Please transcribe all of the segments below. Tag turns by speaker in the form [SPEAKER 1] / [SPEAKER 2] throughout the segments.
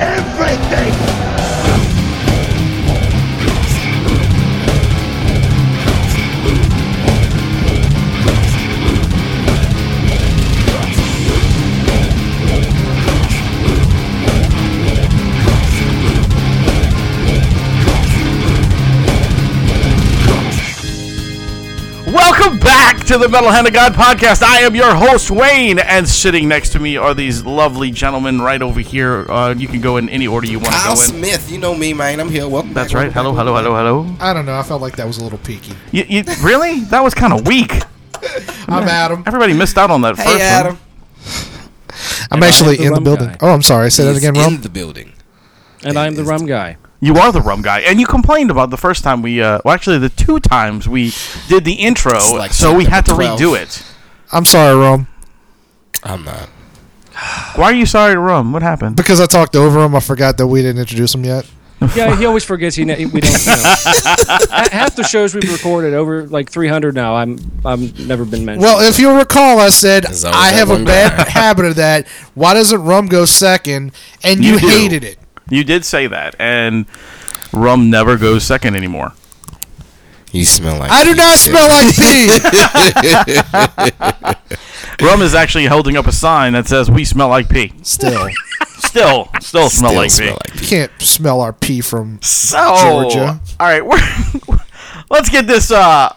[SPEAKER 1] everything.
[SPEAKER 2] Welcome back to the Metal Hand of God podcast. I am your host, Wayne, and sitting next to me are these lovely gentlemen right over here. Uh, you can go in any order you want to
[SPEAKER 3] Al
[SPEAKER 2] go in.
[SPEAKER 3] Smith, you know me, man. I'm here. Welcome.
[SPEAKER 2] That's
[SPEAKER 3] back.
[SPEAKER 2] right. Hello, hello, hello, hello.
[SPEAKER 4] I don't know. I felt like that was a little peaky.
[SPEAKER 2] You, you, really? That was kind of weak.
[SPEAKER 4] I'm Adam.
[SPEAKER 2] Everybody missed out on that
[SPEAKER 3] Hey,
[SPEAKER 2] first
[SPEAKER 3] Adam.
[SPEAKER 2] one.
[SPEAKER 4] I'm actually
[SPEAKER 5] the
[SPEAKER 4] in the
[SPEAKER 5] rum
[SPEAKER 4] building.
[SPEAKER 5] guy.
[SPEAKER 4] Oh, I'm sorry. Say that
[SPEAKER 3] He's
[SPEAKER 4] again, Rum.
[SPEAKER 3] In the building.
[SPEAKER 5] And I'm the rum guy.
[SPEAKER 2] You are the rum guy, and you complained about the first time we, uh, well, actually the two times we did the intro,
[SPEAKER 3] It's like
[SPEAKER 2] so we had to
[SPEAKER 3] number 12.
[SPEAKER 2] redo it.
[SPEAKER 4] I'm sorry, Rum,
[SPEAKER 3] I'm not.
[SPEAKER 2] Why are you sorry to rum? What happened?
[SPEAKER 4] because I talked over him. I forgot that we didn't introduce him yet.
[SPEAKER 5] Yeah, he always forgets. He ne- we don't. You know. Ha- Half the shows we've recorded over like 300 now. I'm I'm never been mentioned.
[SPEAKER 4] Well, if you recall, I said
[SPEAKER 3] There's always
[SPEAKER 4] I
[SPEAKER 3] that
[SPEAKER 4] have a
[SPEAKER 3] one
[SPEAKER 4] bad
[SPEAKER 3] guy.
[SPEAKER 4] habit of that. Why doesn't Rum go second? And you,
[SPEAKER 2] You do.
[SPEAKER 4] hated it.
[SPEAKER 2] You did say that, and rum never goes second anymore.
[SPEAKER 3] You smell like.
[SPEAKER 4] I do not
[SPEAKER 3] shit.
[SPEAKER 4] smell like pee.
[SPEAKER 2] Rum is actually holding up a sign that says "We smell like pee."
[SPEAKER 4] Still,
[SPEAKER 2] Still, still smell
[SPEAKER 3] Still
[SPEAKER 2] like pee.
[SPEAKER 3] smell like
[SPEAKER 4] you can't smell our pee from.
[SPEAKER 2] so,
[SPEAKER 4] Georgia.
[SPEAKER 2] all right, we're, let's get this uh,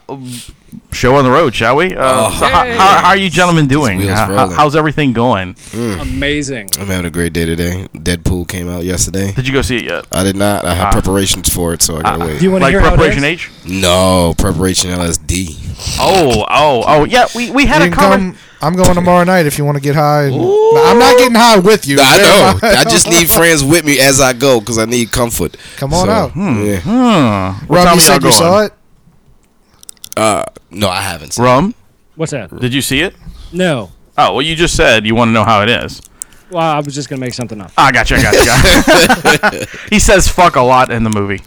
[SPEAKER 2] show on the road, shall we? Uh,
[SPEAKER 3] Oh.
[SPEAKER 2] so how, how, how are you gentlemen doing?
[SPEAKER 3] wheels
[SPEAKER 2] How- how-
[SPEAKER 3] rolling.
[SPEAKER 2] how's everything going?
[SPEAKER 5] amazing.
[SPEAKER 3] I'm having a great day today. Deadpool came out yesterday.
[SPEAKER 2] Did you go see it yet?
[SPEAKER 3] I did not. I had
[SPEAKER 2] Ah.
[SPEAKER 3] preparations for it, so I gotta wait.
[SPEAKER 5] Do you want to
[SPEAKER 2] Like
[SPEAKER 5] hear
[SPEAKER 2] preparation
[SPEAKER 5] how it
[SPEAKER 2] H?
[SPEAKER 3] no, preparation LSD.
[SPEAKER 2] Oh, oh, oh, yeah. We, we had a
[SPEAKER 4] You can
[SPEAKER 2] comment.
[SPEAKER 4] come, I'm going tomorrow night if you want to get high. and- I'm not getting high with you.
[SPEAKER 3] I know. I just need friends with me as I go because I need comfort.
[SPEAKER 4] Come on out. Hmm.
[SPEAKER 3] yeah.
[SPEAKER 2] hmm. What time are
[SPEAKER 4] Rum, you
[SPEAKER 2] y'all
[SPEAKER 4] said you
[SPEAKER 2] going?
[SPEAKER 4] saw it.
[SPEAKER 3] No, I haven't. Seen
[SPEAKER 2] Rum,
[SPEAKER 5] is? What's that?
[SPEAKER 2] did you see it?
[SPEAKER 5] No.
[SPEAKER 2] Oh, well, you just said you want to know how it is.
[SPEAKER 5] Well, I was just gonna make something up.
[SPEAKER 2] Ah, gotcha, I gotcha. he says "fuck" a lot in the movie.
[SPEAKER 3] it.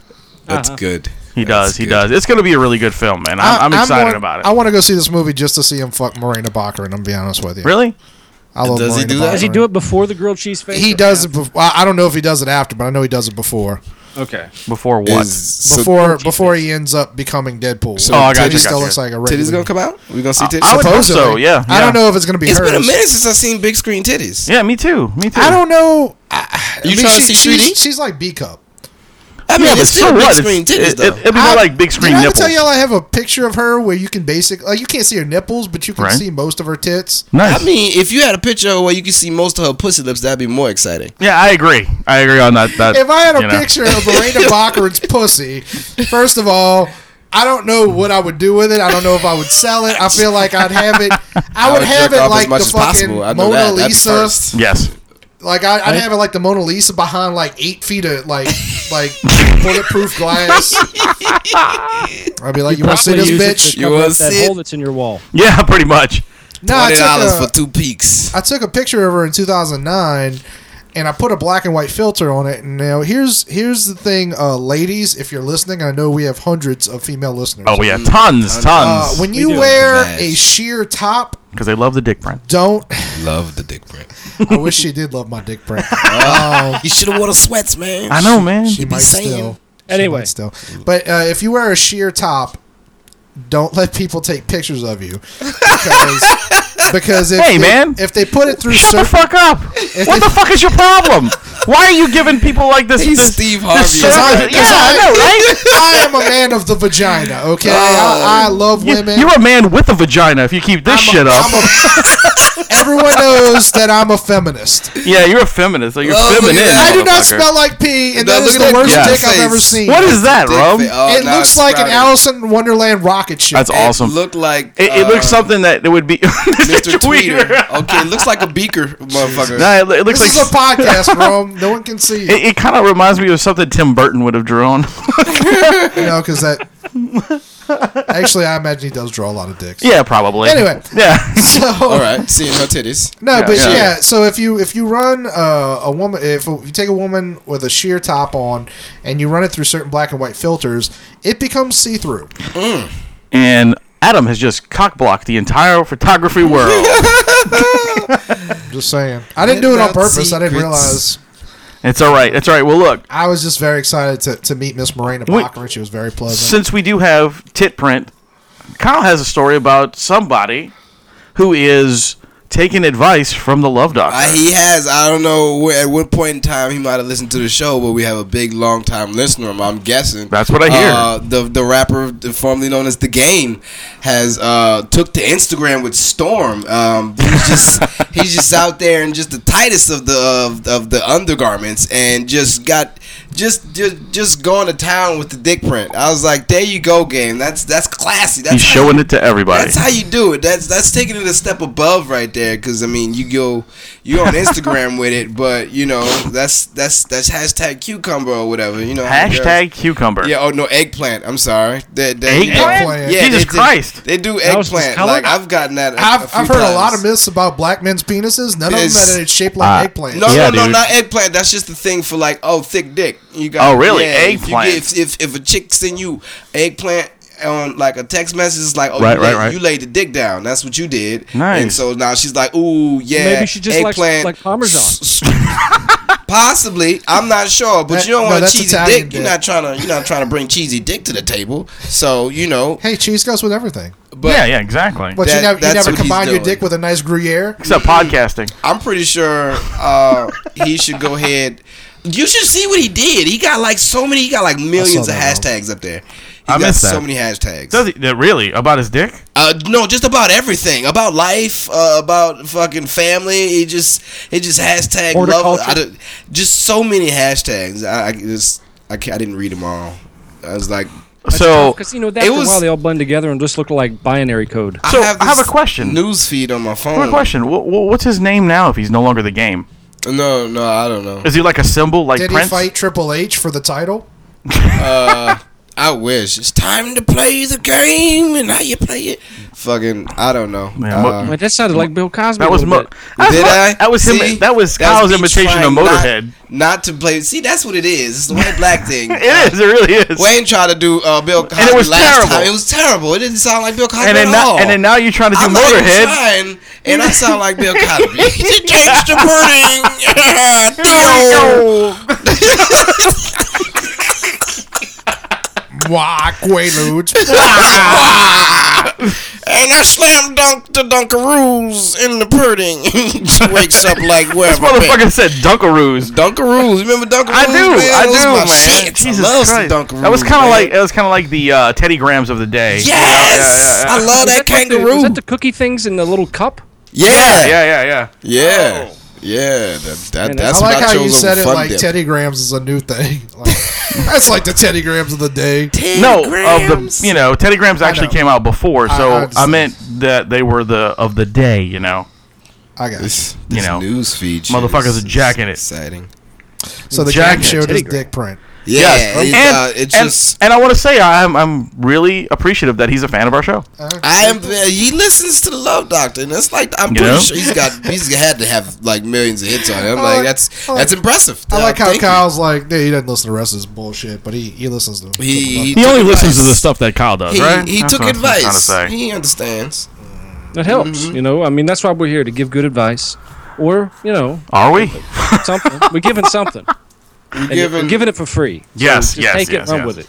[SPEAKER 3] That's good.
[SPEAKER 2] He
[SPEAKER 3] That's
[SPEAKER 2] does. He
[SPEAKER 3] good.
[SPEAKER 2] does. It's going to be a really good film, man. I'm, I'm excited
[SPEAKER 4] want-
[SPEAKER 2] about it.
[SPEAKER 4] I want to go see this movie just to see him fuck Marina Baccarin. I'm be honest with you.
[SPEAKER 2] really?
[SPEAKER 4] I love
[SPEAKER 3] Does he
[SPEAKER 4] Marina
[SPEAKER 3] do that?
[SPEAKER 5] Does he do it before the grilled cheese face?
[SPEAKER 4] He
[SPEAKER 5] or
[SPEAKER 4] does it. Before, I don't know if he does it after, but I know he does it before.
[SPEAKER 5] after? Okay.
[SPEAKER 2] Before what?
[SPEAKER 3] Is- so
[SPEAKER 4] Before before he ends up becoming Deadpool.
[SPEAKER 3] So
[SPEAKER 2] Oh, I got
[SPEAKER 4] he
[SPEAKER 2] you,
[SPEAKER 4] still
[SPEAKER 2] got
[SPEAKER 4] looks
[SPEAKER 2] you.
[SPEAKER 4] like a
[SPEAKER 3] titties
[SPEAKER 4] regular.
[SPEAKER 3] gonna come out? We gonna see titties?
[SPEAKER 2] I would hope
[SPEAKER 4] Supposedly.
[SPEAKER 2] so. Yeah,
[SPEAKER 4] I
[SPEAKER 2] yeah.
[SPEAKER 4] don't know if it's gonna be.
[SPEAKER 3] It's
[SPEAKER 4] hers.
[SPEAKER 3] been a minute since I've seen big screen titties.
[SPEAKER 2] Yeah, me too. Me too.
[SPEAKER 4] I don't know. I-
[SPEAKER 3] You
[SPEAKER 4] I mean,
[SPEAKER 3] trying
[SPEAKER 4] she-
[SPEAKER 3] to see
[SPEAKER 4] she's-
[SPEAKER 3] 3D?
[SPEAKER 4] She's like B cup.
[SPEAKER 3] I mean,
[SPEAKER 2] Yeah, but
[SPEAKER 3] it's
[SPEAKER 2] so
[SPEAKER 3] still big
[SPEAKER 2] what?
[SPEAKER 3] screen
[SPEAKER 2] It's-
[SPEAKER 3] titties
[SPEAKER 2] it,
[SPEAKER 3] though.
[SPEAKER 2] would be more like big screen
[SPEAKER 4] Did I ever
[SPEAKER 2] nipples.
[SPEAKER 4] tell y'all I have a picture of her where you can basically like you can't see her nipples, but you can
[SPEAKER 2] Right.
[SPEAKER 4] see most of her tits.
[SPEAKER 2] nice.
[SPEAKER 3] I mean, if you had a picture where you could see most of her pussy lips, that'd be more exciting.
[SPEAKER 2] yeah, I agree. I agree on that. that
[SPEAKER 4] if I had a
[SPEAKER 2] you know.
[SPEAKER 4] picture of Miranda Baccarin's pussy, first of all, I don't know what I would do with it. I don't know if I would sell it. I feel like I'd have it. I would
[SPEAKER 3] would
[SPEAKER 4] have
[SPEAKER 3] jerk
[SPEAKER 4] it
[SPEAKER 3] off as
[SPEAKER 4] like
[SPEAKER 3] much
[SPEAKER 4] the
[SPEAKER 3] as
[SPEAKER 4] fucking
[SPEAKER 3] possible. I know
[SPEAKER 4] Mona
[SPEAKER 3] that. That'd be
[SPEAKER 4] Lisa.
[SPEAKER 3] first.
[SPEAKER 2] yes,
[SPEAKER 4] Like I, I'd have it like the Mona Lisa behind like eight feet of like like bulletproof glass. I'd be like, you, want to see this
[SPEAKER 5] Probably use it
[SPEAKER 4] bitch?
[SPEAKER 5] to
[SPEAKER 3] You
[SPEAKER 5] cover
[SPEAKER 3] wanna
[SPEAKER 5] up that
[SPEAKER 3] see it?
[SPEAKER 5] hole that's in your wall.
[SPEAKER 2] yeah, pretty much.
[SPEAKER 4] No, I
[SPEAKER 3] Twenty dollars
[SPEAKER 4] took,
[SPEAKER 3] for
[SPEAKER 4] a,
[SPEAKER 3] two peaks.
[SPEAKER 4] I took a picture of her in 2009. And I put a black and white filter on it. And now here's here's the thing, uh, ladies. If you're listening, I know we have hundreds of female listeners.
[SPEAKER 2] Oh yeah, tons,
[SPEAKER 4] Uh,
[SPEAKER 2] tons.
[SPEAKER 4] when you
[SPEAKER 5] do.
[SPEAKER 4] wear
[SPEAKER 3] Nice.
[SPEAKER 4] a sheer top,
[SPEAKER 2] Because they love the dick print.
[SPEAKER 4] don't.
[SPEAKER 3] Love the dick print.
[SPEAKER 4] I wish she did love my dick print.
[SPEAKER 3] You should have worn the sweats, man.
[SPEAKER 2] I know, man.
[SPEAKER 4] She might
[SPEAKER 3] saying.
[SPEAKER 4] still. she
[SPEAKER 5] Anyway.
[SPEAKER 4] might still. But uh, if you wear a sheer top, don't let people take pictures of you because because if
[SPEAKER 2] Hey,
[SPEAKER 4] they,
[SPEAKER 2] man.
[SPEAKER 4] if they put it through
[SPEAKER 2] Shut the
[SPEAKER 4] certain
[SPEAKER 2] fuck up! What the
[SPEAKER 4] they-
[SPEAKER 2] fuck is your problem? Why are you giving people like this?
[SPEAKER 3] He's
[SPEAKER 2] this
[SPEAKER 3] Steve
[SPEAKER 2] this
[SPEAKER 3] Harvey.
[SPEAKER 2] service?
[SPEAKER 3] Sorry,
[SPEAKER 2] yeah, I know, right?
[SPEAKER 4] I am a man of the vagina. Okay, I, I love
[SPEAKER 2] Oh. You-
[SPEAKER 4] women.
[SPEAKER 2] You're a man with a vagina. If you keep this
[SPEAKER 4] I'm a-
[SPEAKER 2] shit up,
[SPEAKER 4] I'm a- everyone knows that I'm a feminist.
[SPEAKER 2] yeah, you're a feminist. Like you're
[SPEAKER 3] Oh, look at
[SPEAKER 2] feminine.
[SPEAKER 3] that.
[SPEAKER 4] I do not
[SPEAKER 2] motherfucker.
[SPEAKER 4] smell like pee, and
[SPEAKER 3] Now
[SPEAKER 4] that is
[SPEAKER 3] look
[SPEAKER 4] the
[SPEAKER 3] at
[SPEAKER 4] worst
[SPEAKER 2] that
[SPEAKER 4] dick
[SPEAKER 3] face.
[SPEAKER 4] I've ever seen.
[SPEAKER 2] What is that, Rum?
[SPEAKER 3] Dick fit. Oh,
[SPEAKER 4] it
[SPEAKER 3] now
[SPEAKER 4] looks
[SPEAKER 3] it's
[SPEAKER 4] like an
[SPEAKER 3] sprouting.
[SPEAKER 4] Alice in Wonderland rocket ship.
[SPEAKER 2] That's awesome.
[SPEAKER 3] It looked like
[SPEAKER 2] It, it looks
[SPEAKER 3] uh,
[SPEAKER 2] something that it would be Mr.
[SPEAKER 3] Mr.
[SPEAKER 2] Tweeter.
[SPEAKER 3] Tweeter. okay, it looks like a beaker, motherfucker.
[SPEAKER 2] Nah, it, it looks
[SPEAKER 4] this is
[SPEAKER 2] like
[SPEAKER 4] a podcast, bro. No one can see you,
[SPEAKER 2] it, it kind of reminds me of something Tim Burton would have drawn.
[SPEAKER 4] you know, because that. Actually, I imagine he does draw a lot of dicks.
[SPEAKER 2] yeah, probably.
[SPEAKER 4] Anyway.
[SPEAKER 2] yeah,
[SPEAKER 4] So
[SPEAKER 3] All right, seeing her titties.
[SPEAKER 4] no, but
[SPEAKER 2] yeah.
[SPEAKER 4] yeah. So if you if you run uh, a woman, if you take a woman with a sheer top on and you run it through certain black and white filters, it becomes see through.
[SPEAKER 2] and Adam has just cock blocked the entire photography world.
[SPEAKER 4] Just saying. I didn't do it on
[SPEAKER 3] Without
[SPEAKER 4] purpose. I
[SPEAKER 3] secrets.
[SPEAKER 4] didn't realize.
[SPEAKER 2] It's all right. It's all right. Well, look,
[SPEAKER 4] I was just very excited to, to meet Miss Marina
[SPEAKER 2] Wait.
[SPEAKER 4] Bachman. She was very pleasant.
[SPEAKER 2] since we do have tit print, Kyle has a story about somebody who is taking advice from the love doctor.
[SPEAKER 3] Uh, he has. I don't know where, at what point in time he might have listened to the show, but we have a big, long time listener. I'm guessing.
[SPEAKER 2] That's what I hear.
[SPEAKER 3] Uh, the the rapper formerly known as the Game has uh, took to Instagram with Storm. Um, he's just he's just out there and just the tightest of the of, of the undergarments and just got just just just going to town with the dick print. I was like, there you go, Game. That's that's classy. That's
[SPEAKER 2] He's
[SPEAKER 3] how you
[SPEAKER 2] showing it to everybody.
[SPEAKER 3] that's how you do it. That's that's taking it a step above right there. Because I mean, you go, you're on Instagram with it, but you know that's that's that's hashtag cucumber or whatever. You know
[SPEAKER 2] Hashtag cucumber.
[SPEAKER 3] Yeah. Oh no, eggplant. I'm sorry. That- that-
[SPEAKER 2] Eggplant?
[SPEAKER 4] Eggplant.
[SPEAKER 3] Yeah,
[SPEAKER 2] Jesus
[SPEAKER 3] they- they-
[SPEAKER 2] Christ.
[SPEAKER 3] They, do
[SPEAKER 5] That was just
[SPEAKER 3] eggplant.
[SPEAKER 5] color?
[SPEAKER 3] Like I've gotten that. a- a
[SPEAKER 4] I've,
[SPEAKER 3] few
[SPEAKER 4] I've heard a lot
[SPEAKER 3] times.
[SPEAKER 4] of myths about black men's penises. None of
[SPEAKER 3] It's-
[SPEAKER 4] them had it shaped like
[SPEAKER 2] uh,
[SPEAKER 4] eggplants.
[SPEAKER 3] No,
[SPEAKER 2] Yeah,
[SPEAKER 3] no, no,
[SPEAKER 2] dude.
[SPEAKER 3] not eggplant. That's just the thing for like, oh, thick dick. You got.
[SPEAKER 2] Oh, really?
[SPEAKER 3] if you
[SPEAKER 2] Eggplant.
[SPEAKER 3] get- If, if if a chick send you eggplant on like a text message, it's like, oh,
[SPEAKER 2] Right,
[SPEAKER 3] you,
[SPEAKER 2] right,
[SPEAKER 3] laid,
[SPEAKER 2] right.
[SPEAKER 3] you laid the dick down. That's what you did.
[SPEAKER 2] Nice.
[SPEAKER 3] And so now she's like, ooh, yeah.
[SPEAKER 5] Maybe she just likes-
[SPEAKER 3] eggplant.
[SPEAKER 5] like Parmesan.
[SPEAKER 3] S- s- Possibly, I'm not sure, but
[SPEAKER 4] That-
[SPEAKER 3] you don't
[SPEAKER 4] no,
[SPEAKER 3] want a
[SPEAKER 4] that's
[SPEAKER 3] cheesy
[SPEAKER 4] Italian
[SPEAKER 3] dick. You're
[SPEAKER 4] dick.
[SPEAKER 3] not trying to. You're not trying to bring cheesy dick to the table. So you know,
[SPEAKER 4] Hey, cheese goes with everything.
[SPEAKER 3] but
[SPEAKER 2] yeah, yeah, exactly.
[SPEAKER 4] But
[SPEAKER 3] That-
[SPEAKER 4] you never, you
[SPEAKER 3] that's
[SPEAKER 4] never
[SPEAKER 3] what he's
[SPEAKER 4] combine your
[SPEAKER 3] doing.
[SPEAKER 4] dick with a nice Gruyere.
[SPEAKER 2] Except podcasting.
[SPEAKER 3] I'm pretty sure uh, he should go ahead. You should see what he did. He got like so many. He got like millions of
[SPEAKER 4] that,
[SPEAKER 3] hashtags up there. He
[SPEAKER 2] I
[SPEAKER 3] got
[SPEAKER 2] missed that.
[SPEAKER 3] so many hashtags.
[SPEAKER 2] Does he, that really? About his dick?
[SPEAKER 3] Uh, no, just about everything. About life. Uh, about fucking family. He just. It just hashtag love.
[SPEAKER 5] Horticulture.
[SPEAKER 3] I don't- just so many hashtags. I, I just. I, can't, I didn't read them all. I was like.
[SPEAKER 2] so,
[SPEAKER 5] because you know, after
[SPEAKER 3] was- Ah.
[SPEAKER 5] a while they all blend together and just look like binary code.
[SPEAKER 2] So, I have
[SPEAKER 3] this
[SPEAKER 2] a question.
[SPEAKER 3] News feed on my phone.
[SPEAKER 2] one question. Wh- wh- what's his name now if he's no longer the game?
[SPEAKER 3] No, no, I don't know.
[SPEAKER 2] Is he like a symbol, like
[SPEAKER 4] Did
[SPEAKER 2] Prince?
[SPEAKER 4] he fight Triple H for the title?
[SPEAKER 3] I wish. It's time to play the game and how you play it. Fucking, I don't know.
[SPEAKER 2] Man, what-
[SPEAKER 3] Uh,
[SPEAKER 5] Wait, that sounded like Bill Cosby.
[SPEAKER 2] That
[SPEAKER 5] a
[SPEAKER 2] was Mo-
[SPEAKER 5] little bit.
[SPEAKER 2] that was
[SPEAKER 3] Did
[SPEAKER 2] Mo-
[SPEAKER 3] I?
[SPEAKER 2] That was him.
[SPEAKER 3] See?
[SPEAKER 2] that was Kyle's
[SPEAKER 3] me
[SPEAKER 2] imitation of
[SPEAKER 3] trying not-
[SPEAKER 2] Motorhead.
[SPEAKER 3] Not, to play. See, that's what it is. It's the white black thing.
[SPEAKER 2] It is. It really is.
[SPEAKER 3] Wayne tried to do uh, Bill Cosby
[SPEAKER 2] it was
[SPEAKER 3] last
[SPEAKER 2] terrible.
[SPEAKER 3] time. It was terrible. It didn't sound like Bill Cosby
[SPEAKER 2] and then
[SPEAKER 3] at
[SPEAKER 2] now,
[SPEAKER 3] all.
[SPEAKER 2] and then now you're trying to do
[SPEAKER 3] I'm not even
[SPEAKER 2] Motorhead.
[SPEAKER 3] trying, and I sound like Bill Cosby. the gangster burning. Theo.
[SPEAKER 4] Wah, Quaaludes.
[SPEAKER 3] And I slam dunk the Dunkaroos in the pudding. she wakes up like
[SPEAKER 2] This
[SPEAKER 3] wherever.
[SPEAKER 2] motherfucker said Dunkaroos.
[SPEAKER 3] Dunkaroos. Remember Dunkaroos?
[SPEAKER 2] I do,
[SPEAKER 3] Man,
[SPEAKER 2] I do,
[SPEAKER 3] Those my
[SPEAKER 2] man.
[SPEAKER 3] shits.
[SPEAKER 2] Jesus
[SPEAKER 3] I love
[SPEAKER 2] Christ.
[SPEAKER 3] some Dunkaroos.
[SPEAKER 2] that was kind of
[SPEAKER 3] man.
[SPEAKER 2] like that was kind of like the uh, Teddy Grams of the day.
[SPEAKER 3] Yes,
[SPEAKER 2] Yeah, yeah, yeah, yeah.
[SPEAKER 3] I love Oh,
[SPEAKER 5] Is
[SPEAKER 3] that,
[SPEAKER 5] that like the-
[SPEAKER 3] kangaroo.
[SPEAKER 5] is that the cookie things in the little cup?
[SPEAKER 3] yeah, yeah,
[SPEAKER 2] yeah, yeah, yeah.
[SPEAKER 3] yeah,
[SPEAKER 5] Oh.
[SPEAKER 3] yeah. That, that,
[SPEAKER 5] Man,
[SPEAKER 3] that's
[SPEAKER 4] I like
[SPEAKER 3] what I
[SPEAKER 4] how you
[SPEAKER 3] chose
[SPEAKER 4] said
[SPEAKER 3] over
[SPEAKER 4] it
[SPEAKER 3] Fun
[SPEAKER 4] like
[SPEAKER 3] Dip.
[SPEAKER 4] Teddy Grams is a new thing. Like, that's like the Teddy Grams of the day.
[SPEAKER 2] No, of the you know, Teddy Grams actually
[SPEAKER 4] know.
[SPEAKER 2] came out before, so
[SPEAKER 4] I
[SPEAKER 3] Uh,
[SPEAKER 2] I,
[SPEAKER 4] understand.
[SPEAKER 2] meant that they were the of the day. You know,
[SPEAKER 4] I got it.
[SPEAKER 3] This, this
[SPEAKER 2] You know,
[SPEAKER 3] news feed. shit
[SPEAKER 2] motherfuckers
[SPEAKER 3] is
[SPEAKER 2] are jacking it.
[SPEAKER 3] Exciting.
[SPEAKER 4] So the
[SPEAKER 2] Jack
[SPEAKER 4] guy showed his
[SPEAKER 5] Teddy Graham.
[SPEAKER 4] dick print.
[SPEAKER 3] Yeah,
[SPEAKER 2] um, and,
[SPEAKER 3] it's, uh, it's
[SPEAKER 2] and,
[SPEAKER 3] just.
[SPEAKER 2] and I want to say I'm I'm really appreciative that he's a fan of our show.
[SPEAKER 4] Uh,
[SPEAKER 3] I am. He listens to the Love Doctor, and it's like I'm
[SPEAKER 2] You
[SPEAKER 3] pretty
[SPEAKER 2] know?
[SPEAKER 3] sure he's got. He's had to have like millions of hits on him.
[SPEAKER 4] I
[SPEAKER 3] Like
[SPEAKER 4] like-
[SPEAKER 3] that's
[SPEAKER 4] I like-
[SPEAKER 3] that's impressive.
[SPEAKER 4] I like
[SPEAKER 3] Uh,
[SPEAKER 4] how
[SPEAKER 3] thank you.
[SPEAKER 4] Kyle's like, dude, he doesn't listen to the rest of this bullshit, but he, he listens to
[SPEAKER 3] He, he,
[SPEAKER 2] He
[SPEAKER 3] took
[SPEAKER 2] only listens to
[SPEAKER 3] advice.
[SPEAKER 2] the stuff that Kyle does,
[SPEAKER 3] He,
[SPEAKER 2] right?
[SPEAKER 3] he
[SPEAKER 2] That's
[SPEAKER 3] took
[SPEAKER 2] what I'm trying to
[SPEAKER 3] advice.
[SPEAKER 2] say.
[SPEAKER 3] He understands.
[SPEAKER 5] That helps,
[SPEAKER 2] Mm-hmm.
[SPEAKER 5] you know. I mean, that's why we're here to give good advice, or you know,
[SPEAKER 2] Are we?
[SPEAKER 5] something. we're giving something. We're
[SPEAKER 3] giving-
[SPEAKER 5] we're giving it for free. So
[SPEAKER 2] Yes,
[SPEAKER 5] just
[SPEAKER 2] yes,
[SPEAKER 5] Take
[SPEAKER 2] yes,
[SPEAKER 5] it, run
[SPEAKER 2] yes.
[SPEAKER 5] with it.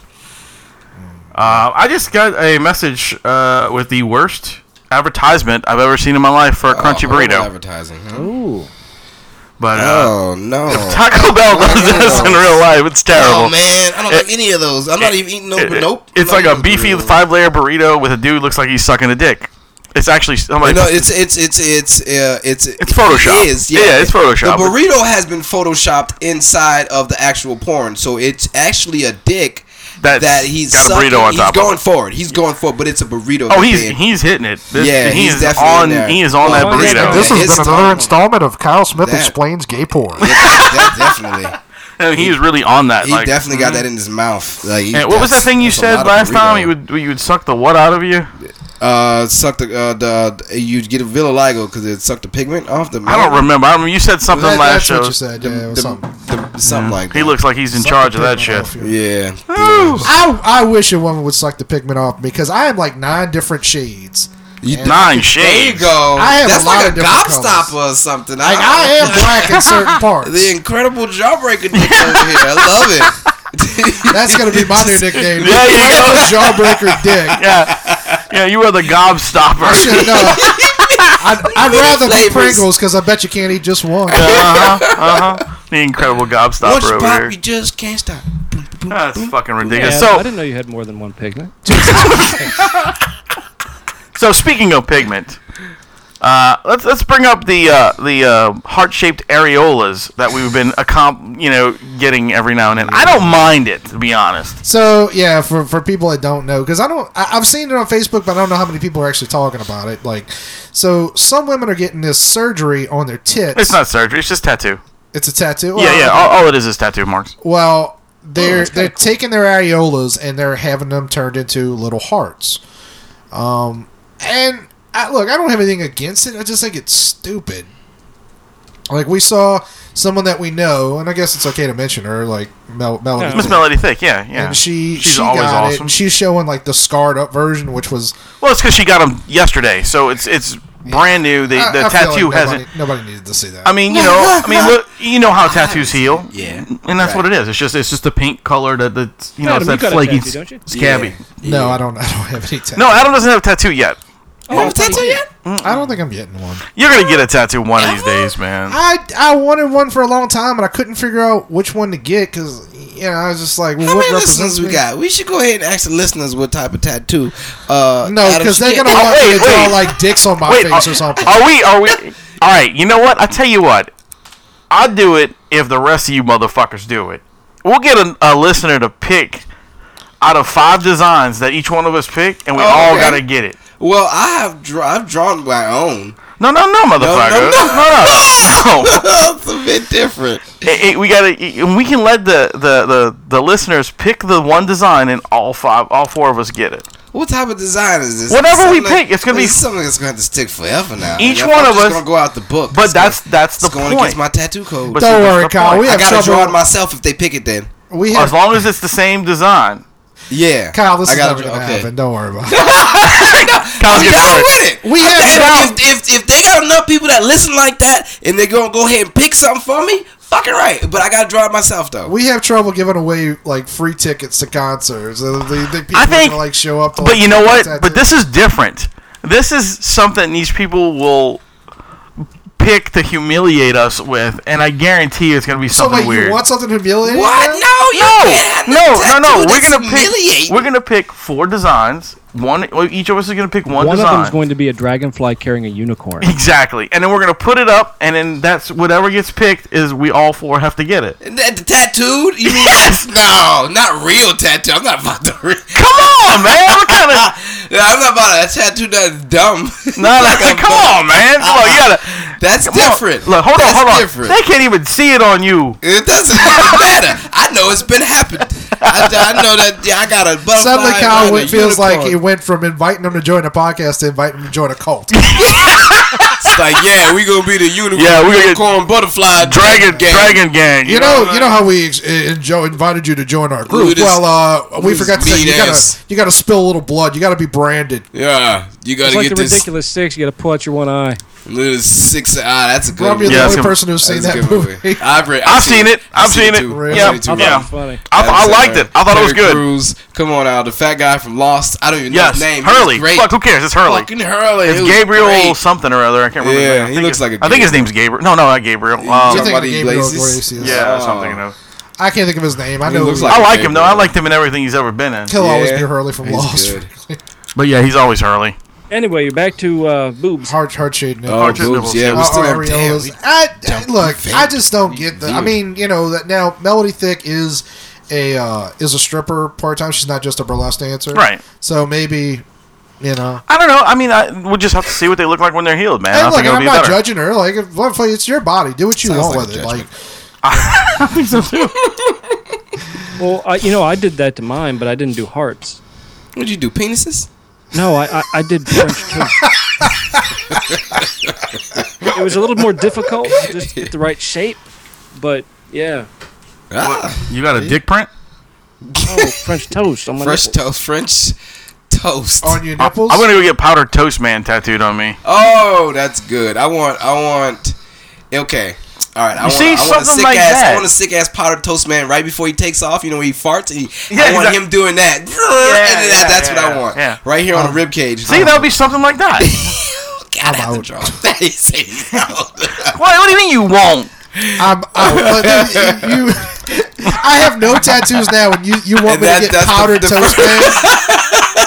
[SPEAKER 2] Uh, I just got a message uh, with the worst advertisement I've ever seen in my life for a crunchy
[SPEAKER 3] Oh,
[SPEAKER 2] burrito.
[SPEAKER 3] advertising. huh?
[SPEAKER 5] Ooh,
[SPEAKER 2] But uh,
[SPEAKER 3] Oh no.
[SPEAKER 2] Taco Bell does this in real life. It's terrible.
[SPEAKER 3] Oh man, I don't like any of those. I'm not even eating no.
[SPEAKER 2] It- it-
[SPEAKER 3] nope.
[SPEAKER 2] It's
[SPEAKER 3] I'm
[SPEAKER 2] like
[SPEAKER 3] not
[SPEAKER 2] a
[SPEAKER 3] eating
[SPEAKER 2] beefy
[SPEAKER 3] those.
[SPEAKER 2] five layer burrito with a dude looks like he's sucking a dick. It's actually oh somebody.
[SPEAKER 3] No, it's it's it's it's uh, it's it's
[SPEAKER 2] Photoshop.
[SPEAKER 3] It is, yeah.
[SPEAKER 2] Yeah, it's Photoshop.
[SPEAKER 3] The burrito has been photoshopped inside of the actual porn, so it's actually a dick
[SPEAKER 2] That's
[SPEAKER 3] that he's
[SPEAKER 2] got a burrito on
[SPEAKER 3] sucking.
[SPEAKER 2] top of
[SPEAKER 3] He's going
[SPEAKER 2] it.
[SPEAKER 3] forward. He's going forward, but it's a burrito.
[SPEAKER 2] oh,
[SPEAKER 3] that
[SPEAKER 2] he's
[SPEAKER 3] they-
[SPEAKER 2] he's hitting it. This,
[SPEAKER 3] Yeah,
[SPEAKER 2] he
[SPEAKER 3] he's
[SPEAKER 2] is
[SPEAKER 3] definitely
[SPEAKER 2] on.
[SPEAKER 3] there.
[SPEAKER 2] He is on that
[SPEAKER 5] Oh, yeah,
[SPEAKER 2] burrito.
[SPEAKER 5] yeah. This
[SPEAKER 3] has been another
[SPEAKER 4] installment of Kyle Smith
[SPEAKER 3] That-
[SPEAKER 4] explains gay porn.
[SPEAKER 3] that, definitely.
[SPEAKER 2] I mean, he is really on that.
[SPEAKER 3] He
[SPEAKER 2] like, mm-hmm.
[SPEAKER 3] definitely got that in his mouth. Like, he-
[SPEAKER 2] And what was that
[SPEAKER 3] that's-
[SPEAKER 2] thing you
[SPEAKER 3] that's a
[SPEAKER 2] said
[SPEAKER 3] lot of
[SPEAKER 2] last time?
[SPEAKER 3] burrito.
[SPEAKER 2] You would you would suck the what out of you?
[SPEAKER 3] uh suck the uh, the you'd get a vitiligo because it sucked the pigment off the.
[SPEAKER 2] I don't remember. I mean, you said something
[SPEAKER 4] That-
[SPEAKER 2] last
[SPEAKER 4] that's
[SPEAKER 2] show.
[SPEAKER 4] what you said. Yeah, it was
[SPEAKER 3] The-
[SPEAKER 4] something.
[SPEAKER 3] the- something like that.
[SPEAKER 2] He looks like he's in charge of that shit.
[SPEAKER 3] Yeah.
[SPEAKER 4] I, I wish a woman would suck the pigment off because I have like nine different shades.
[SPEAKER 3] You,
[SPEAKER 2] Nine
[SPEAKER 3] There
[SPEAKER 2] shades.
[SPEAKER 3] you go.
[SPEAKER 4] I have
[SPEAKER 3] That's
[SPEAKER 4] a lot
[SPEAKER 3] like
[SPEAKER 4] of
[SPEAKER 3] a
[SPEAKER 4] different
[SPEAKER 3] gobstopper or something.
[SPEAKER 4] Like I am black in certain parts.
[SPEAKER 3] the incredible jawbreaker dick over here. I love it.
[SPEAKER 4] That's gonna be my new nickname.
[SPEAKER 2] There you
[SPEAKER 4] Incredible Jawbreaker Dick.
[SPEAKER 2] Yeah, yeah, you are the gobstopper.
[SPEAKER 4] I should know. I'd, I'd rather be
[SPEAKER 3] Flavors.
[SPEAKER 4] Pringles because I bet you can't eat just one.
[SPEAKER 2] Uh huh. Uh huh. The incredible
[SPEAKER 3] Once
[SPEAKER 2] gobstopper
[SPEAKER 3] you
[SPEAKER 2] over
[SPEAKER 3] pop,
[SPEAKER 2] here.
[SPEAKER 3] you just can't stop.
[SPEAKER 2] That's fucking
[SPEAKER 5] Yeah,
[SPEAKER 2] ridiculous.
[SPEAKER 5] I
[SPEAKER 2] So,
[SPEAKER 5] didn't know you had more than one pigment.
[SPEAKER 2] so speaking of pigment, uh, let's let's bring up the uh, the uh, heart shaped areolas that we've been accom- you know getting every now and then. I don't mind it to be honest.
[SPEAKER 4] So yeah, for for people that don't know, because I don't, I, I've seen it on Facebook, but I don't know how many people are actually talking about it. Like, so some women are getting this surgery on their tits.
[SPEAKER 2] It's not surgery. It's just tattoo.
[SPEAKER 4] It's a tattoo.
[SPEAKER 2] yeah,
[SPEAKER 4] Well,
[SPEAKER 2] yeah. Oh, All, all it is is tattoo marks.
[SPEAKER 4] Well, they're they're taking their areolas and they're having them turned into little hearts. Um, and I, look, I don't have anything against it. I just think it's stupid. Like we saw someone that we know, and I guess it's okay to mention her, like Mel- Melody.
[SPEAKER 2] Miss Melody Thick. Yeah, yeah.
[SPEAKER 4] And she
[SPEAKER 2] she's
[SPEAKER 4] she
[SPEAKER 2] always
[SPEAKER 4] got it,
[SPEAKER 2] awesome.
[SPEAKER 4] and she's showing like the scarred up version, which was
[SPEAKER 2] well, it's because she got them yesterday, so it's it's brand new. The,
[SPEAKER 4] I-
[SPEAKER 2] the
[SPEAKER 4] I feel like
[SPEAKER 2] tattoo hasn't.
[SPEAKER 4] nobody, nobody needed to see that.
[SPEAKER 2] I mean, you know, I mean, look, you know how tattoos heal.
[SPEAKER 3] Yeah.
[SPEAKER 2] and that's what it is. It's just it's just the pink color that the you know
[SPEAKER 5] Adam,
[SPEAKER 2] it's
[SPEAKER 5] you
[SPEAKER 2] that
[SPEAKER 5] got a
[SPEAKER 2] flaky
[SPEAKER 5] tattoo, don't you?
[SPEAKER 2] scabby.
[SPEAKER 4] no, I don't. I don't have any tattoo.
[SPEAKER 2] No, Adam doesn't have a tattoo yet.
[SPEAKER 3] You have a tattoo yet?
[SPEAKER 4] I don't think I'm getting one.
[SPEAKER 2] You're gonna get a tattoo one of these days, man.
[SPEAKER 4] I I wanted one for a long time, and I couldn't figure out which one to get because you know I was just like, well,
[SPEAKER 3] How
[SPEAKER 4] what
[SPEAKER 3] many
[SPEAKER 4] represents
[SPEAKER 3] listeners we
[SPEAKER 4] me?
[SPEAKER 3] got? We should go ahead and ask the listeners what type of tattoo. Uh,
[SPEAKER 4] No,
[SPEAKER 3] Adam
[SPEAKER 4] because
[SPEAKER 3] should
[SPEAKER 4] they're
[SPEAKER 3] get.
[SPEAKER 4] gonna
[SPEAKER 2] Oh,
[SPEAKER 4] want me
[SPEAKER 2] wait,
[SPEAKER 4] to draw
[SPEAKER 2] wait.
[SPEAKER 4] like dicks on my
[SPEAKER 2] Wait, uh,
[SPEAKER 4] face
[SPEAKER 2] are,
[SPEAKER 4] or something.
[SPEAKER 2] are we? Are we? All right. You know what? I tell you what. I'll do it if the rest of you motherfuckers do it. We'll get a, a listener to pick out of five designs that each one of us pick, and we all
[SPEAKER 3] Oh, okay.
[SPEAKER 2] gotta get it.
[SPEAKER 3] Well, I have draw, I've drawn my own.
[SPEAKER 2] No, no, no, motherfucker.
[SPEAKER 3] no,
[SPEAKER 2] no. no.
[SPEAKER 3] it's a bit different.
[SPEAKER 2] It- it- we gotta it- and we can let the, the, the, the listeners pick the one design and all five all four of us get it
[SPEAKER 3] What type of design is this?
[SPEAKER 2] Whatever
[SPEAKER 3] Something
[SPEAKER 2] we pick, it's gonna be-
[SPEAKER 3] this is something that's gonna have to stick forever now.
[SPEAKER 2] Each
[SPEAKER 3] If
[SPEAKER 2] one
[SPEAKER 3] I'm
[SPEAKER 2] of
[SPEAKER 3] just
[SPEAKER 2] us-
[SPEAKER 3] gonna go out the book.
[SPEAKER 2] but
[SPEAKER 3] it's
[SPEAKER 2] that's
[SPEAKER 3] gonna-
[SPEAKER 2] that's the
[SPEAKER 3] it's going
[SPEAKER 2] point
[SPEAKER 3] against my tattoo code.
[SPEAKER 2] But
[SPEAKER 4] Don't
[SPEAKER 2] that's
[SPEAKER 4] worry,
[SPEAKER 2] the
[SPEAKER 4] Kyle.
[SPEAKER 2] point.
[SPEAKER 4] We
[SPEAKER 3] I
[SPEAKER 4] have
[SPEAKER 3] gotta draw it
[SPEAKER 4] trouble.
[SPEAKER 3] myself if they pick it. Then
[SPEAKER 4] we
[SPEAKER 2] as
[SPEAKER 4] have
[SPEAKER 2] long as it's the same design
[SPEAKER 3] yeah,
[SPEAKER 4] Kyle. This
[SPEAKER 3] I
[SPEAKER 4] is
[SPEAKER 3] gotta
[SPEAKER 4] never
[SPEAKER 3] draw-
[SPEAKER 4] gonna
[SPEAKER 3] okay.
[SPEAKER 4] happen. Don't worry about it.
[SPEAKER 2] Kyle's
[SPEAKER 3] I'm
[SPEAKER 2] getting
[SPEAKER 3] down
[SPEAKER 2] bored.
[SPEAKER 3] with it.
[SPEAKER 4] We
[SPEAKER 3] I'm
[SPEAKER 4] have
[SPEAKER 3] down-
[SPEAKER 4] down-
[SPEAKER 3] If, if, if they got enough people that listen like that and they're gonna go ahead and pick something for me, fucking right. But I gotta draw it myself though.
[SPEAKER 4] we have trouble giving away like free tickets to concerts. Uh, They, they, people
[SPEAKER 2] I
[SPEAKER 4] are
[SPEAKER 2] think-
[SPEAKER 4] gonna, like show up. To,
[SPEAKER 2] but
[SPEAKER 4] like,
[SPEAKER 2] you know what
[SPEAKER 4] tattoo.
[SPEAKER 2] but this is different this is something these people will pick to humiliate us with and I guarantee it's gonna be
[SPEAKER 4] So
[SPEAKER 2] something
[SPEAKER 4] wait,
[SPEAKER 2] weird
[SPEAKER 4] you want something humiliating?
[SPEAKER 3] what? No,
[SPEAKER 4] now?
[SPEAKER 3] you
[SPEAKER 2] no,
[SPEAKER 3] can't have
[SPEAKER 2] no, no, no.
[SPEAKER 3] tattoo
[SPEAKER 2] We're
[SPEAKER 3] that's
[SPEAKER 2] gonna pick.
[SPEAKER 3] humiliating.
[SPEAKER 2] We're gonna pick four designs. One, each of us is gonna pick one,
[SPEAKER 5] One of
[SPEAKER 2] design.
[SPEAKER 5] them is going to be a dragonfly carrying a unicorn.
[SPEAKER 2] Exactly. And then we're going to put it up, and then that's whatever gets picked is we all four have to get it.
[SPEAKER 3] And that- the tattooed? You mean
[SPEAKER 2] Yes!
[SPEAKER 3] No, not real tattoo. I'm not about to. Re-
[SPEAKER 2] Come on, man. What kind of.
[SPEAKER 3] Yeah, I'm not about a tattoo that's dumb.
[SPEAKER 2] No, no, come on, man. Come on, you gotta.
[SPEAKER 3] That's
[SPEAKER 2] come on.
[SPEAKER 3] Uh-uh. different.
[SPEAKER 2] Look, hold
[SPEAKER 3] That's
[SPEAKER 2] on, hold on.
[SPEAKER 3] Different.
[SPEAKER 2] They can't even see it on you.
[SPEAKER 3] It doesn't even matter. I know it's been happened. I, I know that yeah, I got a butterfly.
[SPEAKER 4] Suddenly, Kyle
[SPEAKER 3] and a
[SPEAKER 4] went, feels like
[SPEAKER 3] unicorn.
[SPEAKER 4] it went from inviting them to join a podcast to inviting them to join a cult.
[SPEAKER 3] It's like, yeah, we gonna be the unicorn,
[SPEAKER 2] Yeah, we gonna get-
[SPEAKER 3] unicorn butterfly
[SPEAKER 2] Dragon
[SPEAKER 3] gang.
[SPEAKER 2] Dragon Gang.
[SPEAKER 4] You know, you know how we ex- e, enjo- invited you to join our
[SPEAKER 3] Look
[SPEAKER 4] group.
[SPEAKER 3] at this-
[SPEAKER 4] Well, uh, we
[SPEAKER 3] this
[SPEAKER 4] forgot to say you
[SPEAKER 3] mean
[SPEAKER 4] gotta,
[SPEAKER 3] ass.
[SPEAKER 4] you gotta spill a little blood. You gotta be branded.
[SPEAKER 3] Yeah, you gotta
[SPEAKER 5] It's like
[SPEAKER 3] get
[SPEAKER 5] the
[SPEAKER 3] this
[SPEAKER 5] ridiculous six. You got to pull out your one eye.
[SPEAKER 3] little six. Ah, that's a good.
[SPEAKER 4] Rob,
[SPEAKER 3] one.
[SPEAKER 4] you're
[SPEAKER 2] Yeah,
[SPEAKER 4] the
[SPEAKER 2] that's
[SPEAKER 4] only
[SPEAKER 2] a-
[SPEAKER 4] person who's seen
[SPEAKER 3] That's a
[SPEAKER 4] that
[SPEAKER 3] good
[SPEAKER 4] movie.
[SPEAKER 3] I've, re-
[SPEAKER 2] I've seen it. I've seen it.
[SPEAKER 3] too.
[SPEAKER 4] Really?
[SPEAKER 3] I've seen
[SPEAKER 2] Yeah,
[SPEAKER 3] it too,
[SPEAKER 5] I
[SPEAKER 3] bro.
[SPEAKER 5] thought
[SPEAKER 2] yeah.
[SPEAKER 5] it was funny.
[SPEAKER 2] I, th- I
[SPEAKER 3] Adam
[SPEAKER 2] liked
[SPEAKER 3] Sandler,
[SPEAKER 2] it. I thought it was
[SPEAKER 3] Terry
[SPEAKER 2] good.
[SPEAKER 3] Crews, come on out, the fat guy from Lost. I don't even know
[SPEAKER 2] Yes,
[SPEAKER 3] his name. He was
[SPEAKER 2] Hurley.
[SPEAKER 3] great.
[SPEAKER 2] Fuck, who cares? It's Hurley.
[SPEAKER 3] Fucking Hurley.
[SPEAKER 2] It's
[SPEAKER 3] He was
[SPEAKER 2] Gabriel
[SPEAKER 3] great.
[SPEAKER 2] something or other. I can't remember. his
[SPEAKER 3] Yeah,
[SPEAKER 2] name. I
[SPEAKER 3] he
[SPEAKER 2] think
[SPEAKER 3] looks
[SPEAKER 2] it's-
[SPEAKER 3] like a
[SPEAKER 2] I think his name's Gabriel. No, no, not Gabriel.
[SPEAKER 4] You're
[SPEAKER 2] Um,
[SPEAKER 4] thinking
[SPEAKER 3] somebody
[SPEAKER 4] of Gabriel
[SPEAKER 3] blazes?
[SPEAKER 4] Iglesias.
[SPEAKER 2] yeah, that's what
[SPEAKER 3] Oh.
[SPEAKER 2] I'm thinking of.
[SPEAKER 4] I can't think of his name. I know
[SPEAKER 3] looks
[SPEAKER 4] he-
[SPEAKER 3] like-
[SPEAKER 2] I like him though. I
[SPEAKER 3] Oh, Gabriel.
[SPEAKER 2] liked him in everything he's ever been in.
[SPEAKER 4] he'll always
[SPEAKER 3] Yeah.
[SPEAKER 4] be Hurley from
[SPEAKER 3] He's
[SPEAKER 4] Lost.
[SPEAKER 3] good.
[SPEAKER 2] But yeah, he's always Hurley.
[SPEAKER 5] Anyway, you're back to uh, boobs.
[SPEAKER 4] Hard, hard shading.
[SPEAKER 3] Oh,
[SPEAKER 2] Archer
[SPEAKER 3] boobs,
[SPEAKER 2] Nibbles,
[SPEAKER 3] yeah,
[SPEAKER 2] yeah.
[SPEAKER 3] we're still
[SPEAKER 4] E
[SPEAKER 3] on damn.
[SPEAKER 4] areolas. I, I- look, I just don't get the. I
[SPEAKER 3] Dude.
[SPEAKER 4] mean, you know that now Melody Thick is a uh, is a stripper part time. She's not just a burlesque dancer,
[SPEAKER 2] Right.
[SPEAKER 4] So maybe you know.
[SPEAKER 2] I don't know. I mean, I, we'll just have to see what they look like when they're healed, man. I
[SPEAKER 4] And
[SPEAKER 2] think
[SPEAKER 4] look,
[SPEAKER 2] it'll
[SPEAKER 4] I'm
[SPEAKER 2] be
[SPEAKER 4] not
[SPEAKER 2] better.
[SPEAKER 4] judging her. Like, if- well, it's your body. Do what you
[SPEAKER 3] Sounds
[SPEAKER 4] want
[SPEAKER 3] like a
[SPEAKER 4] with it. Like,
[SPEAKER 3] judgment.
[SPEAKER 5] Well, I, you know, I did that to mine, but I didn't do hearts.
[SPEAKER 3] What'd you do? Penises?
[SPEAKER 5] No, I, I, I did French too. it was a little more difficult, just to get the right shape. But yeah,
[SPEAKER 3] Ah,
[SPEAKER 2] You got a dick print?
[SPEAKER 5] oh, French toast. On my
[SPEAKER 3] French
[SPEAKER 5] nipple.
[SPEAKER 3] toast, French toast.
[SPEAKER 4] on your
[SPEAKER 2] I, am
[SPEAKER 4] nipples.
[SPEAKER 2] gonna go get powdered toast man tattooed on me.
[SPEAKER 3] Oh, that's good. I want. I want. Okay. All right. I want.
[SPEAKER 2] see,
[SPEAKER 3] I want a
[SPEAKER 2] something
[SPEAKER 3] sick
[SPEAKER 2] like
[SPEAKER 3] ass.
[SPEAKER 2] that.
[SPEAKER 3] I want a sick ass powdered toast man right before he takes off. You know, when he farts. And he,
[SPEAKER 2] Yeah,
[SPEAKER 3] I want
[SPEAKER 2] exact-
[SPEAKER 3] him doing that. And
[SPEAKER 2] Yeah,
[SPEAKER 3] that-
[SPEAKER 2] yeah,
[SPEAKER 3] that's what
[SPEAKER 2] yeah,
[SPEAKER 3] I want.
[SPEAKER 2] yeah.
[SPEAKER 3] Right here on the rib cage. Oh,
[SPEAKER 2] See, that'll be something like that.
[SPEAKER 3] God, I have to
[SPEAKER 4] out.
[SPEAKER 3] draw. That is he's out.
[SPEAKER 2] what, what do you mean you won't?
[SPEAKER 4] I'm, I, but you, you- I have no tattoos now, and you, you want
[SPEAKER 3] And
[SPEAKER 4] me
[SPEAKER 3] that-
[SPEAKER 4] to
[SPEAKER 3] that's
[SPEAKER 4] get
[SPEAKER 3] the-
[SPEAKER 4] powdered
[SPEAKER 3] the
[SPEAKER 4] toast man?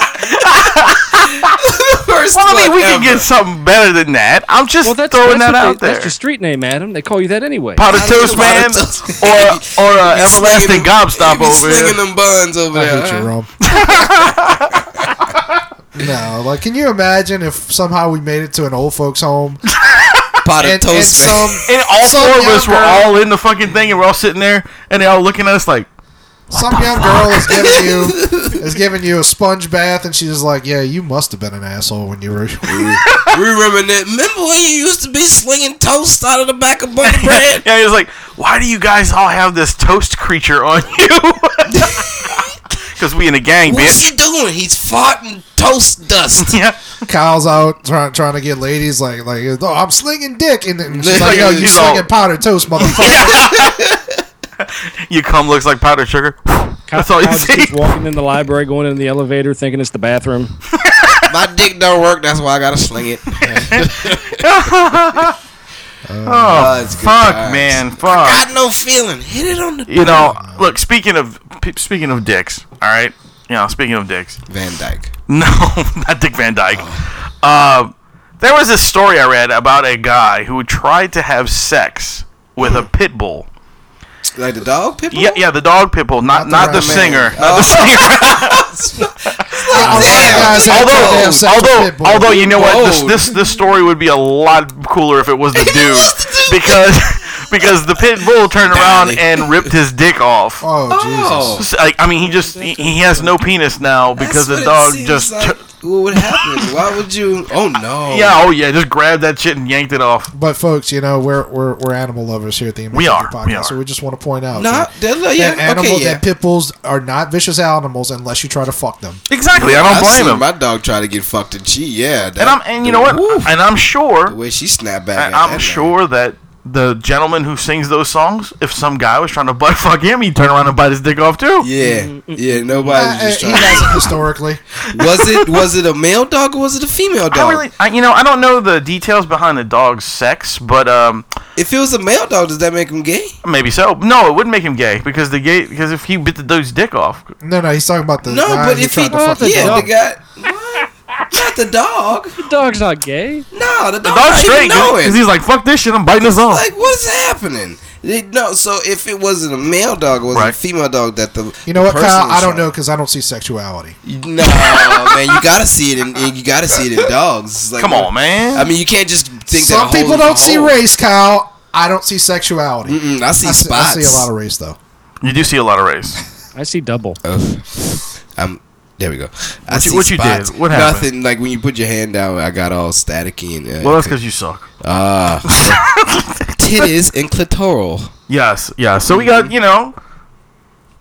[SPEAKER 3] First
[SPEAKER 2] Well, I mean,
[SPEAKER 3] one
[SPEAKER 2] we can
[SPEAKER 3] ever.
[SPEAKER 2] get something better than that. I'm just
[SPEAKER 5] Well, that's
[SPEAKER 2] throwing
[SPEAKER 5] that's
[SPEAKER 2] that
[SPEAKER 5] what
[SPEAKER 2] out
[SPEAKER 5] they-
[SPEAKER 2] there.
[SPEAKER 5] That's your street name, Adam. They call you that anyway.
[SPEAKER 2] Powdered
[SPEAKER 3] Powdered
[SPEAKER 2] toast man,
[SPEAKER 3] toast.
[SPEAKER 2] or or uh,
[SPEAKER 3] Be slinging
[SPEAKER 2] everlasting
[SPEAKER 3] them-
[SPEAKER 2] gobstop
[SPEAKER 3] be
[SPEAKER 2] over
[SPEAKER 3] slinging
[SPEAKER 2] here.
[SPEAKER 3] them buns over
[SPEAKER 4] I
[SPEAKER 3] there.
[SPEAKER 4] hate you, Rome. no, like, can you imagine if somehow we made it to an old folks' home
[SPEAKER 3] Potted
[SPEAKER 4] and, and
[SPEAKER 3] toast man.
[SPEAKER 4] some
[SPEAKER 2] And all
[SPEAKER 4] some
[SPEAKER 2] four of
[SPEAKER 4] young
[SPEAKER 2] us were
[SPEAKER 4] girl-
[SPEAKER 2] all in the fucking thing, and we're all sitting there, and they're all looking at us like,
[SPEAKER 4] some young girl is giving you is giving you a sponge bath, and she's like, "Yeah, you must have been an asshole when you were."
[SPEAKER 3] we reminisce. Remember when you used to be slinging toast out of the back of butter bread?
[SPEAKER 2] Yeah, he was like, "Why do you guys all have this toast creature on you?" Because we in a gang,
[SPEAKER 3] What's
[SPEAKER 2] bitch.
[SPEAKER 3] he doing? He's farting toast dust.
[SPEAKER 2] Yeah,
[SPEAKER 4] Kyle's out trying trying to get ladies like like oh, I'm slinging dick, and then she's like,
[SPEAKER 2] Like,
[SPEAKER 4] "Yo, you
[SPEAKER 2] he's all-
[SPEAKER 4] slinging powdered toast, motherfucker."
[SPEAKER 2] you cum looks like powdered sugar. That's all you
[SPEAKER 5] Kyle just
[SPEAKER 2] see.
[SPEAKER 5] keeps walking in the library, going in the elevator, thinking it's the bathroom.
[SPEAKER 3] My dick don't work. That's why I gotta sling it.
[SPEAKER 2] Oh,
[SPEAKER 3] it's good
[SPEAKER 2] fuck,
[SPEAKER 3] times.
[SPEAKER 2] man, fuck.
[SPEAKER 3] Got no feeling. Hit it on the
[SPEAKER 2] You know, look. Speaking of p- speaking of dicks, all right. You know, speaking of dicks.
[SPEAKER 3] Van Dyke.
[SPEAKER 2] No, not Dick Van Dyke. Uh, there was this story I read about a guy who tried to have sex with a pit bull.
[SPEAKER 3] Like the dog people.
[SPEAKER 2] Yeah, yeah, the dog pit bull, not not,
[SPEAKER 4] Not the
[SPEAKER 2] the
[SPEAKER 4] right man.
[SPEAKER 2] singer, not the singer.
[SPEAKER 4] a
[SPEAKER 3] Oh,
[SPEAKER 4] lot of guys have to have
[SPEAKER 2] although,
[SPEAKER 4] sex with
[SPEAKER 2] although,
[SPEAKER 4] pit bulls.
[SPEAKER 2] although, you know what? This,
[SPEAKER 3] Bold.
[SPEAKER 2] this this story would be a lot cooler if it was the dude, because because the pit bull turned around
[SPEAKER 3] Dolly.
[SPEAKER 2] and ripped his dick off.
[SPEAKER 4] oh, Jesus.
[SPEAKER 3] Oh,
[SPEAKER 2] S- Like, I mean, he just he, he has no penis now because the
[SPEAKER 3] That's what it
[SPEAKER 2] dog
[SPEAKER 3] seems
[SPEAKER 2] just
[SPEAKER 3] Like,
[SPEAKER 2] tur-
[SPEAKER 3] what would happen? Why would you? Oh no.
[SPEAKER 2] yeah oh yeah just grabbed that shit and yanked it off.
[SPEAKER 4] But folks, you know we're we're, we're animal lovers here at the Image
[SPEAKER 2] We
[SPEAKER 4] Hunter
[SPEAKER 2] are,
[SPEAKER 4] podcast,
[SPEAKER 2] we are.
[SPEAKER 4] so we just want to point out
[SPEAKER 3] No.
[SPEAKER 4] that,
[SPEAKER 3] That, yeah.
[SPEAKER 4] that animal
[SPEAKER 3] okay. Yeah.
[SPEAKER 4] that pit bulls are not vicious animals unless you try to fuck them.
[SPEAKER 2] Exactly, I don't
[SPEAKER 3] I've
[SPEAKER 2] blame
[SPEAKER 3] seen
[SPEAKER 2] him.
[SPEAKER 3] My dog try to get fucked and she. Yeah. That,
[SPEAKER 2] and I'm and you know what?
[SPEAKER 3] Woo.
[SPEAKER 2] And I'm
[SPEAKER 3] the
[SPEAKER 2] sure
[SPEAKER 3] way she snapped back.
[SPEAKER 2] and
[SPEAKER 3] at
[SPEAKER 2] I'm
[SPEAKER 3] that
[SPEAKER 2] sure that the gentleman who sings those songs, if some guy was trying to butt fuck him, he'd turn around and bite his dick off too.
[SPEAKER 3] Man. Yeah. Yeah. Nobody
[SPEAKER 4] Uh,
[SPEAKER 3] was
[SPEAKER 4] uh,
[SPEAKER 3] just
[SPEAKER 4] he
[SPEAKER 3] trying.
[SPEAKER 4] hasn't historically.
[SPEAKER 3] was it? Was it a male dog or was it a female dog?
[SPEAKER 2] I really, I, you know, I don't know the details behind the dog's sex, but um,
[SPEAKER 3] if it was a male dog, does that make him gay?
[SPEAKER 2] maybe so. No, it wouldn't make him gay because the gay because if he bit the dude's dick off,
[SPEAKER 4] No, no, he's talking about the
[SPEAKER 3] No,
[SPEAKER 4] guy
[SPEAKER 3] but
[SPEAKER 4] who
[SPEAKER 3] if he,
[SPEAKER 4] tried to fuck the
[SPEAKER 3] yeah,
[SPEAKER 4] dog.
[SPEAKER 3] the guy, what? not the dog.
[SPEAKER 5] The dog's not gay.
[SPEAKER 3] No, the dog.
[SPEAKER 2] dog's straight because
[SPEAKER 3] Knowing.
[SPEAKER 2] he's like, "Fuck this shit, I'm biting his off."
[SPEAKER 3] like, what's happening? They- No, so if it wasn't a male dog, it was
[SPEAKER 2] Right.
[SPEAKER 3] a female dog that the
[SPEAKER 4] You know what,
[SPEAKER 3] person
[SPEAKER 4] Kyle?
[SPEAKER 3] was
[SPEAKER 4] I don't know
[SPEAKER 3] trying-
[SPEAKER 4] because I don't see sexuality.
[SPEAKER 3] No, man, you gotta see it, in, you gotta see it in dogs. It's like-
[SPEAKER 2] Come on, man.
[SPEAKER 3] I mean, you can't just think that.
[SPEAKER 4] Some
[SPEAKER 3] a hole
[SPEAKER 4] people
[SPEAKER 3] is a
[SPEAKER 4] don't see
[SPEAKER 3] hole.
[SPEAKER 4] race, Kyle. I don't see sexuality.
[SPEAKER 3] Mm-mm, I see
[SPEAKER 4] I, see, I
[SPEAKER 3] spots.
[SPEAKER 4] see a lot of race though.
[SPEAKER 2] you do see a lot of race.
[SPEAKER 5] I see double.
[SPEAKER 3] Uh, I'm. um, There we go. I
[SPEAKER 2] What you-
[SPEAKER 3] see
[SPEAKER 2] what you did?
[SPEAKER 3] spots.
[SPEAKER 2] What happened?
[SPEAKER 3] Nothing. Like when you put your hand down, I got all staticky and uh,
[SPEAKER 2] Well, that's because you suck.
[SPEAKER 3] titties and clitoral.
[SPEAKER 2] Yes, yeah. So we got you know,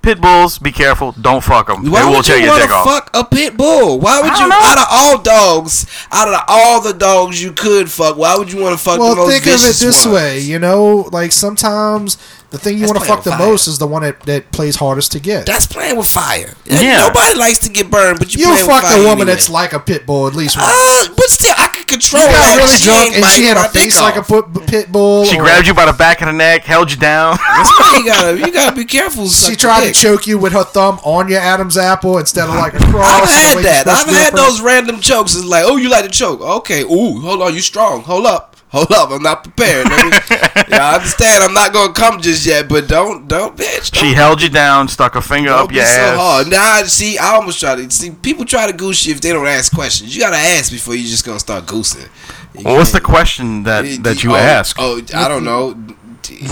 [SPEAKER 2] pit bulls. Be careful. Don't fuck them.
[SPEAKER 3] Why
[SPEAKER 2] they will
[SPEAKER 3] would
[SPEAKER 2] tear
[SPEAKER 3] you
[SPEAKER 2] your
[SPEAKER 3] want to
[SPEAKER 2] dick off.
[SPEAKER 3] fuck a pit bull? Why would
[SPEAKER 2] I
[SPEAKER 3] you,
[SPEAKER 2] don't know.
[SPEAKER 3] out of all dogs, out of all the dogs you could fuck, why would you want to fuck the
[SPEAKER 4] Well,
[SPEAKER 3] most
[SPEAKER 4] think of it
[SPEAKER 3] vicious
[SPEAKER 4] this
[SPEAKER 3] ones?
[SPEAKER 4] way, you know, like sometimes the thing you
[SPEAKER 3] That's
[SPEAKER 4] want to
[SPEAKER 3] playing
[SPEAKER 4] fuck the
[SPEAKER 3] with fire.
[SPEAKER 4] most is the one that, that plays hardest to get.
[SPEAKER 3] That's playing with fire.
[SPEAKER 2] Yeah.
[SPEAKER 3] Yeah. Nobody likes to get burned, but you
[SPEAKER 4] You'll
[SPEAKER 3] playing with
[SPEAKER 4] fuck
[SPEAKER 3] fire
[SPEAKER 4] a woman
[SPEAKER 3] anyway.
[SPEAKER 4] that's like a pit bull at least once.
[SPEAKER 3] Uh, but still, I could control
[SPEAKER 4] You got
[SPEAKER 3] that.
[SPEAKER 4] really drunk and
[SPEAKER 3] Ah, ain't
[SPEAKER 4] she had
[SPEAKER 3] bite
[SPEAKER 4] a
[SPEAKER 3] my dick
[SPEAKER 4] face like a
[SPEAKER 3] off.
[SPEAKER 4] put, pit bull.
[SPEAKER 2] She
[SPEAKER 4] or
[SPEAKER 2] grabbed you by the back of the neck, held you down.
[SPEAKER 3] That's why you gotta, you gotta be careful.
[SPEAKER 4] She tried to choke you with her thumb on your Adam's apple instead of like a
[SPEAKER 3] Uh-huh.
[SPEAKER 4] cross.
[SPEAKER 3] I've
[SPEAKER 4] the
[SPEAKER 3] had
[SPEAKER 4] way
[SPEAKER 3] that.
[SPEAKER 4] you're
[SPEAKER 3] I've
[SPEAKER 4] supposed to
[SPEAKER 3] had
[SPEAKER 4] do it for-
[SPEAKER 3] those random chokes. It's like, oh, you like to choke? Okay. Ooh, hold on, you strong. Hold up. Hold up. I'm not prepared. Let me- yeah, I understand. I'm not gonna come just yet, but don't, don't, bitch. Don't,
[SPEAKER 2] She held you down, stuck a finger
[SPEAKER 3] don't
[SPEAKER 2] up
[SPEAKER 3] be
[SPEAKER 2] your ass.
[SPEAKER 3] so hard. Nah, see, I almost try to see people try to goose you if they don't ask questions. You gotta ask before you just gonna start goosing. You
[SPEAKER 2] Well, what's the
[SPEAKER 3] can't-
[SPEAKER 2] question that
[SPEAKER 3] Eh,
[SPEAKER 2] that
[SPEAKER 3] d-
[SPEAKER 2] you
[SPEAKER 3] oh,
[SPEAKER 2] ask?
[SPEAKER 3] Oh, I don't know. D-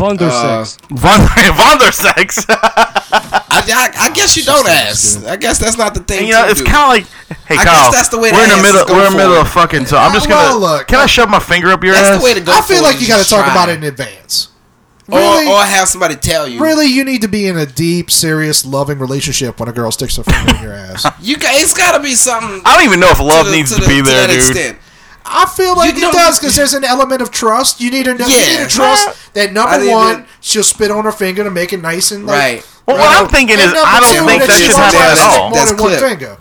[SPEAKER 5] Wonder
[SPEAKER 3] uh,
[SPEAKER 5] sex.
[SPEAKER 2] Von Vonder sex.
[SPEAKER 3] I,
[SPEAKER 4] Oh,
[SPEAKER 3] I, I guess you don't ask. I guess that's not the thing.
[SPEAKER 2] you know,
[SPEAKER 3] to
[SPEAKER 2] it's
[SPEAKER 3] do.
[SPEAKER 2] kind of like, hey,
[SPEAKER 3] I guess
[SPEAKER 2] Kyle,
[SPEAKER 3] that's the way
[SPEAKER 2] we're in the
[SPEAKER 3] the ass is
[SPEAKER 2] middle,
[SPEAKER 3] going
[SPEAKER 2] we're in the middle
[SPEAKER 3] forward.
[SPEAKER 2] of fucking. So I'm just
[SPEAKER 4] Well,
[SPEAKER 2] gonna.
[SPEAKER 4] look,
[SPEAKER 2] can I
[SPEAKER 4] I-
[SPEAKER 2] shove my finger up your
[SPEAKER 3] that's
[SPEAKER 2] ass?
[SPEAKER 3] the way to go.
[SPEAKER 4] I feel
[SPEAKER 3] for it,
[SPEAKER 4] like
[SPEAKER 3] is
[SPEAKER 4] you got to
[SPEAKER 3] just
[SPEAKER 4] talk
[SPEAKER 3] try.
[SPEAKER 4] about it in advance. Really?
[SPEAKER 3] Or, or have somebody tell you.
[SPEAKER 4] Really, you need to be in a deep, serious, loving relationship when a girl sticks her finger in your ass.
[SPEAKER 3] You ca it's got to be something.
[SPEAKER 2] I don't even know if love
[SPEAKER 3] the-
[SPEAKER 2] needs to,
[SPEAKER 3] the-
[SPEAKER 2] be there,
[SPEAKER 3] that
[SPEAKER 2] dude.
[SPEAKER 3] extent.
[SPEAKER 4] I feel like
[SPEAKER 3] You
[SPEAKER 4] it
[SPEAKER 3] don't-
[SPEAKER 4] does because there's an element of trust. You need to know, you
[SPEAKER 3] Yeah.
[SPEAKER 4] need to trust that
[SPEAKER 3] I
[SPEAKER 4] number
[SPEAKER 3] didn't
[SPEAKER 4] one,
[SPEAKER 3] even-
[SPEAKER 4] she'll spit on her finger to make it nice and like,
[SPEAKER 3] Right.
[SPEAKER 2] Well,
[SPEAKER 4] you
[SPEAKER 2] what
[SPEAKER 4] know,
[SPEAKER 2] I'm thinking
[SPEAKER 4] and
[SPEAKER 2] is,
[SPEAKER 4] number
[SPEAKER 2] I
[SPEAKER 4] two,
[SPEAKER 2] don't think
[SPEAKER 4] that
[SPEAKER 2] that
[SPEAKER 4] she
[SPEAKER 2] should
[SPEAKER 4] wants
[SPEAKER 2] happen
[SPEAKER 4] to
[SPEAKER 2] at
[SPEAKER 4] stick
[SPEAKER 2] all.
[SPEAKER 4] More
[SPEAKER 3] That's
[SPEAKER 4] than one
[SPEAKER 3] clear.
[SPEAKER 4] finger.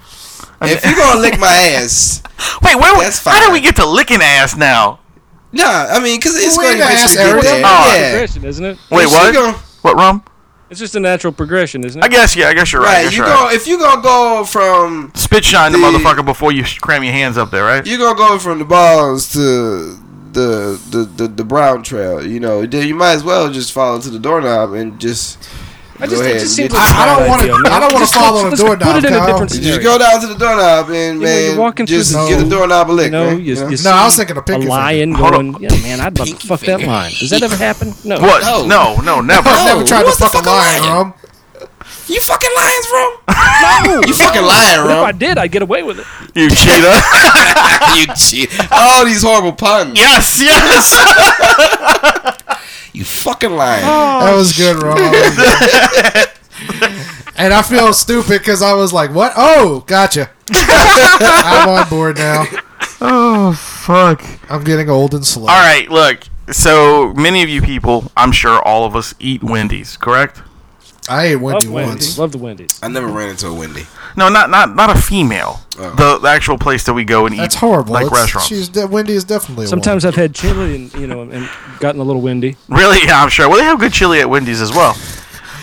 [SPEAKER 3] If you're gonna lick my ass,
[SPEAKER 2] Wait, where?
[SPEAKER 3] That's
[SPEAKER 2] How did
[SPEAKER 3] fine.
[SPEAKER 2] we get to licking ass now?
[SPEAKER 3] nah. I mean, because it's
[SPEAKER 4] We
[SPEAKER 3] going to
[SPEAKER 4] ain't gonna
[SPEAKER 3] eventually
[SPEAKER 4] ask
[SPEAKER 3] get
[SPEAKER 4] everyone.
[SPEAKER 3] there.
[SPEAKER 2] Oh,
[SPEAKER 5] It's a
[SPEAKER 3] yeah.
[SPEAKER 5] progression, isn't it?
[SPEAKER 2] Wait,
[SPEAKER 3] If
[SPEAKER 2] what?
[SPEAKER 3] you gonna-
[SPEAKER 2] what rum?
[SPEAKER 5] It's just a natural progression, isn't it?
[SPEAKER 2] I guess. Yeah, I guess you're right. I
[SPEAKER 3] Right.
[SPEAKER 2] guess
[SPEAKER 3] You
[SPEAKER 2] you're
[SPEAKER 3] go
[SPEAKER 2] right.
[SPEAKER 3] if you gonna go from
[SPEAKER 2] Spit shine the
[SPEAKER 3] the-
[SPEAKER 2] motherfucker before you sh- cram your hands up there, right?
[SPEAKER 3] you gonna go from the balls to the the, the the brown trail. You know, then you might as well just follow to the doorknob and just.
[SPEAKER 5] I just,
[SPEAKER 3] go ahead
[SPEAKER 5] it just
[SPEAKER 3] and
[SPEAKER 5] seems
[SPEAKER 3] get
[SPEAKER 5] like
[SPEAKER 4] I- I
[SPEAKER 5] a
[SPEAKER 4] don't
[SPEAKER 5] bad
[SPEAKER 4] wanna-
[SPEAKER 5] idea, man.
[SPEAKER 4] I don't wanna
[SPEAKER 5] Just
[SPEAKER 4] fall
[SPEAKER 5] let's-
[SPEAKER 4] on a
[SPEAKER 5] let's
[SPEAKER 4] doorknob,
[SPEAKER 5] Put it in a
[SPEAKER 4] Kyle.
[SPEAKER 5] different
[SPEAKER 4] You
[SPEAKER 3] You just
[SPEAKER 5] scenario.
[SPEAKER 3] go down to the doorknob and
[SPEAKER 5] You know,
[SPEAKER 3] man,
[SPEAKER 5] you're walking through
[SPEAKER 3] just
[SPEAKER 5] the-
[SPEAKER 3] give the doorknob a lick.
[SPEAKER 5] You know,
[SPEAKER 3] man,
[SPEAKER 5] you,
[SPEAKER 3] know?
[SPEAKER 5] you
[SPEAKER 4] No, I was
[SPEAKER 5] see
[SPEAKER 4] thinking of pinky
[SPEAKER 5] a
[SPEAKER 4] finger.
[SPEAKER 5] lion
[SPEAKER 2] Hold
[SPEAKER 5] going.
[SPEAKER 2] up.
[SPEAKER 5] Yeah, man, I'd love to fuck that line. Does that ever happen? No.
[SPEAKER 2] what?
[SPEAKER 3] No.
[SPEAKER 2] No, no, never.
[SPEAKER 4] I've never
[SPEAKER 3] No,
[SPEAKER 4] tried to
[SPEAKER 3] what's the
[SPEAKER 4] fuck a
[SPEAKER 3] fucking
[SPEAKER 4] lion,
[SPEAKER 3] lion?
[SPEAKER 4] Rum.
[SPEAKER 3] You fucking lions, bro. no, you fucking lying,
[SPEAKER 5] But if
[SPEAKER 3] bro.
[SPEAKER 5] I did, I'd get away with it.
[SPEAKER 2] You cheater.
[SPEAKER 3] you cheat. All these horrible puns.
[SPEAKER 2] yes, yes.
[SPEAKER 3] You fucking lying.
[SPEAKER 4] That was good, Rum. and I feel stupid because I was like, "What? Oh, gotcha." I'm on board now.
[SPEAKER 2] oh fuck.
[SPEAKER 4] I'm getting old and slow.
[SPEAKER 2] All right, look. So many of you people, I'm sure all of us eat Wendy's, correct?
[SPEAKER 4] I ate
[SPEAKER 5] Love
[SPEAKER 4] Wendy
[SPEAKER 5] Wendy's.
[SPEAKER 4] once.
[SPEAKER 5] Love the Wendy's.
[SPEAKER 3] I never ran into a Wendy.
[SPEAKER 2] No, not not not a female.
[SPEAKER 3] Oh.
[SPEAKER 2] The, the actual place that we go and eat.
[SPEAKER 4] That's horrible.
[SPEAKER 2] Like
[SPEAKER 4] It's-
[SPEAKER 2] restaurants.
[SPEAKER 4] She's de- Wendy is definitely a
[SPEAKER 5] Sometimes I've had chili and you know and gotten a little windy.
[SPEAKER 2] Really? Yeah, I'm sure. Well, they have good chili at Wendy's as well.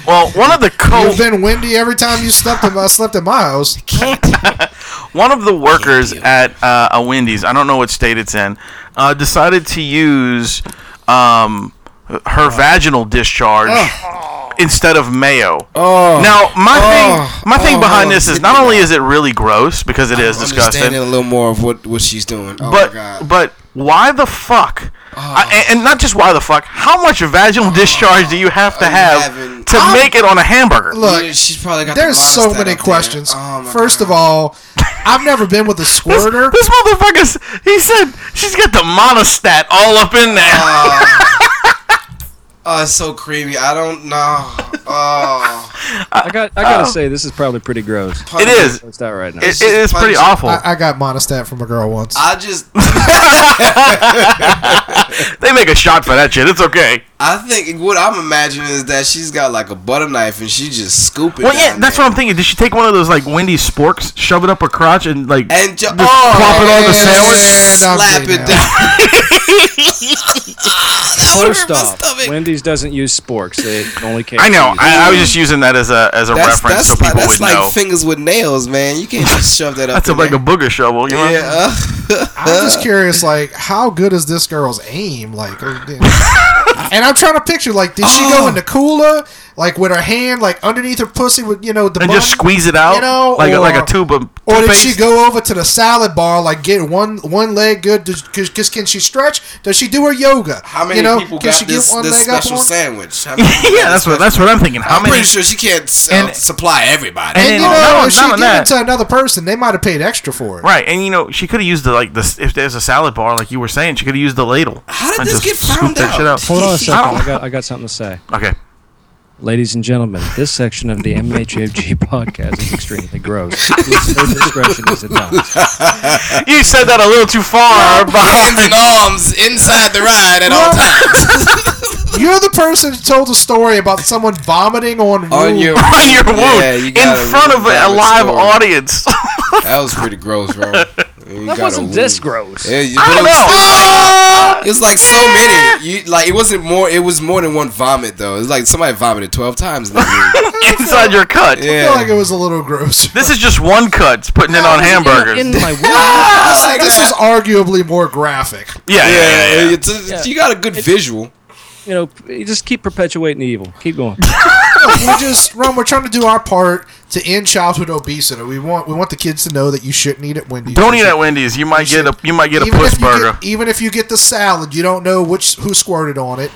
[SPEAKER 2] Well, one of the co
[SPEAKER 4] You've been windy every time you slept at my, slept at my house.
[SPEAKER 2] one of the workers at uh, a Wendy's, I don't know what state it's in, uh, decided to use um, her vaginal discharge instead of mayo.
[SPEAKER 3] Oh.
[SPEAKER 2] Now, my
[SPEAKER 3] Oh.
[SPEAKER 2] thing, my thing
[SPEAKER 3] Oh.
[SPEAKER 2] behind this is not only is it really gross because it is
[SPEAKER 3] Understanding
[SPEAKER 2] disgusting,
[SPEAKER 3] a little more of what, what she's doing. Oh my
[SPEAKER 2] but
[SPEAKER 3] god. Oh.
[SPEAKER 2] but why the fuck? I, and- and not just why the fuck. How much vaginal discharge do you have to
[SPEAKER 3] Are you
[SPEAKER 2] have
[SPEAKER 3] Oh. having-
[SPEAKER 2] to make it on a hamburger?
[SPEAKER 4] Look,
[SPEAKER 3] Yeah, she's probably got the
[SPEAKER 4] there's so
[SPEAKER 3] Ronstadt
[SPEAKER 4] many
[SPEAKER 3] up there.
[SPEAKER 4] questions.
[SPEAKER 3] Oh my
[SPEAKER 4] First
[SPEAKER 3] God.
[SPEAKER 4] of all, I've never been with a
[SPEAKER 2] This,
[SPEAKER 4] squirter.
[SPEAKER 2] this motherfucker's. He said she's got the monostat all up in there.
[SPEAKER 3] Oh, it's so creamy. I don't know. Oh,
[SPEAKER 5] I got I
[SPEAKER 2] Oh.
[SPEAKER 5] gotta say this is probably pretty gross.
[SPEAKER 2] it is.
[SPEAKER 5] Let's start right now.
[SPEAKER 2] It, it
[SPEAKER 3] just
[SPEAKER 2] is pretty
[SPEAKER 3] punch.
[SPEAKER 2] awful.
[SPEAKER 4] I, I got monostat from a girl once.
[SPEAKER 3] I just,
[SPEAKER 2] they make a shot for that shit. It's okay.
[SPEAKER 3] I think what I'm imagining is that she's got like a butter knife and she just scooping.
[SPEAKER 2] Well, yeah,
[SPEAKER 3] down
[SPEAKER 2] that's
[SPEAKER 3] there.
[SPEAKER 2] what I'm thinking. Did she take one of those like Wendy sporks, shove it up her crotch, and like?
[SPEAKER 3] And ju-
[SPEAKER 2] Just plop it on the
[SPEAKER 3] and
[SPEAKER 2] sandwich.
[SPEAKER 3] slap
[SPEAKER 4] And I'm
[SPEAKER 3] it down.
[SPEAKER 5] First
[SPEAKER 3] my
[SPEAKER 5] off,
[SPEAKER 3] stomach.
[SPEAKER 5] Wendy's doesn't use sporks. They only can.
[SPEAKER 2] I know. I, I was just using that as a as a
[SPEAKER 3] That's,
[SPEAKER 2] reference
[SPEAKER 3] that's,
[SPEAKER 2] so people
[SPEAKER 3] like,
[SPEAKER 2] would
[SPEAKER 3] that's like
[SPEAKER 2] know.
[SPEAKER 3] fingers with nails, man. You can't just shove that up.
[SPEAKER 2] that's a,
[SPEAKER 3] in
[SPEAKER 2] like a
[SPEAKER 3] there.
[SPEAKER 2] booger shovel. You know?
[SPEAKER 3] yeah. uh,
[SPEAKER 4] I'm just curious, like, how good is this girl's aim? Like, or- and I'm trying to picture, like, did she go
[SPEAKER 3] Oh.
[SPEAKER 4] in the cooler, like, with her hand, like, underneath her pussy, with you know, the
[SPEAKER 2] And just
[SPEAKER 4] bun?
[SPEAKER 2] squeeze it out
[SPEAKER 4] You know,
[SPEAKER 2] like a, like a
[SPEAKER 4] or-
[SPEAKER 2] tube of.
[SPEAKER 4] Or did she
[SPEAKER 2] toothpaste?
[SPEAKER 4] go over to the salad bar, like get one one leg good? Because can she stretch? Does she do her yoga?
[SPEAKER 3] How many
[SPEAKER 4] you know,
[SPEAKER 3] people
[SPEAKER 4] can
[SPEAKER 3] got
[SPEAKER 4] she
[SPEAKER 3] this,
[SPEAKER 4] get one
[SPEAKER 3] this
[SPEAKER 4] leg up
[SPEAKER 3] special
[SPEAKER 4] on?
[SPEAKER 3] sandwich? How many people
[SPEAKER 2] yeah,
[SPEAKER 3] got
[SPEAKER 2] that's
[SPEAKER 3] this
[SPEAKER 2] what that's what I'm thinking. How
[SPEAKER 3] I'm
[SPEAKER 2] many?
[SPEAKER 3] pretty sure she can't sell,
[SPEAKER 2] And-
[SPEAKER 3] supply everybody.
[SPEAKER 2] and-
[SPEAKER 4] and you
[SPEAKER 2] Oh,
[SPEAKER 4] know,
[SPEAKER 2] no,
[SPEAKER 4] if she
[SPEAKER 2] not on
[SPEAKER 4] gave
[SPEAKER 2] that.
[SPEAKER 4] it to another person, they might have paid extra for it.
[SPEAKER 2] Right, and you know she could have used the like the if there's a salad bar like you were saying she could have used the ladle.
[SPEAKER 3] How did
[SPEAKER 2] and
[SPEAKER 3] this
[SPEAKER 2] just
[SPEAKER 3] get
[SPEAKER 2] scoop
[SPEAKER 3] found
[SPEAKER 2] that
[SPEAKER 3] out?
[SPEAKER 2] shit up.
[SPEAKER 5] Hold on a second.
[SPEAKER 2] I
[SPEAKER 5] I got I got something to say.
[SPEAKER 2] don't- Okay.
[SPEAKER 5] Ladies and gentlemen, this section of the MHFG podcast is extremely gross. No discretion is advised.
[SPEAKER 2] You said that a little too far.
[SPEAKER 3] Hands and arms inside the ride at all times.
[SPEAKER 4] You're the person who told a story about someone vomiting on,
[SPEAKER 3] On
[SPEAKER 4] wood.
[SPEAKER 3] your,
[SPEAKER 2] on your wound
[SPEAKER 3] Yeah, you
[SPEAKER 2] in
[SPEAKER 3] gotta
[SPEAKER 2] front of a, a
[SPEAKER 3] remember
[SPEAKER 2] live
[SPEAKER 3] story.
[SPEAKER 2] audience.
[SPEAKER 3] That was pretty gross, bro. That
[SPEAKER 5] gross.
[SPEAKER 3] Yeah, you-
[SPEAKER 2] I
[SPEAKER 3] but it
[SPEAKER 2] don't
[SPEAKER 3] was-
[SPEAKER 2] know.
[SPEAKER 3] It was like so
[SPEAKER 5] Ah!
[SPEAKER 3] many. You like it wasn't more. It was more than one vomit though. It was like somebody vomited twelve times. in that movie.
[SPEAKER 2] Inside your cut.
[SPEAKER 4] I feel like
[SPEAKER 3] yeah.
[SPEAKER 4] it was a little gross.
[SPEAKER 2] This is just one cut putting it on hamburgers.
[SPEAKER 5] In, my
[SPEAKER 4] This,
[SPEAKER 3] like
[SPEAKER 4] this
[SPEAKER 3] that.
[SPEAKER 4] is arguably more graphic.
[SPEAKER 2] yeah, yeah, yeah, yeah.
[SPEAKER 3] Yeah, it's a- you got a good visual.
[SPEAKER 5] you know, you just keep perpetuating the evil. Keep going.
[SPEAKER 4] we just Ron, we're trying to do our part to end childhood obesity. We want we want the kids to know that you shouldn't eat at Wendy's.
[SPEAKER 2] Don't
[SPEAKER 4] You
[SPEAKER 2] eat
[SPEAKER 4] should-
[SPEAKER 2] at Wendy's. You might get a you might get a
[SPEAKER 4] even
[SPEAKER 2] puss
[SPEAKER 4] if you
[SPEAKER 2] burger.
[SPEAKER 4] Get, even if you get the salad, you don't know which who squirted on it.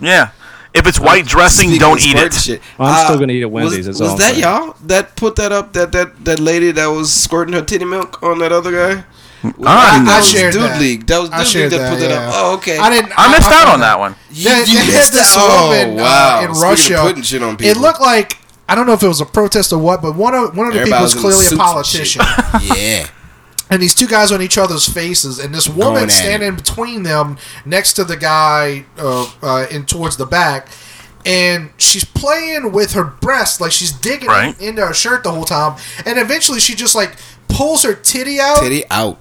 [SPEAKER 2] yeah. If it's white dressing,
[SPEAKER 3] Speaking
[SPEAKER 2] don't
[SPEAKER 3] of
[SPEAKER 2] eat
[SPEAKER 3] squirt
[SPEAKER 2] it.
[SPEAKER 3] Shit,
[SPEAKER 5] Well, I'm still
[SPEAKER 3] uh,
[SPEAKER 5] gonna eat at Wendy's.
[SPEAKER 3] Was,
[SPEAKER 5] that's
[SPEAKER 3] was
[SPEAKER 5] all I'm
[SPEAKER 3] that
[SPEAKER 5] saying.
[SPEAKER 3] y'all that put that up? That that that lady that was squirting her titty milk on that other guy.
[SPEAKER 2] I,
[SPEAKER 3] That
[SPEAKER 4] I
[SPEAKER 3] was
[SPEAKER 4] shared
[SPEAKER 3] Dude
[SPEAKER 4] that.
[SPEAKER 3] League. That was Dude
[SPEAKER 4] I
[SPEAKER 3] League
[SPEAKER 4] shared
[SPEAKER 3] that,
[SPEAKER 4] that.
[SPEAKER 3] put it
[SPEAKER 4] yeah.
[SPEAKER 3] up. Oh, okay.
[SPEAKER 4] I didn't.
[SPEAKER 2] I missed out
[SPEAKER 4] found
[SPEAKER 2] on that one.
[SPEAKER 3] You,
[SPEAKER 4] They-
[SPEAKER 3] you
[SPEAKER 4] they had
[SPEAKER 3] missed
[SPEAKER 4] this
[SPEAKER 3] that? Oh,
[SPEAKER 4] woman, uh,
[SPEAKER 3] wow.
[SPEAKER 4] in
[SPEAKER 3] Speaking of
[SPEAKER 4] Russia.
[SPEAKER 3] putting shit on people.
[SPEAKER 4] It looked like I don't know if it was a protest or what, but one of one of the people
[SPEAKER 3] Everybody was
[SPEAKER 4] was
[SPEAKER 3] in
[SPEAKER 4] clearly a
[SPEAKER 3] suits and
[SPEAKER 4] politician,
[SPEAKER 3] shit. yeah.
[SPEAKER 4] and these two guys on each other's faces, and this
[SPEAKER 3] Going
[SPEAKER 4] woman
[SPEAKER 3] at
[SPEAKER 4] standing between them next to the guy uh, uh, in towards the back, and she's playing with her breast like she's digging
[SPEAKER 2] Right.
[SPEAKER 4] into her shirt the whole time, and eventually she just like pulls her titty out
[SPEAKER 3] Teddy out.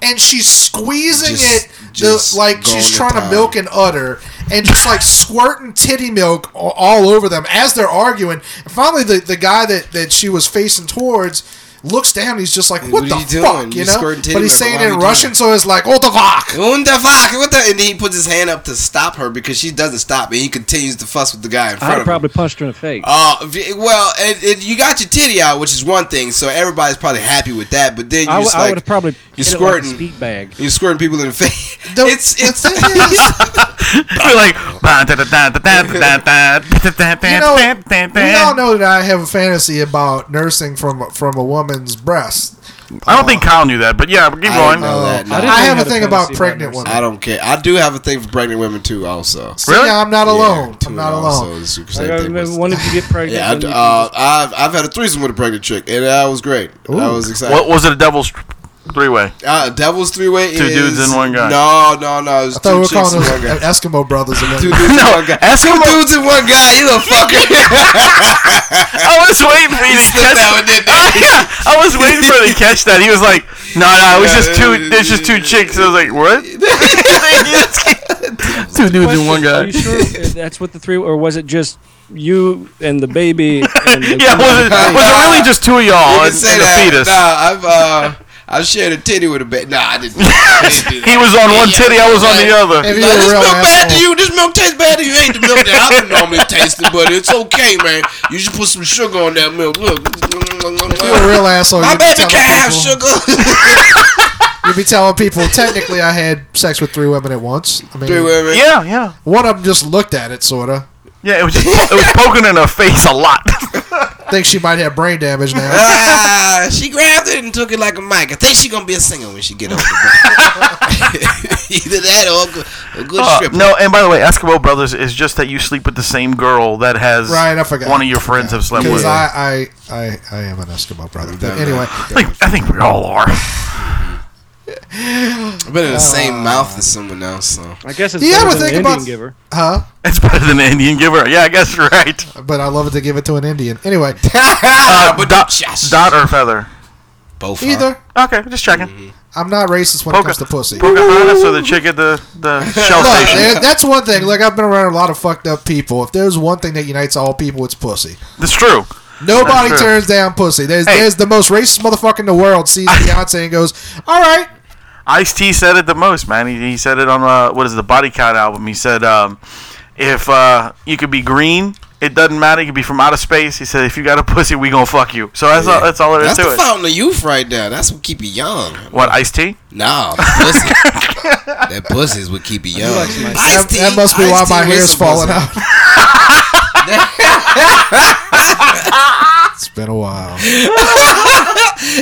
[SPEAKER 4] and she's squeezing
[SPEAKER 3] Just-
[SPEAKER 4] it the-
[SPEAKER 3] just
[SPEAKER 4] like
[SPEAKER 3] going
[SPEAKER 4] she's
[SPEAKER 3] to
[SPEAKER 4] trying to
[SPEAKER 3] town.
[SPEAKER 4] milk an udder and just like squirting titty milk a- all over them as they're arguing. And finally, the, the guy that, that she was facing towards looks down. He's just like, "What,
[SPEAKER 3] what are
[SPEAKER 4] the
[SPEAKER 3] you doing?
[SPEAKER 4] fuck?" You
[SPEAKER 3] You
[SPEAKER 4] know.
[SPEAKER 3] squirting titty
[SPEAKER 4] But he's
[SPEAKER 3] milk.
[SPEAKER 4] saying
[SPEAKER 3] Why
[SPEAKER 4] it
[SPEAKER 3] would you
[SPEAKER 4] in
[SPEAKER 3] do
[SPEAKER 4] Russian, so it's like, "What the fuck?"
[SPEAKER 3] What the fuck? What the? And then he puts his hand up to stop her because she doesn't stop, and he continues to fuss with the guy in front
[SPEAKER 5] I'd
[SPEAKER 3] of
[SPEAKER 5] have
[SPEAKER 3] him.
[SPEAKER 5] probably punched her in the face.
[SPEAKER 2] Oh,
[SPEAKER 3] Uh, v- well, it, it, you got your titty out, which is one thing, so everybody's probably happy with that. But then
[SPEAKER 5] I,
[SPEAKER 3] you're just
[SPEAKER 5] would
[SPEAKER 3] like,
[SPEAKER 5] have probably
[SPEAKER 3] you're
[SPEAKER 5] hit it
[SPEAKER 3] squirting.
[SPEAKER 5] like a speed bag.
[SPEAKER 3] you're squirting people in the face.
[SPEAKER 4] The-
[SPEAKER 3] it's it's
[SPEAKER 4] the thing is,
[SPEAKER 2] We're like, you
[SPEAKER 4] you know, we all know that I have a fantasy about nursing from from a woman's breast.
[SPEAKER 2] I don't think Kyle knew that, but yeah, keep
[SPEAKER 3] I
[SPEAKER 2] going.
[SPEAKER 3] know that.
[SPEAKER 4] I,
[SPEAKER 3] I,
[SPEAKER 5] didn't
[SPEAKER 4] have
[SPEAKER 5] know you
[SPEAKER 4] a
[SPEAKER 5] had a
[SPEAKER 4] thing
[SPEAKER 5] fantasy
[SPEAKER 4] about
[SPEAKER 5] about
[SPEAKER 4] pregnant
[SPEAKER 5] nursing.
[SPEAKER 4] women.
[SPEAKER 3] don't care. I do have a thing for pregnant women too, also.
[SPEAKER 4] See,
[SPEAKER 2] Really?
[SPEAKER 4] now I'm not alone.
[SPEAKER 3] Yeah, too,
[SPEAKER 4] I'm not
[SPEAKER 3] also.
[SPEAKER 4] alone.
[SPEAKER 3] It's the
[SPEAKER 5] I
[SPEAKER 3] same
[SPEAKER 5] gotta
[SPEAKER 3] thing
[SPEAKER 5] remember
[SPEAKER 3] with-
[SPEAKER 5] when did you get pregnant?
[SPEAKER 3] Yeah, I've,
[SPEAKER 5] when you-
[SPEAKER 3] uh, I've I've had a threesome with a pregnant chick, and that was great. That was exciting.
[SPEAKER 2] What was it? A devil's three way?
[SPEAKER 3] Uh, Devil's three way.
[SPEAKER 2] Two dudes and one guy.
[SPEAKER 3] No, no, no. It was
[SPEAKER 4] I thought we
[SPEAKER 3] two
[SPEAKER 4] were
[SPEAKER 3] chicks
[SPEAKER 4] calling
[SPEAKER 3] and one
[SPEAKER 4] them
[SPEAKER 3] guy.
[SPEAKER 4] Eskimo brothers. and
[SPEAKER 3] Two
[SPEAKER 4] then-
[SPEAKER 3] dudes and one guy.
[SPEAKER 2] Eskimo-
[SPEAKER 3] Two dudes and one guy. You little fucker.
[SPEAKER 2] I was waiting for you to
[SPEAKER 3] slipped
[SPEAKER 2] catch
[SPEAKER 3] that one, didn't
[SPEAKER 2] Oh, yeah. I was waiting for you to catch that. He was like, "No, no, it was just two. It's just two chicks." I was like, "What?" two dudes and one
[SPEAKER 5] Are
[SPEAKER 2] guy.
[SPEAKER 5] you sure that's what the three, or was it just you and the baby? And the
[SPEAKER 2] Yeah, was it was it really just two of
[SPEAKER 3] You
[SPEAKER 2] y'all
[SPEAKER 3] can
[SPEAKER 2] and,
[SPEAKER 3] say
[SPEAKER 2] and a
[SPEAKER 3] that.
[SPEAKER 2] fetus?
[SPEAKER 3] Nah, I've uh, I've shared a titty with a baby. Nah, I didn't. I didn't do that.
[SPEAKER 2] He was on one
[SPEAKER 3] Yeah,
[SPEAKER 2] titty, I was on
[SPEAKER 3] right.
[SPEAKER 2] the other.
[SPEAKER 4] If
[SPEAKER 3] Like,
[SPEAKER 4] you're
[SPEAKER 3] this
[SPEAKER 4] a real
[SPEAKER 3] milk bad to
[SPEAKER 4] asshole.
[SPEAKER 3] you. This milk tastes bad to you. Ain't the milk that I've been normally tasting, but it's okay, man. You should put some sugar on that milk. Look,
[SPEAKER 4] You're a real asshole.
[SPEAKER 3] my
[SPEAKER 4] You'd
[SPEAKER 3] baby
[SPEAKER 4] be telling
[SPEAKER 3] can't have
[SPEAKER 4] people-
[SPEAKER 3] sugar.
[SPEAKER 4] You'd be telling people, technically, I had sex with three women at once. I mean,
[SPEAKER 3] Three women.
[SPEAKER 2] Yeah, yeah,
[SPEAKER 4] one of them just looked at it, sort of.
[SPEAKER 2] yeah. It was just it was poking in her face a lot.
[SPEAKER 4] Think she might have brain damage now.
[SPEAKER 3] Ah, she grabbed it and took it like a mic. I think she gonna be a singer when she get older. Either that or a good, a good
[SPEAKER 2] Uh,
[SPEAKER 3] stripper.
[SPEAKER 2] no, and by the way, Eskimo Brothers is just that you sleep with the same girl that has
[SPEAKER 4] Right, I forgot.
[SPEAKER 2] one of your friends have slept
[SPEAKER 4] Because
[SPEAKER 2] with. I,
[SPEAKER 4] I, I, I, I am an Eskimo brother. But
[SPEAKER 3] Yeah.
[SPEAKER 4] anyway,
[SPEAKER 2] think, I think we all are.
[SPEAKER 3] I've been in the
[SPEAKER 4] Uh.
[SPEAKER 3] same mouth as someone else, so.
[SPEAKER 5] I guess it's
[SPEAKER 4] Do you
[SPEAKER 5] better
[SPEAKER 4] ever
[SPEAKER 5] than
[SPEAKER 4] think
[SPEAKER 5] an Indian
[SPEAKER 4] about-
[SPEAKER 5] giver.
[SPEAKER 4] huh?
[SPEAKER 2] It's better than an Indian giver. Yeah, I guess you're right.
[SPEAKER 4] But I love it to give it to an Indian. Anyway,
[SPEAKER 2] Uh,
[SPEAKER 3] But
[SPEAKER 2] dot,
[SPEAKER 3] yes.
[SPEAKER 2] dot or feather?
[SPEAKER 3] Both
[SPEAKER 4] either
[SPEAKER 2] Okay, just checking.
[SPEAKER 4] I'm not racist when it
[SPEAKER 2] Poca-
[SPEAKER 4] comes to pussy.
[SPEAKER 2] Pocahontas or the chick at the, the shell
[SPEAKER 4] Look,
[SPEAKER 2] station?
[SPEAKER 4] eh, that's one thing. Like I've been around a lot of fucked up people. If there's one thing that unites all people, it's pussy.
[SPEAKER 2] That's true.
[SPEAKER 4] Nobody
[SPEAKER 2] That's true.
[SPEAKER 4] turns down pussy. There's,
[SPEAKER 2] Hey.
[SPEAKER 4] there's the most racist motherfucker in the world sees Beyonce and goes, "All right,
[SPEAKER 2] Ice T said it the most, man. He, he said it on uh, what is it, the Body Count album. He said, um, "If uh, you could be green, it doesn't matter. You could be from outer space." He said, "If you got a pussy, we gonna fuck you." So that's all. That's all there is
[SPEAKER 3] That's the
[SPEAKER 2] to it.
[SPEAKER 3] fountain of youth right there. That's what keep you young.
[SPEAKER 2] What Ice T?
[SPEAKER 3] Nah, pussy. that pussy's what keep you young.
[SPEAKER 4] that, that must be why my hair's falling out. it's been a while.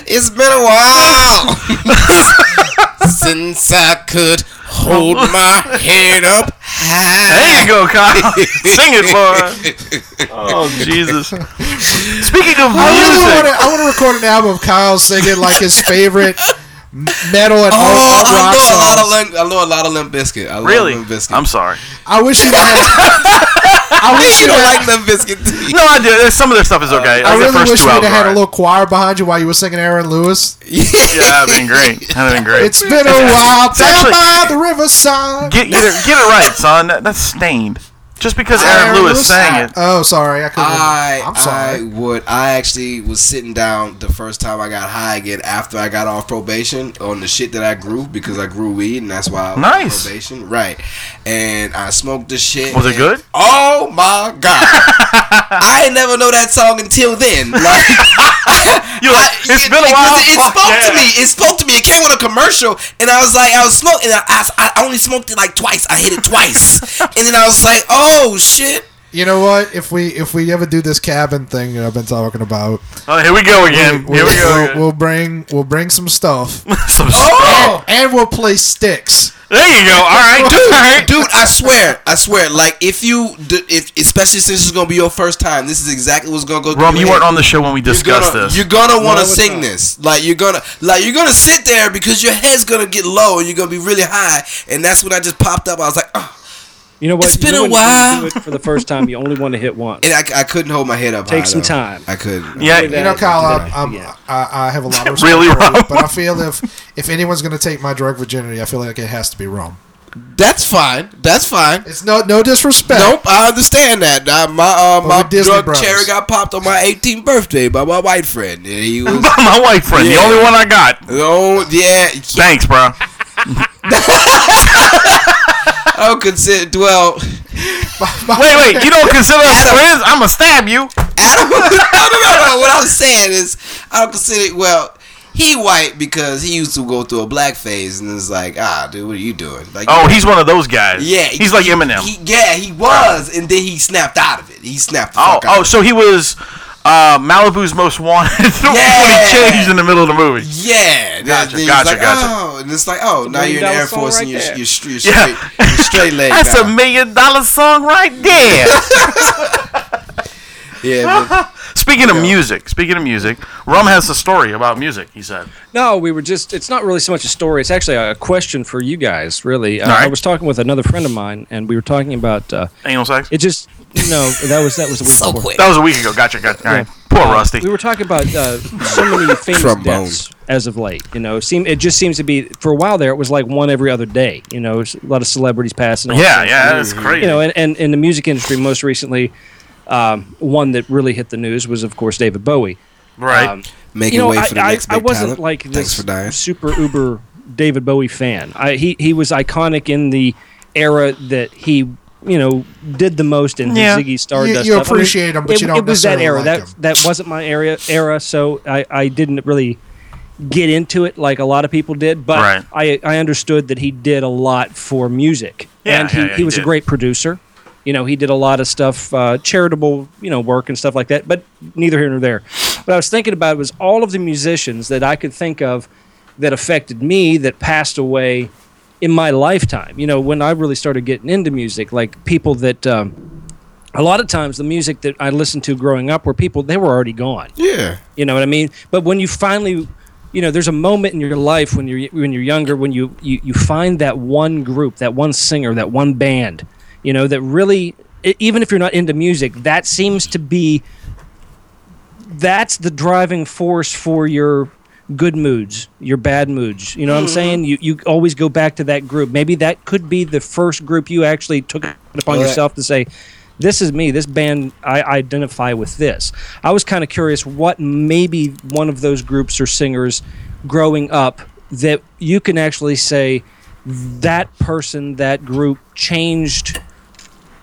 [SPEAKER 3] It's been a while since I could hold my head up
[SPEAKER 2] There
[SPEAKER 3] high.
[SPEAKER 2] you go, Kyle. Sing it for. us. Oh Jesus. Speaking of
[SPEAKER 4] I really want
[SPEAKER 2] music,
[SPEAKER 4] to. I want to record an album of Kyle singing like his favorite m- metal and
[SPEAKER 3] Oh,
[SPEAKER 4] alt rock
[SPEAKER 3] I know a
[SPEAKER 4] songs.
[SPEAKER 3] lot of Limp, I know a lot of Limp Biscuit. I love
[SPEAKER 2] really?
[SPEAKER 3] Limp Biscuit.
[SPEAKER 2] I'm sorry.
[SPEAKER 4] I wish you had. I wish
[SPEAKER 3] you
[SPEAKER 4] you
[SPEAKER 3] don't
[SPEAKER 4] had.
[SPEAKER 3] like Limp Biscuit. do you?
[SPEAKER 2] No, I do. Some of their stuff is okay. Like
[SPEAKER 4] I
[SPEAKER 2] the
[SPEAKER 4] really
[SPEAKER 2] first
[SPEAKER 4] wish
[SPEAKER 2] two
[SPEAKER 4] we'd have
[SPEAKER 2] albums
[SPEAKER 4] had
[SPEAKER 2] are
[SPEAKER 4] a little choir behind you while you were singing Aaron Lewis.
[SPEAKER 2] Yeah, that'd been great. That'd been great.
[SPEAKER 4] It's been a while down
[SPEAKER 2] actually-
[SPEAKER 4] by the riverside.
[SPEAKER 2] get, get, it, get it right, son. That, that's stained. Just because Aaron, Lewis, sang it.
[SPEAKER 4] Oh, sorry, I couldn't.
[SPEAKER 3] I
[SPEAKER 4] I'm
[SPEAKER 3] I
[SPEAKER 4] sorry.
[SPEAKER 3] would I actually was sitting down the first time I got high again after I got off probation on the shit that I grew because I grew weed and that's why I was on
[SPEAKER 2] Nice.
[SPEAKER 3] probation right and I smoked the shit
[SPEAKER 2] Was it
[SPEAKER 3] and-
[SPEAKER 2] good?
[SPEAKER 3] Oh my god I ain't never know that song until then like
[SPEAKER 2] You're like, it's been a
[SPEAKER 3] it-
[SPEAKER 2] while.
[SPEAKER 3] It, it
[SPEAKER 2] Fuck
[SPEAKER 3] spoke to
[SPEAKER 2] yeah.
[SPEAKER 3] me. It spoke to me. It came on a commercial, and I was like, I was smoking. And I, I, I only smoked it like twice. I hit it twice, and then I was like, oh shit.
[SPEAKER 4] You know what? If we if we ever do this cabin thing that I've been talking about,
[SPEAKER 2] Oh, here we go again.
[SPEAKER 4] we'll,
[SPEAKER 2] here we go.
[SPEAKER 4] we'll,
[SPEAKER 2] again.
[SPEAKER 4] we'll bring we'll bring some stuff,
[SPEAKER 2] Some
[SPEAKER 3] Oh.
[SPEAKER 5] Oh.
[SPEAKER 4] and, and we'll play sticks.
[SPEAKER 2] There you go. All right, dude. All right.
[SPEAKER 3] Dude, I swear, I swear. Like, if you, d- if especially since it's gonna be your first time, this is exactly what's gonna go.
[SPEAKER 2] Rum,
[SPEAKER 3] through
[SPEAKER 2] you
[SPEAKER 3] your
[SPEAKER 2] weren't
[SPEAKER 3] head.
[SPEAKER 2] on the show when we
[SPEAKER 3] You're gonna,
[SPEAKER 2] discussed this.
[SPEAKER 3] You're gonna want to
[SPEAKER 5] I was
[SPEAKER 3] sing
[SPEAKER 5] not.
[SPEAKER 3] this. Like, you're gonna, like, you're gonna sit there because your head's gonna get low and you're gonna be really high. And that's when I just popped up. I was like, oh,
[SPEAKER 5] You know what?
[SPEAKER 3] It's
[SPEAKER 5] You
[SPEAKER 3] been
[SPEAKER 5] know
[SPEAKER 3] a
[SPEAKER 5] when you
[SPEAKER 3] while.
[SPEAKER 5] do it for the first time, you only want to hit once.
[SPEAKER 3] and I, I couldn't hold my head up.
[SPEAKER 5] Take
[SPEAKER 3] high,
[SPEAKER 5] some
[SPEAKER 3] though.
[SPEAKER 5] time.
[SPEAKER 3] I couldn't.
[SPEAKER 2] yeah.
[SPEAKER 5] Really
[SPEAKER 4] You know,
[SPEAKER 5] Yeah,
[SPEAKER 4] Kyle,
[SPEAKER 5] yeah,
[SPEAKER 4] I'm, I'm,
[SPEAKER 5] yeah.
[SPEAKER 4] I, I have a lot of respect
[SPEAKER 2] Really,
[SPEAKER 4] for you,
[SPEAKER 2] Rum?
[SPEAKER 4] but I feel if if anyone's going to take my drug virginity, I feel like it has to be Rum.
[SPEAKER 3] That's fine. That's fine.
[SPEAKER 4] It's no no disrespect.
[SPEAKER 3] Nope, I understand that. Uh, my uh, my
[SPEAKER 4] we're Disney
[SPEAKER 3] drug
[SPEAKER 4] brothers.
[SPEAKER 3] cherry got popped on my 18th birthday by my white friend. And he was,
[SPEAKER 2] my white friend, the
[SPEAKER 3] Yeah.
[SPEAKER 2] only one I got.
[SPEAKER 3] oh yeah,
[SPEAKER 2] Thanks, bro.
[SPEAKER 3] I don't consider. Well,
[SPEAKER 2] Wait, wait. You don't consider us friends? I'm gonna stab you.
[SPEAKER 3] Adam. no, no, no, no. What I'm saying is, I don't consider. Well, he white because he used to go through a black phase, and it's like, ah, dude, what are you doing? Like,
[SPEAKER 2] Oh, he's one of those guys.
[SPEAKER 3] yeah,
[SPEAKER 2] He's like
[SPEAKER 3] he-
[SPEAKER 2] Eminem.
[SPEAKER 3] he- yeah, he was, and then he snapped out of it. He snapped. The
[SPEAKER 2] oh,
[SPEAKER 3] fuck out
[SPEAKER 2] oh.
[SPEAKER 3] of it.
[SPEAKER 2] So he was uh, Malibu's most wanted when
[SPEAKER 3] Yeah.
[SPEAKER 2] he changed in the middle of the movie.
[SPEAKER 3] Yeah,
[SPEAKER 2] Gotcha,
[SPEAKER 3] gotcha, then
[SPEAKER 2] gotcha,
[SPEAKER 3] gotcha, like,
[SPEAKER 2] gotcha.
[SPEAKER 3] Oh, and it's like, oh, now
[SPEAKER 5] million
[SPEAKER 3] you're in the
[SPEAKER 5] dollar
[SPEAKER 3] Air
[SPEAKER 5] song
[SPEAKER 3] Force
[SPEAKER 5] right
[SPEAKER 3] and you're,
[SPEAKER 5] there.
[SPEAKER 3] you're, str- you're
[SPEAKER 2] Yeah.
[SPEAKER 3] straight, you're straight leg.
[SPEAKER 2] That's
[SPEAKER 3] now.
[SPEAKER 2] a million dollar song right there.
[SPEAKER 3] Yeah, but
[SPEAKER 2] speaking of music, speaking of music, Rum has a story about music. He said.
[SPEAKER 5] No, we were just, it's not really so much a story. It's actually a question for you guys, really. Uh,
[SPEAKER 2] All right.
[SPEAKER 5] I was talking with another friend of mine, and we were talking about uh,
[SPEAKER 2] Anal sex.
[SPEAKER 5] it just, you know, that was, that was a week
[SPEAKER 3] so
[SPEAKER 5] before.
[SPEAKER 3] quick.
[SPEAKER 2] that was a week ago. Gotcha. Gotcha. All right. Poor Rusty.
[SPEAKER 5] We were talking about uh, so many famous
[SPEAKER 3] Trombone.
[SPEAKER 5] deaths as of late. You know, seem it just seems to be for a while there. It was like one every other day. You know, a lot of celebrities passing. on.
[SPEAKER 2] yeah, yeah. That's crazy.
[SPEAKER 5] You know, and, and in the music industry, most recently, um, one that really hit the news was, of course, David Bowie.
[SPEAKER 2] right.
[SPEAKER 5] Um,
[SPEAKER 3] Making
[SPEAKER 5] you know,
[SPEAKER 3] way
[SPEAKER 5] I,
[SPEAKER 3] for the
[SPEAKER 5] I,
[SPEAKER 3] next
[SPEAKER 5] I
[SPEAKER 3] big
[SPEAKER 5] wasn't
[SPEAKER 3] talent.
[SPEAKER 5] like
[SPEAKER 3] Thanks
[SPEAKER 5] this
[SPEAKER 3] for dying.
[SPEAKER 5] super uber David Bowie fan. I, he he was iconic in the era that he you know did the most in
[SPEAKER 2] Yeah.
[SPEAKER 5] the Ziggy Stardust.
[SPEAKER 4] You- you
[SPEAKER 5] stuff. I mean,
[SPEAKER 4] appreciate him, but
[SPEAKER 5] it,
[SPEAKER 4] you don't
[SPEAKER 5] It was that
[SPEAKER 4] necessarily
[SPEAKER 5] era.
[SPEAKER 4] like
[SPEAKER 5] that
[SPEAKER 4] him.
[SPEAKER 5] that wasn't my area era, so I, I didn't really get into it like a lot of people did. But
[SPEAKER 2] Right.
[SPEAKER 5] I I understood that he did a lot for music,
[SPEAKER 2] Yeah,
[SPEAKER 5] and he,
[SPEAKER 2] yeah, yeah,
[SPEAKER 5] he
[SPEAKER 2] he
[SPEAKER 5] was a
[SPEAKER 2] did.
[SPEAKER 5] great producer. You know, he did a lot of stuff, uh, charitable, you know, work and stuff like that. But neither here nor there. What I was thinking about was all of the musicians that I could think of that affected me that passed away in my lifetime. You know, when I really started getting into music, like people that. Um, a lot of times, the music that I listened to growing up were people they were already gone.
[SPEAKER 3] Yeah.
[SPEAKER 5] You know what I mean? But when you finally, you know, there's a moment in your life when you're when you're younger when you you, you find that one group, that one singer, that one band, you know, that really, e- even if you're not into music, that seems to be that's the driving force for your good moods, your bad moods. You know what I'm saying? You you always go back to that group. Maybe that could be the first group you actually took it upon
[SPEAKER 3] Well, that-
[SPEAKER 5] yourself to say, "This is me. This band. I identify with this." I was kind of curious what maybe one of those groups or singers growing up that you can actually say that person, that group changed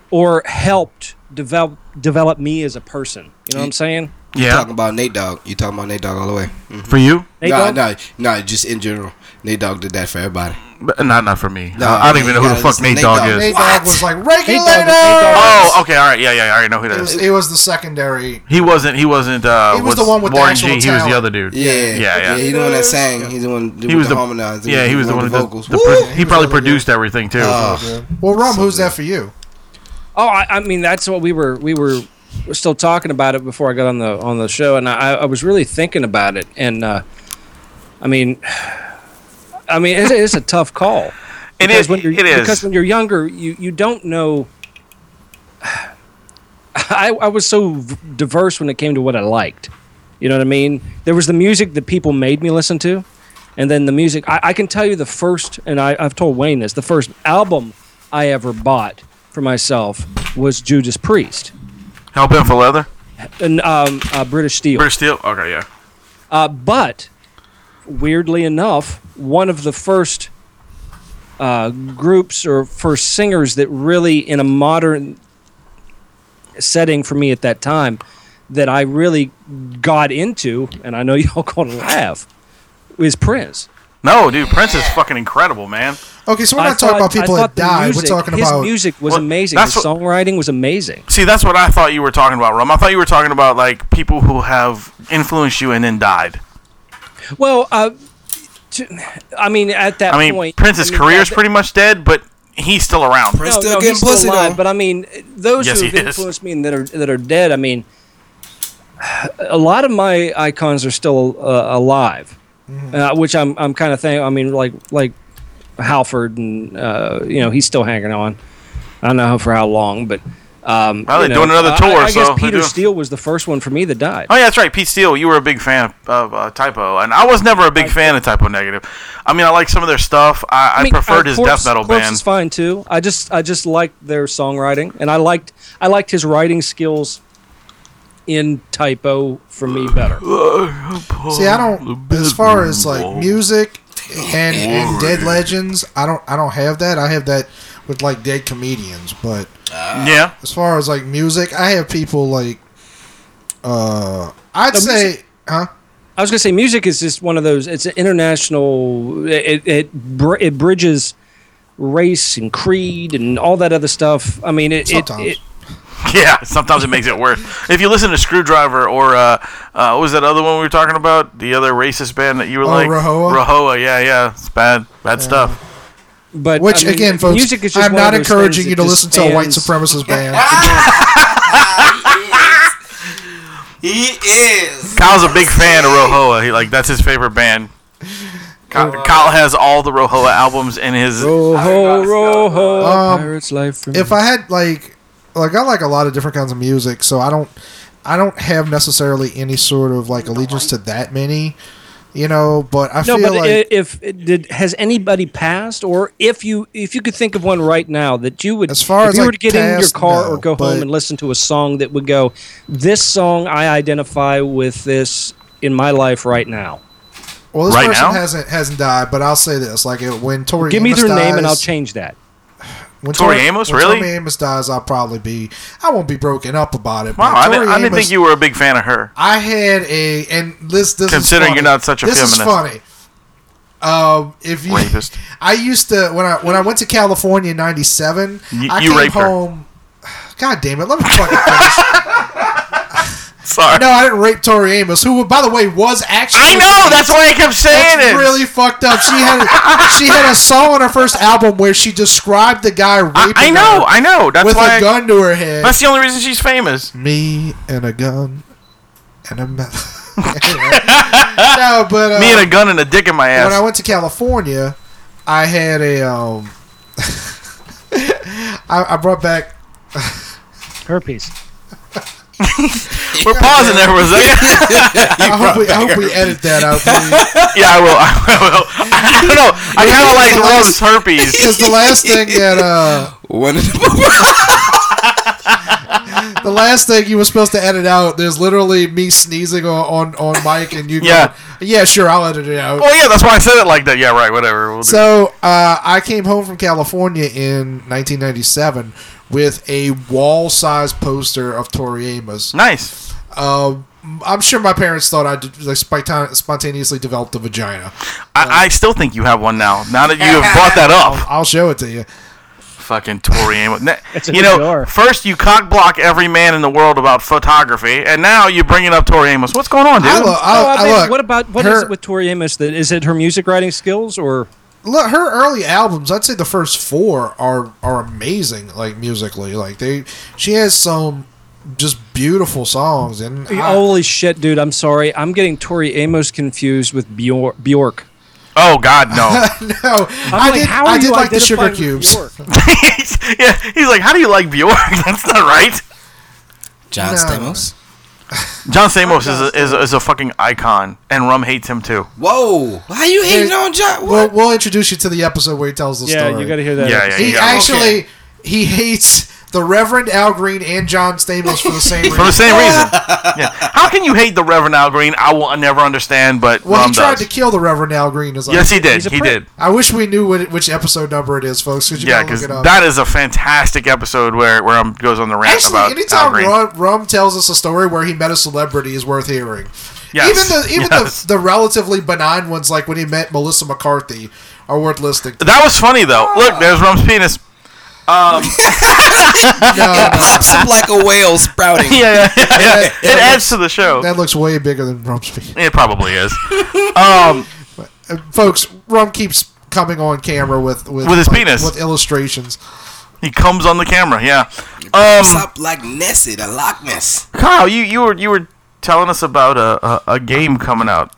[SPEAKER 5] or helped develop develop me as a person. You know what I'm saying?
[SPEAKER 2] yeah.
[SPEAKER 3] Talking about Nate Dogg. You talking about Nate Dogg all the way. Mm-hmm.
[SPEAKER 2] For you?
[SPEAKER 5] Nate
[SPEAKER 3] nah,
[SPEAKER 5] Dogg?
[SPEAKER 3] nah, nah, just in general. Nate Dogg did that for everybody.
[SPEAKER 2] But not not for me.
[SPEAKER 3] No,
[SPEAKER 2] I don't even know who
[SPEAKER 3] yeah,
[SPEAKER 2] the fuck
[SPEAKER 3] it's
[SPEAKER 2] Nate
[SPEAKER 3] Nate
[SPEAKER 2] Dog
[SPEAKER 3] Dogg.
[SPEAKER 2] is.
[SPEAKER 4] Nate
[SPEAKER 3] What?
[SPEAKER 4] Dogg was like
[SPEAKER 5] Nate
[SPEAKER 4] regulator.
[SPEAKER 5] Dogg- Nate Dogg-
[SPEAKER 2] Oh, okay, all right, yeah, yeah, yeah, I already know who that
[SPEAKER 4] It
[SPEAKER 2] is.
[SPEAKER 4] was, it was the secondary.
[SPEAKER 2] He wasn't. He wasn't. Uh,
[SPEAKER 4] He was the
[SPEAKER 2] what's-
[SPEAKER 4] one with the
[SPEAKER 2] Warren
[SPEAKER 4] actual
[SPEAKER 2] G. He was
[SPEAKER 4] talent.
[SPEAKER 2] the other dude.
[SPEAKER 3] Yeah.
[SPEAKER 2] yeah, yeah.
[SPEAKER 3] He's the one that sang. He's the one
[SPEAKER 2] He was the,
[SPEAKER 3] harmonizer.
[SPEAKER 2] Yeah, he was the one who did
[SPEAKER 3] with the vocals.
[SPEAKER 2] the
[SPEAKER 3] Woo!
[SPEAKER 2] pro- he
[SPEAKER 4] He was
[SPEAKER 2] probably
[SPEAKER 4] really good.
[SPEAKER 2] produced everything too.
[SPEAKER 3] Oh,
[SPEAKER 4] Well, Rum, who's that for you?
[SPEAKER 5] Oh, I, I mean that's what we were we were still talking about it before I got on the on the show, and I, I was really thinking about it, and uh, I mean, I mean it's, it's a tough call.
[SPEAKER 2] It
[SPEAKER 5] Because
[SPEAKER 2] is-
[SPEAKER 5] When you're,
[SPEAKER 2] it is.
[SPEAKER 5] because when you're younger, you you don't know. I I was so v- diverse when it came to what I liked. You know what I mean? There was the music that people made me listen to, and then the music. I, I can tell you the first, and I, I've told Wayne this. The first album I ever bought for myself was Judas Priest
[SPEAKER 2] Help him for leather.
[SPEAKER 5] and um, uh, British Steel.
[SPEAKER 2] British Steel. Okay, yeah.
[SPEAKER 5] Uh, but weirdly enough, one of the first uh, groups or first singers that really, in a modern setting for me at that time, that I really got into, and I know y'all gonna laugh, is Prince.
[SPEAKER 2] No, dude, Prince is fucking incredible, man.
[SPEAKER 4] Okay, so we're
[SPEAKER 5] I
[SPEAKER 4] not talking about
[SPEAKER 5] thought- I
[SPEAKER 4] people that
[SPEAKER 5] thought the
[SPEAKER 4] died.
[SPEAKER 5] music-
[SPEAKER 4] we're talking
[SPEAKER 5] his
[SPEAKER 4] about
[SPEAKER 5] music was
[SPEAKER 2] Well,
[SPEAKER 5] amazing.
[SPEAKER 2] that's
[SPEAKER 5] His
[SPEAKER 2] what-
[SPEAKER 5] songwriting was amazing.
[SPEAKER 2] See, that's what I thought you were talking about, Rum. I thought you were talking about like people who have influenced you and then died.
[SPEAKER 5] Well, uh, to, I mean, at that
[SPEAKER 2] I mean,
[SPEAKER 5] point,
[SPEAKER 2] Prince's
[SPEAKER 5] I mean,
[SPEAKER 2] career's
[SPEAKER 5] at
[SPEAKER 2] pretty much dead, but he's still around.
[SPEAKER 3] Prince
[SPEAKER 5] no,
[SPEAKER 3] still
[SPEAKER 5] no,
[SPEAKER 3] getting
[SPEAKER 5] he's
[SPEAKER 3] pussy
[SPEAKER 5] still alive,
[SPEAKER 3] though.
[SPEAKER 5] but I mean, those
[SPEAKER 2] Yes,
[SPEAKER 5] who
[SPEAKER 2] he
[SPEAKER 5] have
[SPEAKER 2] is.
[SPEAKER 5] influenced me and that are that are dead. I mean, a lot of my icons are still uh, alive, uh, which I'm I'm kind of thank. I mean, like like Halford, and uh, you know, he's still hanging on. I don't know for how long, but. Um,
[SPEAKER 2] Well,
[SPEAKER 5] you
[SPEAKER 2] they're
[SPEAKER 5] know,
[SPEAKER 2] doing another
[SPEAKER 5] I-
[SPEAKER 2] tour,
[SPEAKER 5] I, I
[SPEAKER 2] so
[SPEAKER 5] guess
[SPEAKER 2] they
[SPEAKER 5] Peter
[SPEAKER 2] do.
[SPEAKER 5] Steele was the first one for me that died.
[SPEAKER 2] Oh yeah, that's right. Pete Steele, you were a big fan of uh, Typo, and I was never a big fan of Typo Negative. I mean, I like some of their stuff. I, I,
[SPEAKER 5] mean,
[SPEAKER 2] preferred
[SPEAKER 5] uh,
[SPEAKER 2] his
[SPEAKER 5] Corpse-
[SPEAKER 2] death metal
[SPEAKER 5] Corpse
[SPEAKER 2] band.
[SPEAKER 5] is fine too. I just I just liked their songwriting, and I liked I liked his writing skills in typo for me better.
[SPEAKER 4] See, I don't. As far as like music and, and dead legends, I don't. I don't have that. I have that with like dead comedians. But
[SPEAKER 2] yeah,
[SPEAKER 4] as far as like music, I have people like. Uh, I'd
[SPEAKER 5] No,
[SPEAKER 4] say,
[SPEAKER 5] music-
[SPEAKER 4] huh?
[SPEAKER 5] I was gonna say music is just one of those. It's an international. It it, br- it bridges race and creed and all that other stuff. I mean, it, it,
[SPEAKER 4] Sometimes.
[SPEAKER 5] it
[SPEAKER 2] yeah. Sometimes it makes it worse. If you listen to Screwdriver or uh, uh, what was that other one we were talking about? The other racist band that you were
[SPEAKER 4] Oh,
[SPEAKER 2] like
[SPEAKER 4] Rahoa?
[SPEAKER 2] Rahoa, yeah, yeah. It's bad, bad stuff.
[SPEAKER 5] but
[SPEAKER 4] Which
[SPEAKER 5] I mean,
[SPEAKER 4] again, folks,
[SPEAKER 5] music is just
[SPEAKER 4] I'm
[SPEAKER 5] one of
[SPEAKER 4] not
[SPEAKER 5] those
[SPEAKER 4] encouraging
[SPEAKER 5] things
[SPEAKER 4] you
[SPEAKER 5] that
[SPEAKER 4] to
[SPEAKER 5] just
[SPEAKER 4] listen to a white
[SPEAKER 5] stands-
[SPEAKER 4] supremacist band.
[SPEAKER 3] He is.
[SPEAKER 2] Kyle's a big fan of Rohoa. He like that's his favorite band. Kyle, Kyle has all the Rohoa albums in his.
[SPEAKER 5] Oh, ho, ro, ho,
[SPEAKER 4] Um,
[SPEAKER 5] pirate's life. From
[SPEAKER 4] if I had like, like I like a lot of different kinds of music, so I don't, I don't have necessarily any sort of like allegiance to that many, you know. But I
[SPEAKER 5] No,
[SPEAKER 4] feel
[SPEAKER 5] but
[SPEAKER 4] like
[SPEAKER 5] i- if it did has anybody passed, or if you if you could think of one right now that you would,
[SPEAKER 4] As far
[SPEAKER 5] if
[SPEAKER 4] as,
[SPEAKER 5] you were
[SPEAKER 4] like,
[SPEAKER 5] to get in your
[SPEAKER 4] passed,
[SPEAKER 5] car
[SPEAKER 4] no,
[SPEAKER 5] or go home
[SPEAKER 4] but-
[SPEAKER 5] and listen to a song that would go, this song I identify with this in my life right now.
[SPEAKER 4] Well, this
[SPEAKER 2] Right
[SPEAKER 4] person
[SPEAKER 2] now?
[SPEAKER 4] hasn't hasn't died, but I'll say this: like it, when Tori
[SPEAKER 5] Give me
[SPEAKER 4] Amos
[SPEAKER 5] their
[SPEAKER 4] dies,
[SPEAKER 5] name and I'll change that.
[SPEAKER 4] When
[SPEAKER 2] Tori Amos,
[SPEAKER 4] when
[SPEAKER 2] really?
[SPEAKER 4] Tori Amos dies, I'll probably be I won't be broken up about it.
[SPEAKER 2] Wow,
[SPEAKER 4] but
[SPEAKER 2] I didn't,
[SPEAKER 4] Tori
[SPEAKER 2] I didn't
[SPEAKER 4] Amos-
[SPEAKER 2] think you were a big fan of her.
[SPEAKER 4] I had a and this this
[SPEAKER 2] Considering
[SPEAKER 4] is funny.
[SPEAKER 2] you're not such a
[SPEAKER 4] this
[SPEAKER 2] feminist.
[SPEAKER 4] is funny. Um, if you
[SPEAKER 2] Rapist.
[SPEAKER 4] I used to when I when I went to California in '97,
[SPEAKER 2] You-
[SPEAKER 4] I
[SPEAKER 2] you
[SPEAKER 4] came
[SPEAKER 2] raped her.
[SPEAKER 4] home. God damn it! Let me fucking finish.
[SPEAKER 2] Sorry.
[SPEAKER 4] no, I didn't rape Tori Amos, who, by the way, was actually
[SPEAKER 2] I know. That's why I kept saying
[SPEAKER 4] That's
[SPEAKER 2] it.
[SPEAKER 4] really fucked up. She had she had a song on her first album where she described the guy raping
[SPEAKER 2] I, I know.
[SPEAKER 4] her
[SPEAKER 2] I know. That's
[SPEAKER 4] with
[SPEAKER 2] why. I-
[SPEAKER 4] a gun to her head.
[SPEAKER 2] that's the only reason she's famous.
[SPEAKER 4] Me and a gun and a meth. no, but uh,
[SPEAKER 2] Me and a gun and a dick in my
[SPEAKER 4] when I
[SPEAKER 2] ass.
[SPEAKER 4] went to California, I had a um. I, I brought back
[SPEAKER 5] Herpes.
[SPEAKER 2] We're pausing there for a second.
[SPEAKER 4] I hope, we, I hope we edit that out, please.
[SPEAKER 2] yeah, I will. I will. I don't know. I kind of like Rob's herpes.
[SPEAKER 4] Because the last thing that uh,
[SPEAKER 3] One of the
[SPEAKER 4] the last thing you were supposed to edit out, there's literally me sneezing on on, on Mike, and you.
[SPEAKER 2] Yeah.
[SPEAKER 4] going, yeah, sure, I'll edit it out.
[SPEAKER 2] Well, yeah, that's why I said it like that. Yeah, right. Whatever. We'll do.
[SPEAKER 4] So uh, I came home from California in 1997 with a wall-sized poster of Tori Amos.
[SPEAKER 2] nice.
[SPEAKER 4] Um, I'm sure my parents thought I did, like, spita- spontaneously developed a vagina.
[SPEAKER 2] I, I still think you have one now. Now that you have brought that up,
[SPEAKER 4] I'll show it to you.
[SPEAKER 2] fucking Tori Amos. Na-
[SPEAKER 5] It's in
[SPEAKER 2] You
[SPEAKER 5] the
[SPEAKER 2] know,
[SPEAKER 5] jar.
[SPEAKER 2] first you cock block every man in the world about photography, and now you're bringing up Tori Amos. What's going on, dude?
[SPEAKER 4] I look, I,
[SPEAKER 5] Oh, I
[SPEAKER 4] I
[SPEAKER 5] mean,
[SPEAKER 4] look,
[SPEAKER 5] what about what is
[SPEAKER 4] her-
[SPEAKER 5] it with Tori Amos? That is it her music writing skills or
[SPEAKER 4] look her early albums i'd say the first four are are amazing like musically like they she has some just beautiful songs and I-
[SPEAKER 5] holy shit, dude? I'm sorry, I'm getting Tori Amos confused with Bjor- Bjork.
[SPEAKER 2] oh God, no.
[SPEAKER 4] no i
[SPEAKER 5] I'm
[SPEAKER 4] did,
[SPEAKER 5] like, how are
[SPEAKER 4] I did
[SPEAKER 5] you
[SPEAKER 4] like the
[SPEAKER 5] identifying
[SPEAKER 4] sugar
[SPEAKER 5] with
[SPEAKER 4] cubes
[SPEAKER 5] Bjork?
[SPEAKER 2] yeah, he's like, how do you like Bjork? That's not right.
[SPEAKER 3] John
[SPEAKER 4] No.
[SPEAKER 3] Stamos.
[SPEAKER 2] John Stamos is a, is, a, is a fucking icon, and Rum hates him too.
[SPEAKER 3] Whoa! How you hating on John?
[SPEAKER 4] we'll,
[SPEAKER 3] What?
[SPEAKER 4] we'll introduce you to the episode where he tells the
[SPEAKER 5] Yeah,
[SPEAKER 4] story
[SPEAKER 5] you got to hear that.
[SPEAKER 2] Yeah,
[SPEAKER 5] episode.
[SPEAKER 2] yeah.
[SPEAKER 4] he
[SPEAKER 2] You got it.
[SPEAKER 4] actually he hates the reverend al green and john stamos for the same
[SPEAKER 2] For the
[SPEAKER 4] reason
[SPEAKER 2] same reason. Yeah. How can you hate the Reverend Al Green? I will never understand, but
[SPEAKER 4] well
[SPEAKER 2] Rum
[SPEAKER 4] he tried
[SPEAKER 2] does.
[SPEAKER 4] to kill the reverend al green is like,
[SPEAKER 2] yes, he did.
[SPEAKER 5] He's a
[SPEAKER 2] He
[SPEAKER 5] prick.
[SPEAKER 2] did.
[SPEAKER 4] i wish we knew what, which episode number it is folks because you
[SPEAKER 2] Yeah,
[SPEAKER 4] gotta look
[SPEAKER 2] because
[SPEAKER 4] it up
[SPEAKER 2] that is a fantastic episode where where Rum goes on the rant
[SPEAKER 4] Actually,
[SPEAKER 2] about Al
[SPEAKER 4] anytime
[SPEAKER 2] Green.
[SPEAKER 4] Rum, Rum tells us a story where he met a celebrity is worth hearing.
[SPEAKER 2] Yes,
[SPEAKER 4] Even the even
[SPEAKER 2] yes.
[SPEAKER 4] the, the relatively benign ones, like when he met Melissa McCarthy, are worth listening. to.
[SPEAKER 2] That was funny though. Look, there's Rum's penis.
[SPEAKER 4] No, no,
[SPEAKER 3] Pops up like a whale sprouting.
[SPEAKER 2] Yeah, yeah, yeah. yeah. It adds to the show.
[SPEAKER 4] that looks way bigger than Rumsfeld.
[SPEAKER 2] It probably is.
[SPEAKER 4] Uh, folks, Rum keeps coming on camera with with,
[SPEAKER 2] With his
[SPEAKER 4] like,
[SPEAKER 2] penis.
[SPEAKER 4] with illustrations.
[SPEAKER 2] He comes on the camera. Yeah. Um,
[SPEAKER 3] Pops up like Nessie, the Loch Ness.
[SPEAKER 2] Kyle, you, you were you were telling us about a, a, a game coming out.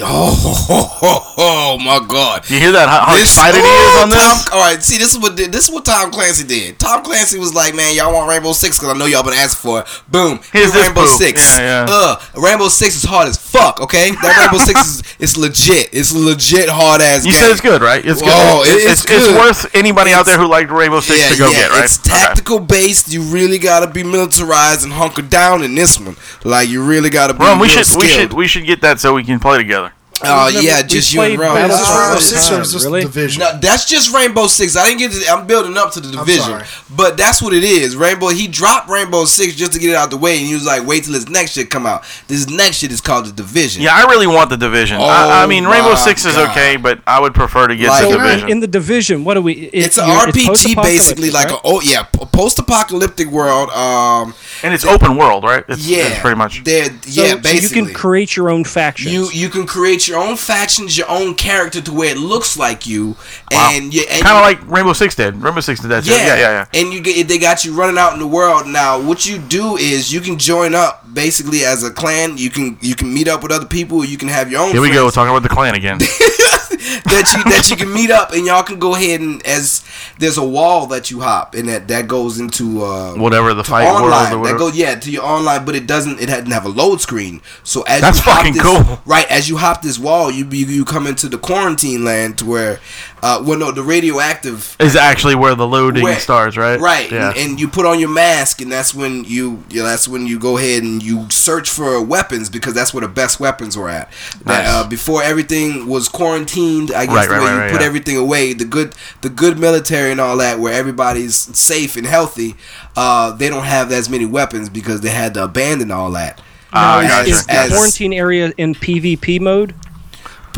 [SPEAKER 3] Oh, ho, ho, ho, Oh, my God.
[SPEAKER 2] You hear that? How, how excited he is
[SPEAKER 3] Ooh,
[SPEAKER 2] on this?
[SPEAKER 3] Tom- all right, see, this is what did- this is what Tom Clancy did. Tom Clancy was like, "Man, y'all want Rainbow Six because I know y'all been asking for it. Boom,
[SPEAKER 2] Here's this
[SPEAKER 3] Rainbow
[SPEAKER 2] poop.
[SPEAKER 3] Six.
[SPEAKER 2] Yeah, yeah.
[SPEAKER 3] Uh, Rainbow Six is hard as fuck. Okay, that Rainbow Six is it's legit. It's a legit hard ass.
[SPEAKER 2] You said it's good, right? It's good.
[SPEAKER 3] Oh, it-
[SPEAKER 2] it's,
[SPEAKER 3] it's good.
[SPEAKER 2] worth anybody out
[SPEAKER 3] It's-
[SPEAKER 2] there who liked Rainbow Six to go get, right?
[SPEAKER 3] It's
[SPEAKER 2] Okay.
[SPEAKER 3] tactical based. You really gotta be militarized and hunker down in this one. Like you really gotta be.
[SPEAKER 2] Ron, we
[SPEAKER 3] real
[SPEAKER 2] should we
[SPEAKER 3] skilled.
[SPEAKER 2] should we should get that so we can play together.
[SPEAKER 3] Oh
[SPEAKER 5] We've never-
[SPEAKER 3] yeah,
[SPEAKER 5] we
[SPEAKER 3] just you and
[SPEAKER 5] played
[SPEAKER 3] Ron.
[SPEAKER 5] Battle
[SPEAKER 4] Is this Rainbow Six or
[SPEAKER 5] Oh, God,
[SPEAKER 4] is this
[SPEAKER 5] really?
[SPEAKER 4] the Division?
[SPEAKER 3] No, that's just Rainbow Six. I didn't get. To, I'm building up to the division,
[SPEAKER 4] sorry.
[SPEAKER 3] but that's what it is. Rainbow. He dropped Rainbow Six just to get it out the way, and he was like, "Wait till this next shit come out. This next shit is called the division."
[SPEAKER 2] Yeah, I really want the division. I, I
[SPEAKER 3] Oh
[SPEAKER 2] mean, Rainbow
[SPEAKER 3] my
[SPEAKER 2] Six is
[SPEAKER 3] God.
[SPEAKER 2] okay, but I would prefer to get
[SPEAKER 3] Like-
[SPEAKER 2] the
[SPEAKER 5] So
[SPEAKER 3] Can I-
[SPEAKER 2] division.
[SPEAKER 5] in, in the division, what do we? it-
[SPEAKER 3] it's an
[SPEAKER 5] you're-
[SPEAKER 3] RPG basically,
[SPEAKER 5] post-apocalyptic,
[SPEAKER 3] like
[SPEAKER 5] right?
[SPEAKER 3] a oh yeah, p- post-apocalyptic world. Um,
[SPEAKER 2] and it's open world, right? It's,
[SPEAKER 3] yeah,
[SPEAKER 2] it's pretty much.
[SPEAKER 3] They're,
[SPEAKER 5] So-
[SPEAKER 3] yeah,
[SPEAKER 5] so
[SPEAKER 3] basically.
[SPEAKER 5] you can create your own faction.
[SPEAKER 3] You you can create your own factions, your own character to where it looks like you, and you and
[SPEAKER 2] Kind of
[SPEAKER 3] you-
[SPEAKER 2] like Rainbow Six did. Rainbow Six did that too. Yeah, yeah, yeah.
[SPEAKER 3] And you get they got you running out in the world now. What you do is you can join up basically as a clan. You can you can meet up with other people. You can have your own.
[SPEAKER 2] Here we go,
[SPEAKER 3] friends
[SPEAKER 2] talking about the clan again.
[SPEAKER 3] that you that you can meet up and y'all can go ahead and as there's a wall that you hop and that that goes into uh,
[SPEAKER 2] Whatever the fight world
[SPEAKER 3] online.
[SPEAKER 2] or
[SPEAKER 3] that
[SPEAKER 2] whatever.
[SPEAKER 3] goes yeah to your online, but it doesn't. It doesn't have a load screen. So as
[SPEAKER 2] That's
[SPEAKER 3] you hop
[SPEAKER 2] fucking
[SPEAKER 3] this-
[SPEAKER 2] cool.
[SPEAKER 3] right? As you hop this wall, you be- you come into the quarantine land to where, uh, well no, the radioactive
[SPEAKER 2] is actually where the loading
[SPEAKER 3] Where-
[SPEAKER 2] starts, right?
[SPEAKER 3] Right,
[SPEAKER 2] Yeah.
[SPEAKER 3] and, and you put on your mask, and that's when you, you know, that's when you go ahead and you search for weapons because that's where the best weapons were at. That,
[SPEAKER 2] Nice.
[SPEAKER 3] uh, before everything was quarantined, I guess
[SPEAKER 2] Right,
[SPEAKER 3] the
[SPEAKER 2] right,
[SPEAKER 3] way
[SPEAKER 2] right,
[SPEAKER 3] you
[SPEAKER 2] right,
[SPEAKER 3] put
[SPEAKER 2] yeah.
[SPEAKER 3] everything away, the good the good military and all that, where everybody's safe and healthy, uh, they don't have as many weapons because they had to abandon all that.
[SPEAKER 2] Ah, I
[SPEAKER 5] Is-
[SPEAKER 2] gotcha.
[SPEAKER 5] is the
[SPEAKER 3] As-
[SPEAKER 5] quarantine area in PvP mode?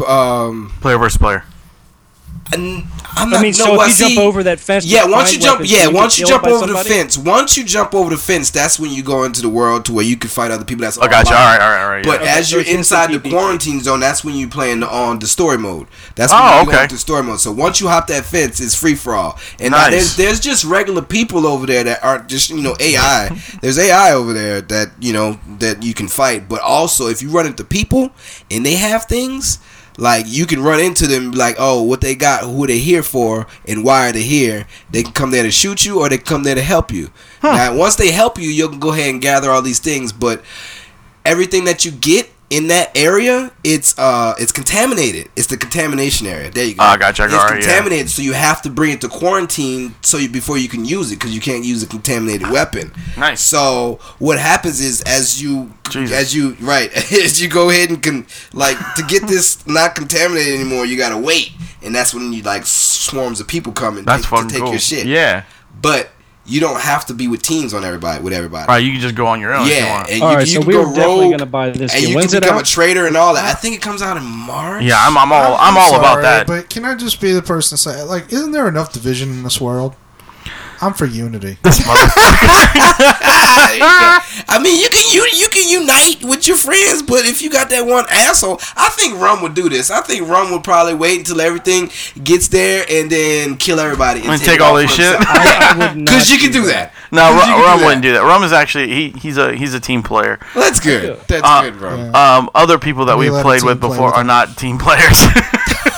[SPEAKER 3] Um,
[SPEAKER 2] player versus player.
[SPEAKER 3] and I'm not,
[SPEAKER 5] I mean,
[SPEAKER 3] no,
[SPEAKER 5] so
[SPEAKER 3] I
[SPEAKER 5] if you
[SPEAKER 3] see-
[SPEAKER 5] jump over that fence,
[SPEAKER 3] Yeah,
[SPEAKER 5] to
[SPEAKER 3] once
[SPEAKER 5] find
[SPEAKER 3] you jump,
[SPEAKER 5] weapons,
[SPEAKER 3] yeah,
[SPEAKER 5] can
[SPEAKER 3] once
[SPEAKER 5] get
[SPEAKER 3] you
[SPEAKER 5] killed
[SPEAKER 3] jump
[SPEAKER 5] by
[SPEAKER 3] over the
[SPEAKER 5] somebody?
[SPEAKER 3] fence, once you jump over the fence, that's when you go into the world to where you can fight other people. That's
[SPEAKER 2] I gotcha.
[SPEAKER 3] online.
[SPEAKER 2] All right, all right, all right.
[SPEAKER 3] But
[SPEAKER 2] yeah.
[SPEAKER 3] as
[SPEAKER 5] so
[SPEAKER 3] you're
[SPEAKER 5] it's instant
[SPEAKER 3] inside the
[SPEAKER 5] PvP.
[SPEAKER 3] quarantine zone, that's when you playing on the story mode. That's when
[SPEAKER 2] Oh,
[SPEAKER 3] you go
[SPEAKER 2] okay.
[SPEAKER 3] into story mode. So once you hop that fence, it's free for all. And now
[SPEAKER 2] Nice.
[SPEAKER 3] there's there's just regular people over there that aren't just you know AI. there's AI over there that you know that you can fight. But also if you run into people and they have things. Like you can run into them, like oh, what they got, who they here for, and why are they here? They can come there to shoot you, or they come there to help you. Now, once they help you, you can go ahead and gather all these things. But everything that you get in that area, it's uh, it's contaminated. It's the contamination area. There you go.
[SPEAKER 2] Ah, gotcha,
[SPEAKER 3] It's
[SPEAKER 2] alright, yeah.
[SPEAKER 3] contaminated, so you have to bring it to quarantine so you, before you can use it because you can't use a contaminated weapon.
[SPEAKER 2] Nice.
[SPEAKER 3] So what happens is as you
[SPEAKER 2] Jesus.
[SPEAKER 3] as you right as you go ahead and can like to get this not contaminated anymore, you gotta wait, and that's when you like swarms of people come and
[SPEAKER 2] That's
[SPEAKER 3] take, to
[SPEAKER 2] fucking
[SPEAKER 3] take
[SPEAKER 2] cool.
[SPEAKER 3] your shit.
[SPEAKER 2] Yeah.
[SPEAKER 3] But you don't have to be with teams on everybody with everybody.
[SPEAKER 2] All right, you can just go on your own if Oh, you
[SPEAKER 3] Yeah,
[SPEAKER 2] want.
[SPEAKER 3] and you,
[SPEAKER 5] All right,
[SPEAKER 3] you
[SPEAKER 5] so
[SPEAKER 3] can
[SPEAKER 5] we
[SPEAKER 3] go
[SPEAKER 5] are definitely
[SPEAKER 3] rogue,
[SPEAKER 5] gonna buy this
[SPEAKER 3] and
[SPEAKER 5] game.
[SPEAKER 3] you
[SPEAKER 5] When's
[SPEAKER 3] can
[SPEAKER 5] it
[SPEAKER 3] become
[SPEAKER 5] out?
[SPEAKER 3] a trader and all that. I think it comes out in March.
[SPEAKER 2] Yeah, I'm, I'm all I'm, all about
[SPEAKER 4] sorry,
[SPEAKER 2] that.
[SPEAKER 4] But can I just be the person to say, like, isn't there enough division in this world? I'm for unity.
[SPEAKER 3] I mean, you can you you can unite with your friends, but if you got that one asshole, I think Rum would do this. I think Rum would probably wait until everything gets there and then kill everybody
[SPEAKER 2] And take all their
[SPEAKER 3] it off
[SPEAKER 2] shit?
[SPEAKER 3] himself.
[SPEAKER 5] I, I would not
[SPEAKER 3] Cause you
[SPEAKER 5] do
[SPEAKER 3] can do that.
[SPEAKER 2] no,
[SPEAKER 3] 'Cause you
[SPEAKER 2] Rum,
[SPEAKER 3] can
[SPEAKER 2] Rum wouldn't do that. Rum is actually he, he's a he's a team player.
[SPEAKER 3] Well, That's good. That's
[SPEAKER 2] Uh,
[SPEAKER 3] good, Rum.
[SPEAKER 2] Um, other people that
[SPEAKER 4] We
[SPEAKER 2] we
[SPEAKER 4] let a
[SPEAKER 2] played
[SPEAKER 4] team
[SPEAKER 2] with
[SPEAKER 4] play
[SPEAKER 2] before
[SPEAKER 4] with
[SPEAKER 2] are
[SPEAKER 4] us.
[SPEAKER 2] not team players.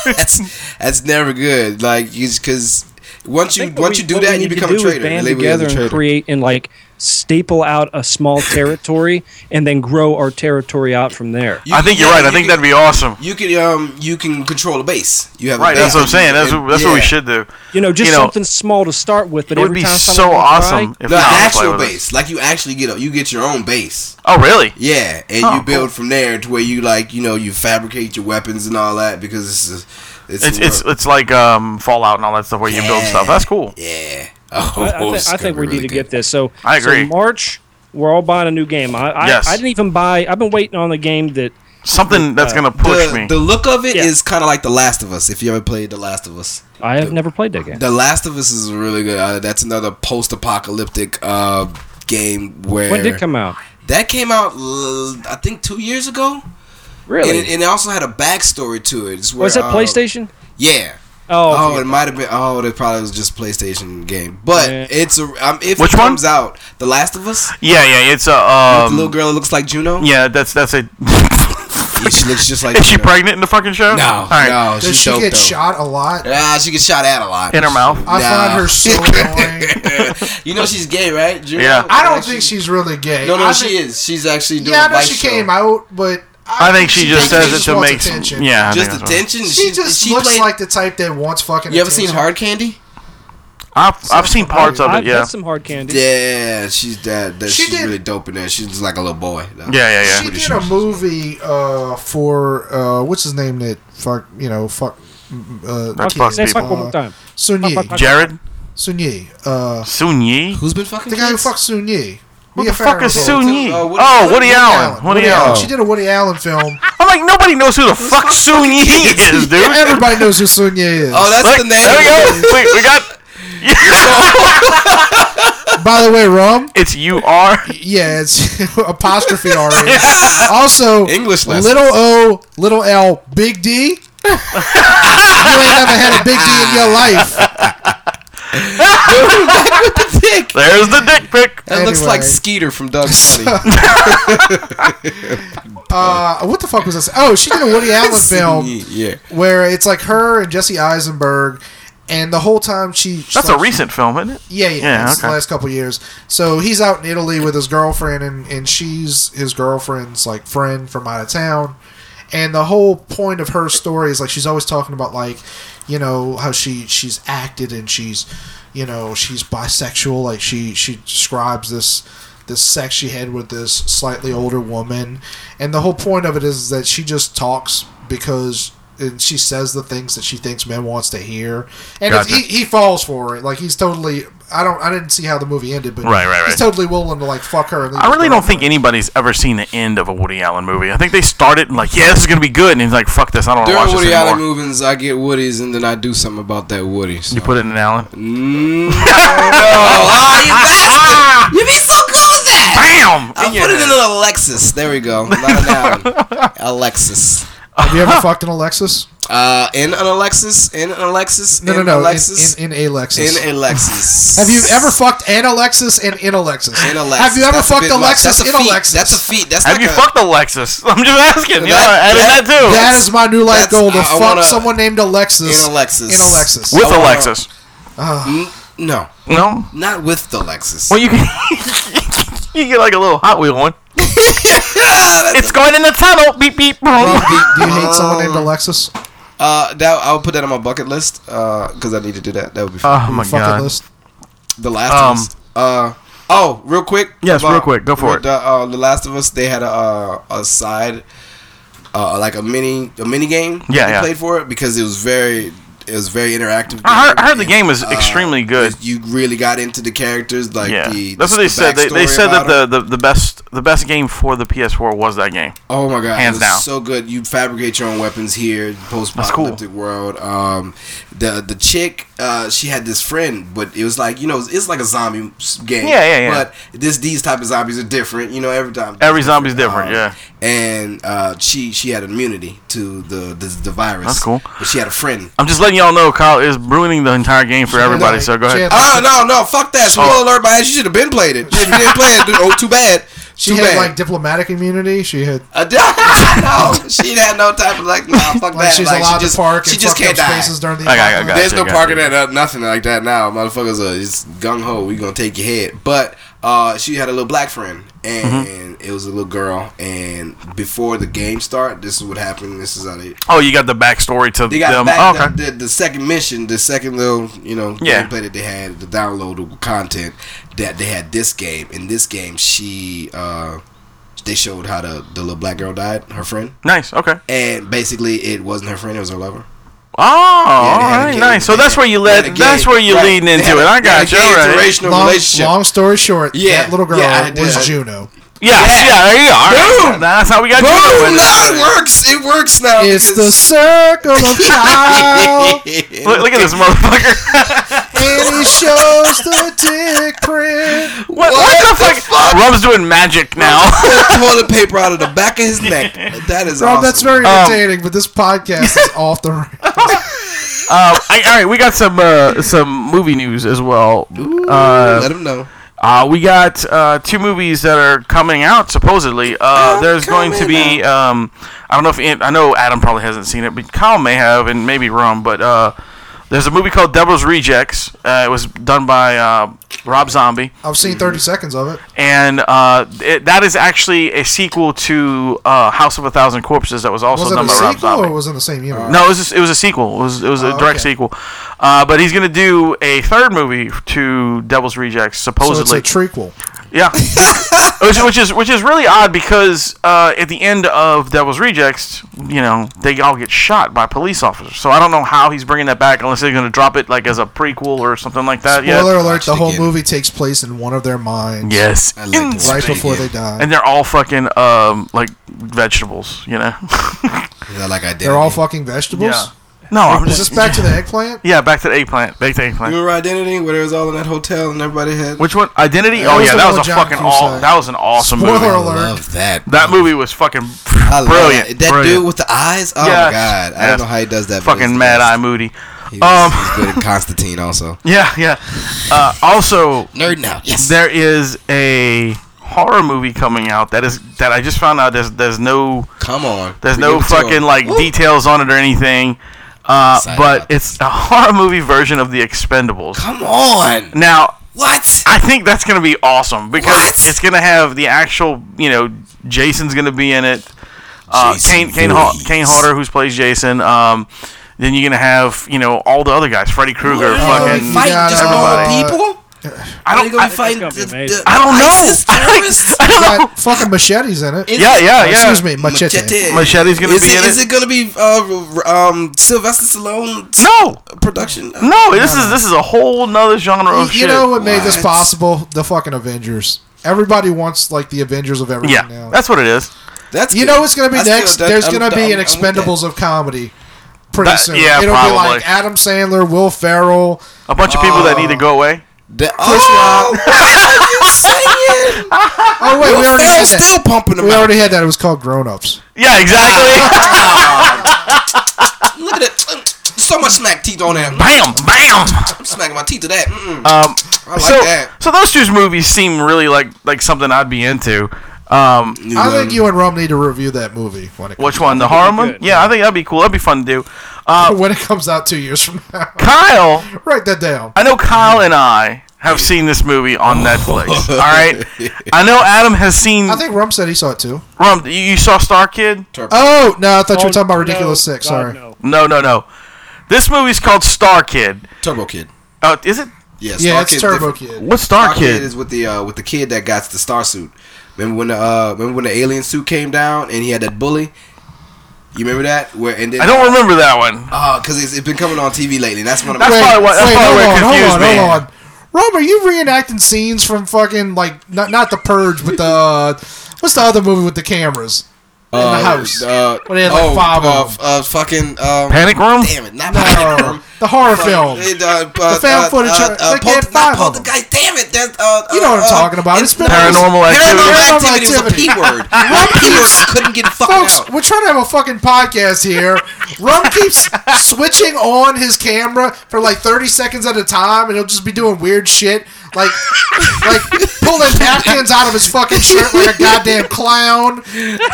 [SPEAKER 3] That's that's never good. Like, because once you
[SPEAKER 5] think what
[SPEAKER 3] once
[SPEAKER 5] we-
[SPEAKER 3] you do
[SPEAKER 5] what we
[SPEAKER 3] that, you
[SPEAKER 5] need to
[SPEAKER 3] become
[SPEAKER 5] do
[SPEAKER 3] a
[SPEAKER 5] is
[SPEAKER 3] traitor.
[SPEAKER 5] Band
[SPEAKER 3] They label you as a
[SPEAKER 5] together and
[SPEAKER 3] traitor.
[SPEAKER 5] create and like staple out a small territory and then grow our territory out from there.
[SPEAKER 3] You
[SPEAKER 2] I
[SPEAKER 3] can-
[SPEAKER 2] think you're
[SPEAKER 3] yeah,
[SPEAKER 2] right. I
[SPEAKER 3] you
[SPEAKER 2] think
[SPEAKER 3] can-
[SPEAKER 2] that'd be awesome.
[SPEAKER 3] You can um you can control a base. You have a
[SPEAKER 2] Right,
[SPEAKER 3] base
[SPEAKER 2] that's what I'm
[SPEAKER 3] and-
[SPEAKER 2] saying. That's
[SPEAKER 3] and-
[SPEAKER 2] what, that's what we
[SPEAKER 3] yeah.
[SPEAKER 2] should do.
[SPEAKER 5] You know, just
[SPEAKER 2] You know,
[SPEAKER 5] something small to start with, but
[SPEAKER 2] It would
[SPEAKER 5] every
[SPEAKER 2] be
[SPEAKER 5] time
[SPEAKER 2] so
[SPEAKER 5] someone would try-
[SPEAKER 2] awesome if Tom would
[SPEAKER 3] The
[SPEAKER 2] play
[SPEAKER 3] actual
[SPEAKER 2] with us.
[SPEAKER 3] base, like you actually get a, you get your own base.
[SPEAKER 2] Oh, really?
[SPEAKER 3] Yeah, and
[SPEAKER 2] Oh,
[SPEAKER 3] you build from there to where you like you know you fabricate your weapons and all that because it's a, it's
[SPEAKER 2] It's
[SPEAKER 3] a
[SPEAKER 2] it's
[SPEAKER 3] world.
[SPEAKER 2] it's like um, Fallout and all that stuff where you build
[SPEAKER 3] Yeah.
[SPEAKER 2] stuff. That's cool.
[SPEAKER 3] yeah. Oh,
[SPEAKER 5] I, I,
[SPEAKER 3] it's
[SPEAKER 5] thi- I
[SPEAKER 3] gonna
[SPEAKER 5] think
[SPEAKER 3] be
[SPEAKER 5] we
[SPEAKER 3] really
[SPEAKER 5] need to
[SPEAKER 3] good.
[SPEAKER 5] get this. So
[SPEAKER 2] I agree.
[SPEAKER 5] So March, we're all buying a new game. I I,
[SPEAKER 2] Yes.
[SPEAKER 5] I didn't even buy. I've been waiting on the game that
[SPEAKER 2] something that's gonna push
[SPEAKER 3] The,
[SPEAKER 2] me.
[SPEAKER 3] the look of it
[SPEAKER 5] Yeah.
[SPEAKER 3] kind of like The Last of Us. If you ever played The Last of Us,
[SPEAKER 5] I have never played that game.
[SPEAKER 3] The Last of Us is really good. Uh, that's another post-apocalyptic uh, game where
[SPEAKER 5] When did it come out?
[SPEAKER 3] that came out. l- I think two years ago.
[SPEAKER 5] Really?
[SPEAKER 3] And, it, and it also had a backstory to it. It's where,
[SPEAKER 5] Was that
[SPEAKER 3] uh,
[SPEAKER 5] PlayStation?
[SPEAKER 3] Yeah.
[SPEAKER 5] Oh,
[SPEAKER 3] Oh, it might have been. Oh, it probably was just PlayStation game. But
[SPEAKER 5] Yeah.
[SPEAKER 3] it's a. Um, if
[SPEAKER 2] Which
[SPEAKER 3] it
[SPEAKER 2] one?
[SPEAKER 3] comes out, The Last of Us.
[SPEAKER 2] yeah, yeah, it's a
[SPEAKER 3] the little
[SPEAKER 2] um,
[SPEAKER 3] girl that looks like Juno.
[SPEAKER 2] yeah, that's that's it.
[SPEAKER 3] Yeah, she looks just like.
[SPEAKER 2] Is she
[SPEAKER 3] Juno.
[SPEAKER 2] pregnant in the fucking show?
[SPEAKER 3] No,
[SPEAKER 2] All right.
[SPEAKER 3] no,
[SPEAKER 4] Does
[SPEAKER 3] she's
[SPEAKER 4] she
[SPEAKER 3] dope
[SPEAKER 4] get
[SPEAKER 3] though.
[SPEAKER 4] shot a lot?
[SPEAKER 3] Ah, she gets shot at a lot.
[SPEAKER 2] In her mouth.
[SPEAKER 4] I
[SPEAKER 3] Nah.
[SPEAKER 4] find her so annoying.
[SPEAKER 3] you know she's gay, right? Juno?
[SPEAKER 2] Yeah.
[SPEAKER 4] I don't think she's really gay.
[SPEAKER 3] No, no,
[SPEAKER 4] I
[SPEAKER 3] she
[SPEAKER 4] think-
[SPEAKER 3] is. She's actually doing.
[SPEAKER 4] Yeah, I know
[SPEAKER 3] life
[SPEAKER 4] she
[SPEAKER 3] show.
[SPEAKER 4] came out, but
[SPEAKER 2] I think she just
[SPEAKER 4] thinks
[SPEAKER 2] says it to
[SPEAKER 4] wants
[SPEAKER 2] make
[SPEAKER 4] attention.
[SPEAKER 2] yeah, I think
[SPEAKER 3] Just
[SPEAKER 2] that's right.
[SPEAKER 3] attention.
[SPEAKER 4] She just looks like the type that wants fucking.
[SPEAKER 3] You ever seen
[SPEAKER 4] attention.
[SPEAKER 3] Hard Candy?
[SPEAKER 2] I've I've seen parts of
[SPEAKER 5] I've
[SPEAKER 2] it.
[SPEAKER 5] had
[SPEAKER 2] Yeah,
[SPEAKER 5] some hard candy.
[SPEAKER 3] Yeah, she's that. that
[SPEAKER 4] She
[SPEAKER 3] she's
[SPEAKER 4] did-
[SPEAKER 3] really dope in there. She's just like a little boy. though.
[SPEAKER 2] yeah, yeah,
[SPEAKER 4] She
[SPEAKER 2] yeah.
[SPEAKER 3] Pretty
[SPEAKER 4] did
[SPEAKER 3] sure
[SPEAKER 4] a
[SPEAKER 3] she's
[SPEAKER 4] movie uh, for uh, what's his name that fuck you know fuck. mm, Uh,
[SPEAKER 2] That's
[SPEAKER 4] kid.
[SPEAKER 2] fucked
[SPEAKER 5] Say
[SPEAKER 2] people.
[SPEAKER 5] fuck one more time.
[SPEAKER 4] Sun
[SPEAKER 5] Fuck,
[SPEAKER 4] Yi.
[SPEAKER 5] fuck, fuck.
[SPEAKER 2] Jared
[SPEAKER 4] Sun Yi. Uh,
[SPEAKER 2] Soon Yi.
[SPEAKER 3] Who's been fucking
[SPEAKER 4] the guy who
[SPEAKER 3] kids?
[SPEAKER 4] fucks Sun Yi.
[SPEAKER 2] What the fuck is Soon Yi?
[SPEAKER 3] Uh, Woody-
[SPEAKER 2] Oh,
[SPEAKER 3] Woody
[SPEAKER 2] Woody Allen. Woody Allen.
[SPEAKER 4] She did a Woody Allen film.
[SPEAKER 2] I'm like nobody knows who the fuck Soon Yi is, dude.
[SPEAKER 4] Everybody knows who Sun Yi is.
[SPEAKER 3] Oh, that's
[SPEAKER 2] Look,
[SPEAKER 3] the name.
[SPEAKER 2] there we go. Wait, we got
[SPEAKER 4] By the way, Rum.
[SPEAKER 2] it's U R.
[SPEAKER 4] Yeah, it's apostrophe R. is. also,
[SPEAKER 3] English lesson.
[SPEAKER 4] little O, little L, big D. you ain't never had a big D in your life.
[SPEAKER 3] Dick.
[SPEAKER 2] There's the dick pic.
[SPEAKER 3] That looks like
[SPEAKER 4] Anyway.
[SPEAKER 3] Skeeter from Doug Funny.
[SPEAKER 4] Uh, what the fuck was this? Oh, she did a Woody Allen film
[SPEAKER 3] yeah.
[SPEAKER 4] where it's like her and Jesse Eisenberg, and the whole time she
[SPEAKER 2] That's
[SPEAKER 4] like,
[SPEAKER 2] a recent film, isn't it?
[SPEAKER 4] Yeah, yeah,
[SPEAKER 2] Yeah,
[SPEAKER 4] it's the
[SPEAKER 2] okay.
[SPEAKER 4] last couple years. So he's out in Italy with his girlfriend, and, and she's his girlfriend's like friend from out of town. And the whole point of her story is like she's always talking about like, you know, how she she's acted and she's, you know, she's bisexual. Like she she describes this this sex she had with this slightly older woman, and the whole point of it is that she just talks because. And she says the things that she thinks men wants to hear, and it's,
[SPEAKER 2] Gotcha.
[SPEAKER 4] he, he falls for it. Like he's totally. I don't. I didn't see how the movie ended, but
[SPEAKER 2] Right, right, right.
[SPEAKER 4] he's totally willing to like fuck her. And leave
[SPEAKER 2] I
[SPEAKER 4] her
[SPEAKER 2] really don't
[SPEAKER 4] girlfriend.
[SPEAKER 2] think anybody's ever seen the end of a Woody Allen movie. I think they started and like, yeah, this is gonna be good, and he's like, fuck this, I don't want to
[SPEAKER 3] During
[SPEAKER 2] watch this
[SPEAKER 3] Woody
[SPEAKER 2] anymore.
[SPEAKER 3] Allen movies, I get Woodies, and then I do something about that Woody. So.
[SPEAKER 2] You put it in Allen.
[SPEAKER 3] Mm, no. Ah, you bastard! You be so close to that!
[SPEAKER 2] Ah! Bam!
[SPEAKER 3] I put it in an Alexis. There we go. Not an Allen. Alexis.
[SPEAKER 4] Have you ever fucked an Alexis?
[SPEAKER 3] Uh, in an Alexis. In an Alexis.
[SPEAKER 4] No,
[SPEAKER 3] in
[SPEAKER 4] no, no.
[SPEAKER 3] Alexis.
[SPEAKER 4] In, in, in Alexis.
[SPEAKER 3] In, Alexis.
[SPEAKER 4] Have you ever fucked an Alexis and in Alexis?
[SPEAKER 3] In Alexis.
[SPEAKER 4] Have you ever
[SPEAKER 3] That's a
[SPEAKER 4] fucked
[SPEAKER 3] bit much.
[SPEAKER 4] Alexis
[SPEAKER 3] That's a
[SPEAKER 4] in
[SPEAKER 3] feat.
[SPEAKER 4] Alexis?
[SPEAKER 3] That's a feat. That's
[SPEAKER 2] Have
[SPEAKER 3] like
[SPEAKER 2] you
[SPEAKER 3] a,
[SPEAKER 2] fucked Alexis? I'm just asking. You know, I
[SPEAKER 3] That-
[SPEAKER 2] did that,
[SPEAKER 3] that-
[SPEAKER 2] too.
[SPEAKER 4] that is my new life
[SPEAKER 3] That's- uh,
[SPEAKER 4] goal to
[SPEAKER 3] I- I
[SPEAKER 4] fuck
[SPEAKER 3] wanna-
[SPEAKER 4] someone named Alexis.
[SPEAKER 3] In Alexis.
[SPEAKER 4] In Alexis. Uh,
[SPEAKER 2] with
[SPEAKER 3] I wanna-
[SPEAKER 2] Alexis.
[SPEAKER 3] No,
[SPEAKER 2] No.
[SPEAKER 3] not with the Lexus.
[SPEAKER 2] Well, you can you get like a little Hot Wheel one. it's going in the tunnel. Beep beep.
[SPEAKER 4] Do
[SPEAKER 2] boom.
[SPEAKER 4] you- do you hate someone
[SPEAKER 3] Oh.
[SPEAKER 4] named Alexis?
[SPEAKER 3] Uh, that I'll put that on my bucket list. Uh, because I need to do that. That would be fun.
[SPEAKER 2] Oh my
[SPEAKER 4] Fucking
[SPEAKER 2] god.
[SPEAKER 4] list.
[SPEAKER 3] The Last
[SPEAKER 2] Um,
[SPEAKER 3] of Us. Uh, oh, real quick.
[SPEAKER 2] Yes, real quick, go for
[SPEAKER 3] with
[SPEAKER 2] it.
[SPEAKER 3] The, uh, the Last of Us. They had a uh, a side, uh, like a mini a mini game. that
[SPEAKER 2] Yeah,
[SPEAKER 3] they
[SPEAKER 2] yeah.
[SPEAKER 3] Played for it because it was very it was very interactive.
[SPEAKER 2] I heard, I heard the game was extremely good.
[SPEAKER 3] You really got into the characters, Uh, like
[SPEAKER 2] Yeah,
[SPEAKER 3] the
[SPEAKER 2] that's what they
[SPEAKER 3] the
[SPEAKER 2] said. They, they
[SPEAKER 3] backstory
[SPEAKER 2] said that
[SPEAKER 3] about 'em.
[SPEAKER 2] the, the, the best the best game for the PS4 was that game.
[SPEAKER 3] Oh my god,
[SPEAKER 2] Hands
[SPEAKER 3] it was
[SPEAKER 2] down.
[SPEAKER 3] so good. You fabricate your own weapons here, post apocalyptic world. Um, the the chick, uh, she had this friend, but it was like you know, it's, it's like a zombie s- game.
[SPEAKER 2] Yeah, yeah, yeah.
[SPEAKER 3] But this these type of zombies are different. You know, every time
[SPEAKER 2] Every zombie's different.
[SPEAKER 3] Um,
[SPEAKER 2] yeah,
[SPEAKER 3] And uh, she she had immunity to the the, the virus.
[SPEAKER 2] That's cool.
[SPEAKER 3] But she had a friend.
[SPEAKER 2] I'm just letting y'all know. Kyle is ruining the entire game for everybody.
[SPEAKER 4] like,
[SPEAKER 2] So go ahead.
[SPEAKER 4] Jan-
[SPEAKER 3] Oh no no fuck that! Spoiler
[SPEAKER 2] Oh.
[SPEAKER 3] alert! My ass, you should have been played it. If you didn't play it, then- oh too bad.
[SPEAKER 4] She
[SPEAKER 3] too
[SPEAKER 4] had
[SPEAKER 3] bad.
[SPEAKER 4] like diplomatic immunity. She had
[SPEAKER 3] Uh, no, she had no type of like. Nah, fuck
[SPEAKER 4] like
[SPEAKER 3] that.
[SPEAKER 4] she's
[SPEAKER 3] like,
[SPEAKER 4] allowed
[SPEAKER 3] she just,
[SPEAKER 4] to park
[SPEAKER 3] She
[SPEAKER 4] and
[SPEAKER 3] just
[SPEAKER 4] fucked
[SPEAKER 3] can't
[SPEAKER 4] up
[SPEAKER 3] die.
[SPEAKER 4] spaces during
[SPEAKER 2] I
[SPEAKER 4] the
[SPEAKER 2] got- I got-
[SPEAKER 4] apocalypse.
[SPEAKER 3] There's
[SPEAKER 2] Gotcha,
[SPEAKER 3] no
[SPEAKER 2] gotcha.
[SPEAKER 3] parking at uh, nothing like that now. Motherfuckers are just gung ho. We gonna take your head. But uh, she had a little black friend, and
[SPEAKER 4] Mm-hmm.
[SPEAKER 3] it was a little girl. And before the game start, this is what happened. This is how they
[SPEAKER 2] Oh, you got the backstory to
[SPEAKER 3] they got
[SPEAKER 2] them.
[SPEAKER 3] back
[SPEAKER 2] oh, okay.
[SPEAKER 3] the, the, the second mission, the second little you know
[SPEAKER 2] Yeah.
[SPEAKER 3] gameplay that they had, the downloadable content that they had this game. In this game, she uh, they showed how the the little black girl died, her friend,
[SPEAKER 2] nice. Okay.
[SPEAKER 3] and basically it wasn't her friend, it was her lover.
[SPEAKER 2] Oh, all
[SPEAKER 3] Yeah, they had a
[SPEAKER 2] right.
[SPEAKER 3] gay-
[SPEAKER 2] Nice. So
[SPEAKER 3] they
[SPEAKER 2] that's
[SPEAKER 3] had-
[SPEAKER 2] where you
[SPEAKER 3] they had
[SPEAKER 2] led.
[SPEAKER 3] a gay-
[SPEAKER 2] that's where you're
[SPEAKER 3] right.
[SPEAKER 2] leading
[SPEAKER 3] They
[SPEAKER 2] into
[SPEAKER 3] had a-
[SPEAKER 2] it. I
[SPEAKER 3] they had
[SPEAKER 2] got
[SPEAKER 3] a
[SPEAKER 2] you.
[SPEAKER 3] gay
[SPEAKER 2] All right.
[SPEAKER 3] interracial
[SPEAKER 4] long,
[SPEAKER 3] relationship.
[SPEAKER 4] long story short,
[SPEAKER 3] Yeah,
[SPEAKER 4] that little girl
[SPEAKER 3] yeah, I did.
[SPEAKER 4] was Juno.
[SPEAKER 2] Yes, yeah, there you go. All right.
[SPEAKER 3] Boom.
[SPEAKER 2] That's how we got you.
[SPEAKER 3] Boom!
[SPEAKER 2] doing
[SPEAKER 3] Now
[SPEAKER 2] it.
[SPEAKER 3] it works. It works now.
[SPEAKER 4] It's the
[SPEAKER 3] because-
[SPEAKER 4] circle of time,
[SPEAKER 2] Look, look at this motherfucker.
[SPEAKER 4] and it shows the dick print.
[SPEAKER 2] what, what the, fuck? Rum's doing magic now.
[SPEAKER 3] toilet paper out of the back of his neck. That is
[SPEAKER 4] Rob,
[SPEAKER 3] awesome.
[SPEAKER 4] that's very
[SPEAKER 2] Um,
[SPEAKER 4] irritating, but this podcast is off the rails.
[SPEAKER 2] uh, I, all right, we got some uh, some movie news as well. Uh,
[SPEAKER 3] Let him know.
[SPEAKER 2] Uh, we got uh, two movies that are coming out supposedly. Uh, there's going to be um, I don't know if Ian, I know Adam probably hasn't seen it, but Kyle may have, and maybe Rum. But uh, there's a movie called Devil's Rejects. Uh, it was done by uh, Rob Zombie,
[SPEAKER 4] I've seen 30 seconds of it.
[SPEAKER 2] and uh, it, that is actually a sequel to uh, House of a Thousand Corpses that was also
[SPEAKER 4] Was it
[SPEAKER 2] done
[SPEAKER 4] a
[SPEAKER 2] by Rob
[SPEAKER 4] sequel
[SPEAKER 2] Zombie.
[SPEAKER 4] or was it in the same universe?
[SPEAKER 2] No, it was, a, it was a sequel. It was, it was a
[SPEAKER 4] Oh,
[SPEAKER 2] direct
[SPEAKER 4] okay.
[SPEAKER 2] sequel. Uh, but he's going to do a third movie to Devil's Rejects,
[SPEAKER 4] so
[SPEAKER 2] supposedly.
[SPEAKER 4] it's a trequel.
[SPEAKER 2] yeah. which, which is which is really odd because uh, at the end of Devil's Rejects, you know, they all get shot by police officers. So I don't know how he's bringing that back unless they're going to drop it like as a prequel or something like that. Yeah.
[SPEAKER 4] Spoiler alert, the
[SPEAKER 3] Watched
[SPEAKER 4] whole
[SPEAKER 3] again.
[SPEAKER 4] movie takes place in one of their minds.
[SPEAKER 2] Yes.
[SPEAKER 3] I like this.
[SPEAKER 4] Right
[SPEAKER 3] Speaking.
[SPEAKER 4] before they die.
[SPEAKER 2] And they're all fucking um, like vegetables, you know.
[SPEAKER 3] Is that like I did.
[SPEAKER 4] They're all fucking vegetables?
[SPEAKER 2] Yeah. no, I'm
[SPEAKER 4] Is
[SPEAKER 2] just
[SPEAKER 4] this back to the eggplant?
[SPEAKER 2] yeah. Back to the eggplant. Back to the eggplant.
[SPEAKER 3] Remember Identity, where they was all in that hotel and everybody had.
[SPEAKER 2] Which one? Identity.
[SPEAKER 4] That
[SPEAKER 2] oh
[SPEAKER 4] was
[SPEAKER 2] yeah,
[SPEAKER 4] the
[SPEAKER 2] that
[SPEAKER 4] one
[SPEAKER 2] was a
[SPEAKER 4] with John
[SPEAKER 2] fucking all.
[SPEAKER 4] Cusack.
[SPEAKER 2] That was an awesome
[SPEAKER 4] Spoiler
[SPEAKER 2] movie.
[SPEAKER 3] I
[SPEAKER 4] alert.
[SPEAKER 3] love that.
[SPEAKER 2] That movie was fucking
[SPEAKER 3] I love
[SPEAKER 2] brilliant.
[SPEAKER 3] it. That
[SPEAKER 2] brilliant.
[SPEAKER 3] dude with the eyes. Oh
[SPEAKER 2] Yes.
[SPEAKER 3] my god! I
[SPEAKER 2] Yes.
[SPEAKER 3] don't know how he does that. but it's
[SPEAKER 2] fucking
[SPEAKER 3] the
[SPEAKER 2] Mad
[SPEAKER 3] best.
[SPEAKER 2] Eye Moody.
[SPEAKER 3] He
[SPEAKER 2] Um,
[SPEAKER 3] was, he was good at Constantine also.
[SPEAKER 2] Yeah, yeah. Uh, also,
[SPEAKER 3] Nerd now. Yes.
[SPEAKER 2] there is a horror movie coming out that is that I just found out. There's there's no
[SPEAKER 3] Come on.
[SPEAKER 2] there's
[SPEAKER 3] We
[SPEAKER 2] no
[SPEAKER 3] give it to
[SPEAKER 2] fucking
[SPEAKER 3] him.
[SPEAKER 2] like
[SPEAKER 3] Woo.
[SPEAKER 2] details on it or anything. Uh,
[SPEAKER 3] Excited
[SPEAKER 2] but
[SPEAKER 3] about
[SPEAKER 2] it's a horror movie version of The Expendables.
[SPEAKER 3] Come on.
[SPEAKER 2] Now,
[SPEAKER 3] What?
[SPEAKER 2] I think that's gonna be awesome because
[SPEAKER 3] What?
[SPEAKER 2] it's gonna have the actual, you know, Jason's gonna be in it. Uh,
[SPEAKER 3] Jason
[SPEAKER 2] Kane Kane, ha-
[SPEAKER 3] Voorhees.
[SPEAKER 2] Kane Hodder, who plays Jason. Um, then you're gonna have, you know, all the other guys, Freddy Krueger,
[SPEAKER 3] Are we
[SPEAKER 2] fucking.
[SPEAKER 3] fighting
[SPEAKER 4] Yeah,
[SPEAKER 3] just normal
[SPEAKER 4] everybody.
[SPEAKER 3] people?
[SPEAKER 2] I
[SPEAKER 3] Are they
[SPEAKER 2] don't.
[SPEAKER 3] gonna
[SPEAKER 2] I,
[SPEAKER 3] be fighting
[SPEAKER 5] gonna be
[SPEAKER 3] the- the
[SPEAKER 5] amazing.
[SPEAKER 2] I don't know.
[SPEAKER 3] ISIS terrorists?
[SPEAKER 2] I don't know.
[SPEAKER 4] Got fucking machetes in it.
[SPEAKER 3] Is
[SPEAKER 2] Yeah,
[SPEAKER 3] it-
[SPEAKER 2] yeah, yeah.
[SPEAKER 4] Excuse me, machete.
[SPEAKER 2] Machete's gonna
[SPEAKER 3] is
[SPEAKER 2] be
[SPEAKER 3] it,
[SPEAKER 2] in
[SPEAKER 3] is
[SPEAKER 2] it.
[SPEAKER 3] it gonna be uh, um, Sylvester Stallone's
[SPEAKER 2] No,
[SPEAKER 3] production?
[SPEAKER 2] no. This is this is a whole nother genre
[SPEAKER 4] You-
[SPEAKER 2] of
[SPEAKER 4] you
[SPEAKER 2] Oh, shit.
[SPEAKER 4] know what made this
[SPEAKER 3] What?
[SPEAKER 4] possible? The fucking Avengers. Everybody wants like the Avengers of everything
[SPEAKER 2] yeah,
[SPEAKER 4] now.
[SPEAKER 2] that's what it is.
[SPEAKER 3] That's
[SPEAKER 4] you
[SPEAKER 3] good.
[SPEAKER 4] know what's gonna be
[SPEAKER 3] That's
[SPEAKER 4] next?
[SPEAKER 3] good. That-
[SPEAKER 4] There's
[SPEAKER 3] I'm-
[SPEAKER 4] gonna be
[SPEAKER 3] I'm-
[SPEAKER 4] an
[SPEAKER 3] I'm with that.
[SPEAKER 4] Expendables of comedy. Pretty
[SPEAKER 2] That-
[SPEAKER 4] soon.
[SPEAKER 2] yeah,
[SPEAKER 4] It'll be
[SPEAKER 2] probably.
[SPEAKER 4] like Adam Sandler, Will Ferrell.
[SPEAKER 2] A bunch of people that need to go away.
[SPEAKER 3] That- oh, what are you saying?
[SPEAKER 4] Oh wait, we
[SPEAKER 3] Will
[SPEAKER 4] already had
[SPEAKER 3] Ferrell's
[SPEAKER 4] that.
[SPEAKER 3] still pumping them
[SPEAKER 4] we
[SPEAKER 3] out.
[SPEAKER 4] already had that. It was called Grown Ups.
[SPEAKER 2] Yeah, exactly.
[SPEAKER 3] Look at that. So much snack teeth on there.
[SPEAKER 2] bam, bam.
[SPEAKER 3] I'm smacking my teeth to that. Mm-mm.
[SPEAKER 2] Um,
[SPEAKER 3] I like
[SPEAKER 2] so,
[SPEAKER 3] that.
[SPEAKER 2] so those two movies seem really like like something I'd be into. Um,
[SPEAKER 4] I think you and Rum need to review that movie when it,
[SPEAKER 2] which one? The horror one?
[SPEAKER 5] good.
[SPEAKER 2] Yeah, I think that'd be cool. That'd be fun to do. Uh,
[SPEAKER 4] when it comes out two years from now.
[SPEAKER 2] Kyle,
[SPEAKER 4] Write that down.
[SPEAKER 2] I know Kyle and I have seen this movie on Netflix. All right, I know Adam has seen.
[SPEAKER 4] I think Rum said he saw it too.
[SPEAKER 2] Rum, you- you saw Star Kid?
[SPEAKER 4] Oh no, I thought you
[SPEAKER 5] Oh,
[SPEAKER 4] were talking about
[SPEAKER 5] no,
[SPEAKER 4] Ridiculous Six.
[SPEAKER 5] God,
[SPEAKER 4] Sorry.
[SPEAKER 5] no.
[SPEAKER 2] No, no, no. This movie's called Star Kid.
[SPEAKER 3] Turbo Kid.
[SPEAKER 2] Uh, is it?
[SPEAKER 3] Yeah,
[SPEAKER 4] Yeah,
[SPEAKER 3] Star
[SPEAKER 4] it's
[SPEAKER 3] Kid's
[SPEAKER 4] Turbo
[SPEAKER 3] different.
[SPEAKER 4] Kid.
[SPEAKER 2] What's Star,
[SPEAKER 3] Star
[SPEAKER 2] Kid?
[SPEAKER 3] Kid is with the uh, with the kid that got the star suit. Remember when the uh, remember when the alien suit came down and he had that bully? You remember that? Where and then
[SPEAKER 2] I don't remember that one.
[SPEAKER 3] Oh, because it's, it's been coming on TV lately. And that's one of
[SPEAKER 2] That's
[SPEAKER 3] my.
[SPEAKER 2] probably what- that's probably what confused me.
[SPEAKER 4] on. Rum, are you reenacting scenes from fucking like not not the Purge, but the uh, what's the other movie with the cameras in the house?
[SPEAKER 3] Uh,
[SPEAKER 4] When they had, like,
[SPEAKER 3] oh,
[SPEAKER 4] five
[SPEAKER 3] uh,
[SPEAKER 4] of
[SPEAKER 3] uh, fucking. Um,
[SPEAKER 2] Panic Room?
[SPEAKER 3] damn it! Not
[SPEAKER 4] No, the horror film.
[SPEAKER 3] Fuck, uh, uh,
[SPEAKER 4] The found
[SPEAKER 3] uh,
[SPEAKER 4] footage
[SPEAKER 3] Uh,
[SPEAKER 4] of-
[SPEAKER 3] uh,
[SPEAKER 4] they
[SPEAKER 3] Polter-
[SPEAKER 4] can't find
[SPEAKER 3] not Poltergeist. Damn it! That's, uh,
[SPEAKER 4] You know what I'm
[SPEAKER 3] uh,
[SPEAKER 4] talking about.
[SPEAKER 3] uh,
[SPEAKER 4] It's been-
[SPEAKER 2] Paranormal Activity?
[SPEAKER 3] Paranormal
[SPEAKER 4] Paranormal
[SPEAKER 3] activity was a
[SPEAKER 4] Activity.
[SPEAKER 3] P word. One P word I couldn't get fucking
[SPEAKER 4] Folks,
[SPEAKER 3] out.
[SPEAKER 4] we're trying to have a fucking podcast here. Rum keeps switching on his camera for like 30 seconds at a time, and he'll just be doing weird shit, like like pulling napkins out of his fucking shirt like a goddamn clown.